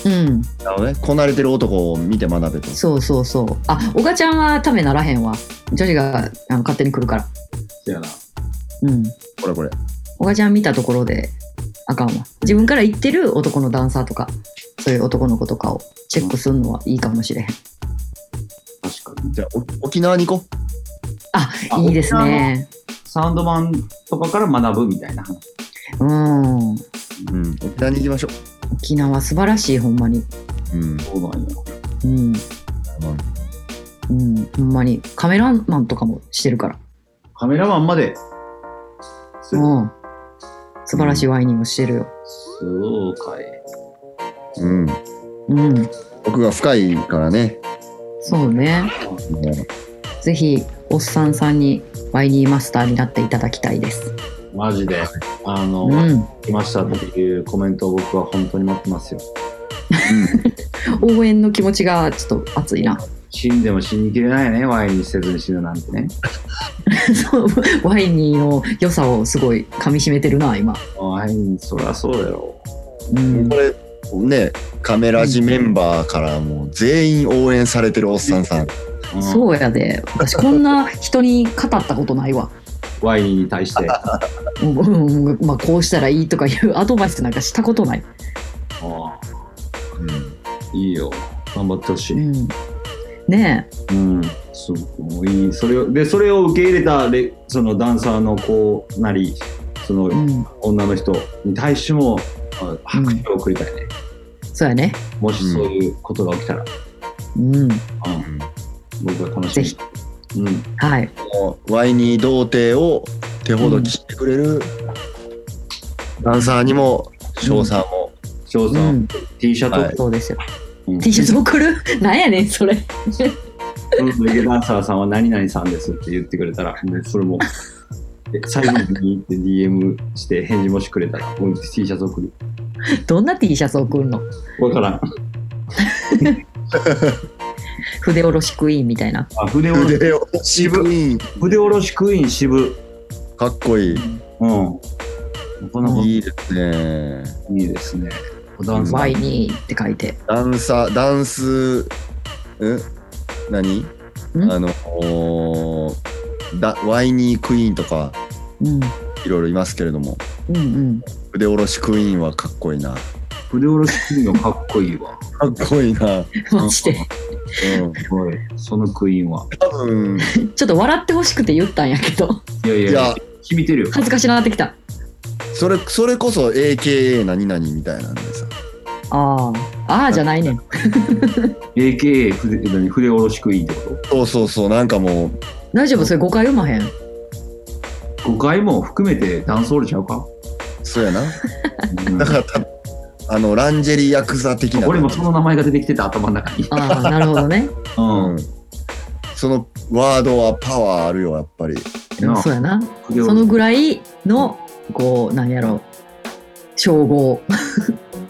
S2: うん。
S4: なるほどね。こなれてる男を見て学べと。
S2: そうそうそう。あ、小賀ちゃんはためならへんわ。女子があの勝手に来るから。
S3: せやな。
S2: うん。
S4: これこれ。
S2: おがちゃん見たところであかんわ自分から言ってる男のダンサーとかそういう男の子とかをチェックするのはいいかもしれへん、
S3: 確かに。
S4: じゃあ、お沖縄に行こう。
S3: あ
S2: いいですね
S3: サウンドマンとかから学ぶみたいな話。
S2: うん
S4: うん。沖縄に行きましょ
S2: 沖縄素晴らしいほんまに
S4: う。うん。
S3: そうなんや。
S2: うん、うん、ほんまにカメラマンとかもしてるから
S3: カメラマンまで。す
S2: うん素晴らしいワイニングしてるよ
S3: そうかい。
S4: うん。
S2: うん
S4: 僕が深いからね。
S2: そうね
S4: もう
S2: ぜひおっさんさんにワイニーマスターになっていただきたいです
S3: マジで。あの、
S2: うん
S3: 来ましたっていうコメントを僕は本当に待ってますよ。
S2: 応援の気持ちがちょっと熱いな
S3: 死んでも死にきれないね、ワインにせずに死ぬなんてね。
S2: そう ワイニーの良さをすごい噛み締めてるな今
S3: ワイン、そりゃそうだよ。
S2: うん
S4: これ、ね、カメラジメンバーからもう全員応援されてるおっさんさん。
S3: うん
S2: そうやで私こんな人に語ったことないわ、
S3: ワインに対して。あ
S2: うんうんまあ、こうしたらいいとかいうアドバイスなんかしたことない、
S3: あ
S4: うん。
S3: いいよ。頑張ってほし
S2: う
S3: い。
S2: ん、ねえ
S3: うん。すごいい。それを、で、それを受け入れたレ、そのダンサーの子なり、その、
S2: うん、
S3: 女の人に対してもあ拍手を送りたいね、
S2: そうやね、
S3: もしそういうことが起きたら、
S2: うん、
S3: うん
S4: うん
S3: 僕は楽し
S2: ぜ
S3: み
S2: ひ
S3: うん、
S2: はい
S4: もうワイニー童貞を手ほどきしてくれる、ダンサーにも翔さんも、
S3: 翔
S2: う
S3: さん、
S2: ん
S3: T シャツ、
S4: はい
S2: そうですよ
S3: うん
S2: T シャツ送る なんやねんそれ
S3: うんレゲダンサーさんは何々さんですって言ってくれたらもうそれもで最後にって DM して返事もしくれたらうん T シャツ送る
S2: どんな T シャツ送るの
S3: わからん
S2: 筆下ろしクイーンみたいな
S3: あ筆 下ろし
S4: 腕を渋い
S3: 筆下ろしクイーン渋
S4: かっこいい、
S3: うんなかなかい
S4: いいですね
S3: いですねダ
S2: 「
S3: ンサ
S2: ワイ
S3: ー
S2: ニー」って書いて
S4: ダンサーダンスん何あのおーだワイニークイーンとか
S2: うん
S4: いろいろいますけれども
S2: うんうん
S4: 腕下ろしクイーンはかっこいいな
S3: 筆下ろしクイーンはかっこいいわ
S4: かっこいいな、うん、
S2: マジで
S3: おいそのクイーンは
S4: 多分
S2: ちょっと笑ってほしくて言ったんやけど
S3: いやいや
S4: いや
S3: 響いてるよ
S2: 恥ずかしなってきた
S4: それそれこそ AKA 何々みたいなんでさ
S2: あーあーじゃないねん
S3: AKA 筆何筆下ろしクイーンってこ
S4: そうそうそうなんかもう
S2: 大丈夫それ誤解読まへん
S3: と誤解も含めてダンスホールちゃうか、
S4: そうやな
S3: うん
S4: だからたあのランジェリーヤクザ的な
S3: 俺もその名前が出てきてた頭の中に
S2: ああ、なるほどね。
S3: うん
S4: そのワードはパワーあるよやっぱり
S3: なあ
S2: そうやな。
S3: 筆
S2: そ
S3: 下ろ
S2: の
S3: し
S2: ぐらいの、こう、なんやろう、称号。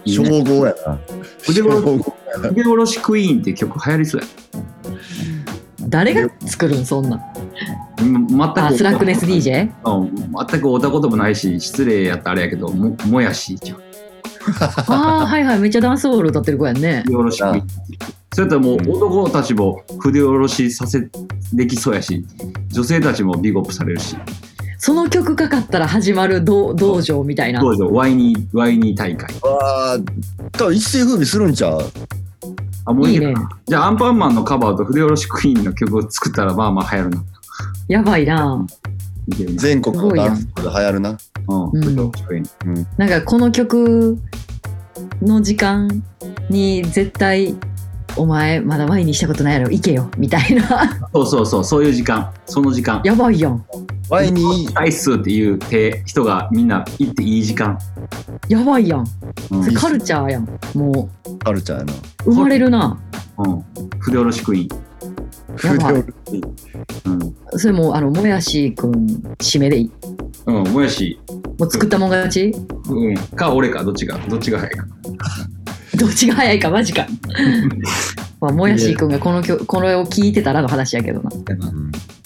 S3: いい
S4: 称
S3: ね
S4: 号やな
S3: 筆下ろ
S4: 称号
S3: 筆下ろしクイーンって曲流行りそうや
S2: 誰が作るん、そんなん。
S3: うん全く
S2: あ、スラックネス DJ?
S3: うん全くおたこともないし失礼やったらあれやけどももやしじゃん
S2: ああ、はいはい。めっちゃダンスホール歌ってる子やんね
S3: 筆。下ろしクイーンそれやったらもう男たちも筆下ろしさせできそうやし女性たちもビッグアップされるし
S2: その曲かかったら始まる道道場みたいな
S3: どうぞワイニーワイニー大会
S4: わあ、多分一世風靡するんちゃう
S3: あもうい
S2: い
S3: い
S2: い
S3: かな
S2: ね
S3: じゃあアンパンマンのカバーと筆下ろしクイーンの曲を作ったらまあまあ流行るな
S2: やばいな
S3: みたいな
S4: 全国のダンスで流行るな。
S3: うん
S2: うん
S3: 筆下ろしクイーン
S2: なんかこの曲の時間に絶対お前まだワインにしたことないやろ行けよみたいな
S3: そうそうそうそういう時間その時間
S2: やばいやん
S4: ワイニー、
S3: アイスっていう手人がみんな行っていい時間
S2: やばいやん
S3: うん
S2: それカルチャーやんも
S4: カルチャーやな。
S2: う生まれるな
S3: うん筆下ろしクイー
S2: やばい
S3: ン
S2: それもうあのもやしくん締めでいい
S3: うん、うん、もやし
S2: もう作ったもん勝ち
S3: うんか俺かどっちがどっちが早いか
S2: どっちが早いかマジか まあもやしくんがこの曲これを聞いてたらの話やけどな
S3: みたいな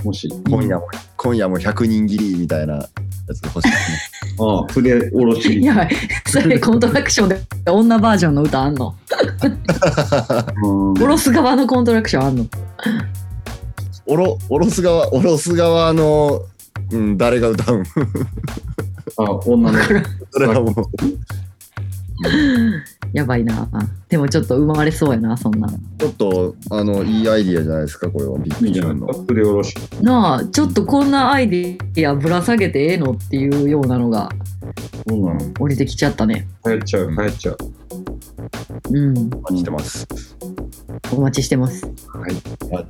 S3: もし
S4: 今夜も、今夜も100人切りみたいなやつ欲しいですね。
S3: ああ筆下ろし
S2: やばいそれコントラクションで女バージョンの歌あんの
S3: うん
S2: おろす側のコントラクションあんの
S4: おろ、おろす側、おろす側の、うん、誰が歌うん
S3: あ女 の
S4: それはもう、
S2: やばいなでもちょっと生まれそうやなそんな
S4: ちょっと、あの、いいアイディアじゃないですか、これは。ビッグ
S3: いいじ
S4: ち
S3: ゃな
S4: ゃ
S3: んい
S4: の
S3: で。すか筆下ろし
S2: なあちょっとこんなアイディアぶら下げてええのっていうようなのが
S3: そうなの
S2: 降りてきちゃったね
S3: 流行っちゃう流行っちゃう
S2: うん
S4: お待ちしてます。
S2: お待ちしてます
S3: は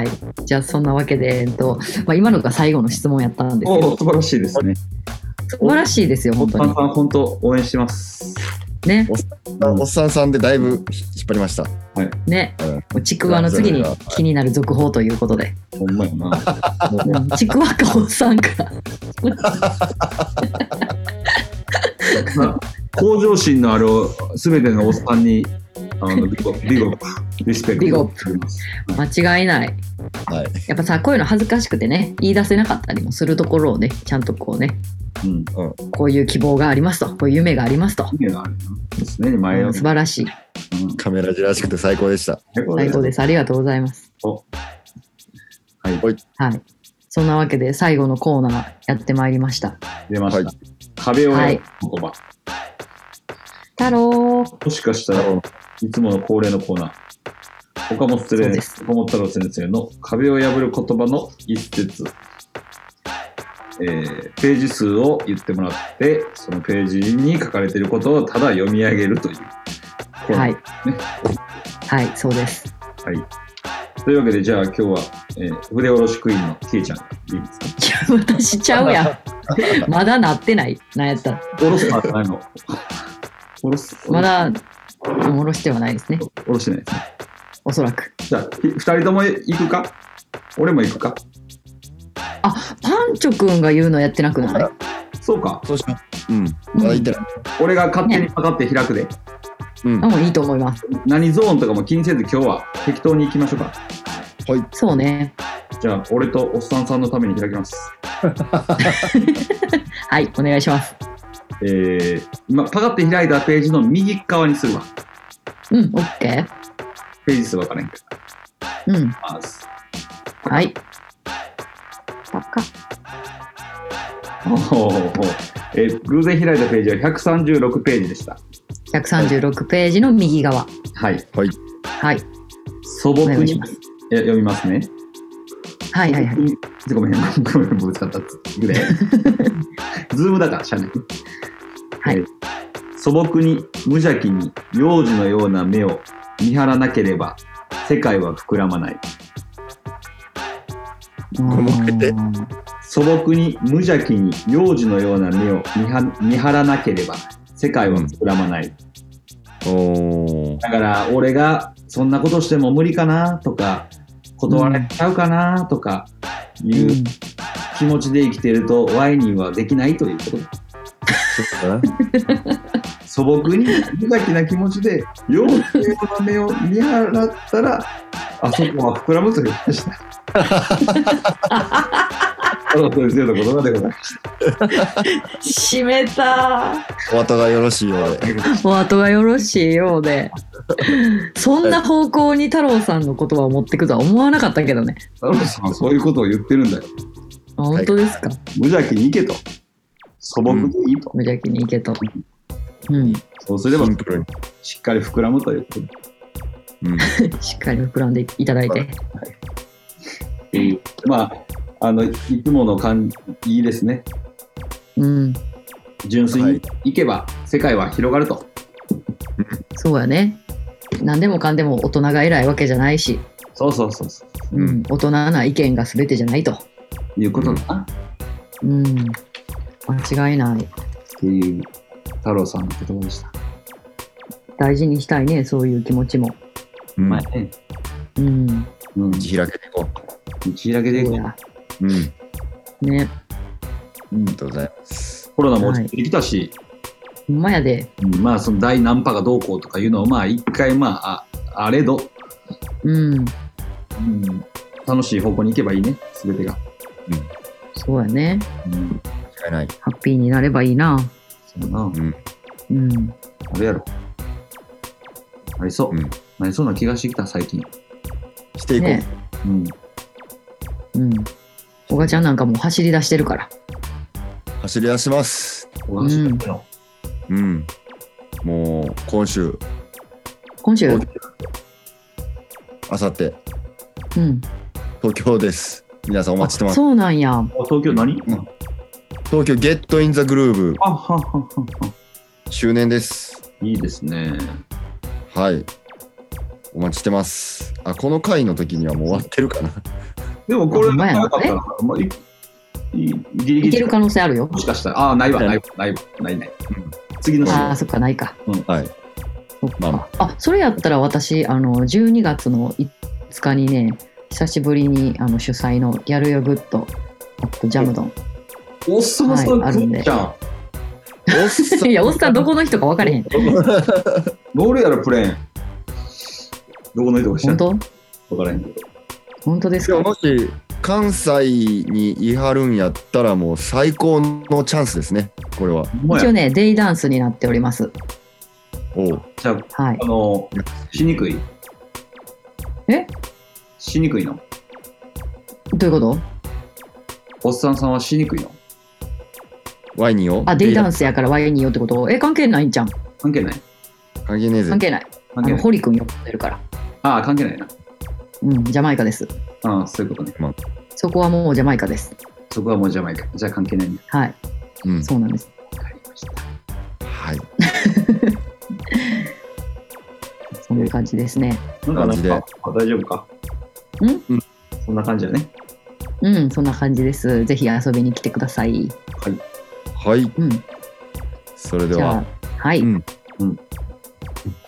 S3: い
S2: はいじゃあそんなわけで、えっとまあ、今のが最後の質問やったんですけ
S3: おお
S2: ど
S3: 素晴らしいですね
S2: 素晴らしいですよ
S3: お
S2: 本
S3: っ
S2: 当
S3: ぱん
S2: に
S3: さん本当応援してます
S2: ね
S4: あおっさんさんでだいぶ引っ張りました。
S2: ね
S4: うん
S2: もうちくわの次に気になる続報ということで、
S3: ほんまやな
S2: うんちくわかおっさん か
S3: 向上心のある全てのおっさ んにあのビゴビゴリスペクト
S2: ビゴ間違いない
S4: はい。
S2: やっぱさこういうの恥ずかしくてね言い出せなかったりもするところをねちゃんとこうね
S3: うん
S2: こういう希望がありますとこういう夢がありますと、
S3: 意味があるなですね前
S2: う
S3: を
S2: ん素晴らしい
S3: うん
S4: カメラじらしくて最高でした。
S2: 最高ですすありがとうございます
S3: おはい
S2: はいそんなわけで最後のコーナーやってまいりました
S3: 出ました、
S4: は
S3: 壁を
S2: は
S3: ね
S2: い
S3: 言葉
S2: 太郎
S3: もしかしたらいつもの恒例のコーナー岡本
S2: そう
S3: 先
S2: で
S3: 生
S2: す
S3: 岡本太郎先生の壁を破る言葉の一節えーページ数を言ってもらってそのページに書かれていることをただ読み上げるというコーナ
S2: は
S3: ー
S2: いはいそうです
S3: というわけでじゃあ今日は、えー、筆下ろしクイーンのキイちゃんいいですか
S2: いや私ちゃうや んまだなってないなんやったら
S3: 下ろすあないの下ろす
S2: まだおろしてはないですね
S3: 下ろしてないですね
S2: おそらく
S3: じゃあひ二人とも行くか俺も行くか
S2: パンチョくんが言うのやってなくない
S3: そうか
S4: そうしよう。うん。まだ行ってない。
S3: 俺が勝手にパカって開くで
S4: うん。
S2: あもういいと思います
S3: 何ゾーンとかも気にせず今日は適当に行きましょうか
S2: そうね
S3: じゃあ俺とおっさんさんのために開きます
S2: はいお願いします
S3: えー、今パカって開いたページの右側にするわ
S2: うんオッケー
S3: ページ数分からへんけど
S2: うん
S3: ます
S2: はい。バカ。
S3: おーえー偶然開いたページは136ページでした
S2: 136ページの右側。
S3: はい
S2: はい。
S3: 素
S2: お
S3: 朴
S2: 願い
S3: に
S2: し
S3: い
S2: ます。
S3: や読みますね
S2: はいはいはい。
S3: ごめん、ごめん、ぶつかった。ぐらい。 ズームだから、しゃあない。
S2: はい
S3: えー。素朴に、無邪気に、幼児のような目を見張らなければ、世界は膨らまない。
S4: もう一回言
S3: 素朴に、無邪気に、幼児のような目を見張見張らなければ、世界は膨らまない。
S4: おー。
S3: だから、俺が、そんなことしても無理かなとか、断られちゃうかなとか、いううん気持ちで生きていると、ワイニーはできないということ
S4: そうだな。
S3: 素朴に無邪気な気持ちで幼稚園の目を見払ったらあそこは膨らむという話だ。あの先生の言葉でございます。
S2: 閉めた
S4: お後がよろしいようで。
S2: お後がよろしいようで。そんな方向に太郎さんの言葉を持ってくとは思わなかったけどね。
S3: 太郎さんはそういうことを言ってるんだよ。
S2: あ本当ですか。
S3: 無邪気にいけと。素朴でいいと。
S2: 無邪気にいけと。うん。
S3: そうすれば
S4: シンプルに。
S3: しっかり膨らむということで
S4: うん。
S2: しっかり膨らんでいただいて。
S3: まあ、あの、いつもの感じ、いいですね。
S2: うん。
S3: 純粋
S4: は
S3: に
S4: い
S3: いけば世界は広がると。
S2: そうやね。何でもかんでも大人が偉いわけじゃないし、
S3: そうそうそうそう。
S2: う
S4: うん
S2: ん、大人な意見が全てじゃないと。
S3: いうことだな。
S2: うん。間違いない。
S3: っていう、太郎さんの言葉でした。
S2: 大事にしたいね、そういう気持ちも。
S4: うん
S3: まあね、
S2: うん。
S3: うん、
S4: 打
S3: 打
S4: ち開けていこ
S3: ち開けていこ
S2: そう
S3: う。
S2: や。
S4: う。うん。あり
S2: ね。
S3: うん
S4: がとうございます。
S3: コロナも落ち着いてきたし、
S2: ほんまやで。
S3: うんまあ、その第何波がどうこうとかいうのを、まあ、一回、まあ、ああれど、
S2: うん。
S3: うん、楽しい方向に行けばいいね、すべてが。
S2: そうやね。
S3: うん、
S4: 間違いない。
S2: ハッピーになればいいな。
S3: そうやな。
S4: うん。
S2: うん。
S3: あれやろ。ありそう。
S4: うん
S3: なりそうな気がしてきた、最近。
S4: していこう。
S2: ね
S3: うん。
S2: うん。小賀ちゃんなんかもう走り出してるから。
S4: 走り出します。
S3: お話ししたの。
S4: うん。もう、今週、
S2: 今週、
S4: お
S2: う
S4: あさって、
S2: ん。
S4: 東京です。皆さんお待ちしてます。
S2: そうなんや。
S3: あ東京何、
S4: うん東京ゲットインザグルーブ
S3: あはははは。
S4: 周年です。
S3: いいですね。
S4: はい。お待ちしてます。あ、この回の時にはもう終わってるかな。
S3: でもこれ、
S2: ほんまやな
S3: なかったら、まあ、いいギリギ
S2: いけ
S3: リ
S2: る。可能性あるよ
S3: も。しかしたら、ああ、ないわ、ないわ、ないわ、ないない。次の週。
S2: ああ、そっか、ないか。
S4: はい。
S2: そっか
S4: まあま
S2: あ、それやったら私、あの、12月の5日にね、久しぶりにあの主催のギャルヨグッド、あとジャムドン。
S3: おっさんさん、
S2: はいあ
S3: く
S2: る
S3: っ
S2: んで
S3: ちゃん。
S4: おっさん
S2: いや、おっさんどこの人か分かれへん。
S3: どれやろ、プレーン。どこの人が知ら
S2: 本
S3: んわ
S2: 当
S3: からへんけど。
S2: 本当です
S4: でも
S2: か
S4: もし関西にいはるんやったらもう最高のチャンスですねこれは
S3: ほんま
S2: 一
S3: や
S2: 応ね、デイダンスになっております。
S4: おう
S3: じゃあ、
S2: はい。
S3: あの、しにくい
S2: え
S3: しにくいの
S2: どういうこと
S3: おっさんさんはしにくいの
S4: ワイニーを
S2: あ、デイダン
S4: ス
S2: スやからワインによってことえ、関係ないんじゃん。
S3: 関係ない
S4: 関係ねえぜ
S2: 関係ない。あ
S3: 関係
S2: の、
S3: ない
S2: ホリ君呼んでるから。
S3: ああ、関係ないな。
S2: うん、ジャマイカです。
S3: ああ、そういうことね。
S2: そこはもうジャマイカです。
S3: そこはもうジャマイカ。じゃあ関係ないね。
S2: はい、
S4: うん
S2: そうなんです。
S3: わかりました。
S4: はい
S2: そんな感じですね。
S3: なんか
S4: 感じで
S3: なんかあ大丈夫か
S2: ん
S4: うん
S3: そんな感じだね。
S2: うん、そんな感じです。ぜひ遊びに来てください。
S4: はい
S2: うん、
S4: それで
S2: じゃ
S4: は
S2: あ、はい、
S4: うん
S3: うん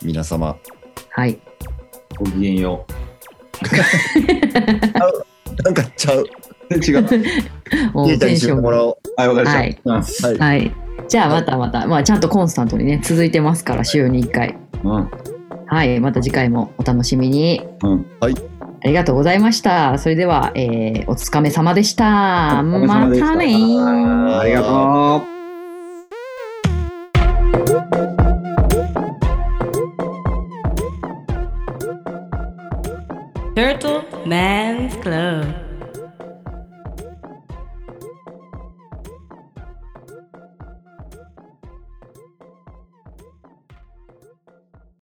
S4: 皆様
S2: はい。
S3: ごきげんよ
S4: なんかちゃう
S3: う。違う。
S2: も
S4: デー
S2: う
S4: タ
S2: テ
S4: に
S2: ン
S4: し
S2: シ
S4: て
S2: ョン
S4: も
S2: が
S4: らお
S3: はい、わかりました。
S2: はい
S3: うん
S4: うはい
S2: はい。じゃあまたまた、まあちゃんとコンスタントにね、続いてますから、週に1回。
S3: うん。
S2: はい、また次回もお楽しみに。
S3: うん。
S2: ありがとうございました。それでは、えーおつかめ様でした。
S3: お疲れ
S2: ま
S3: 様でした
S2: たねー。
S3: ありがとう。
S5: Turtle Man's Club.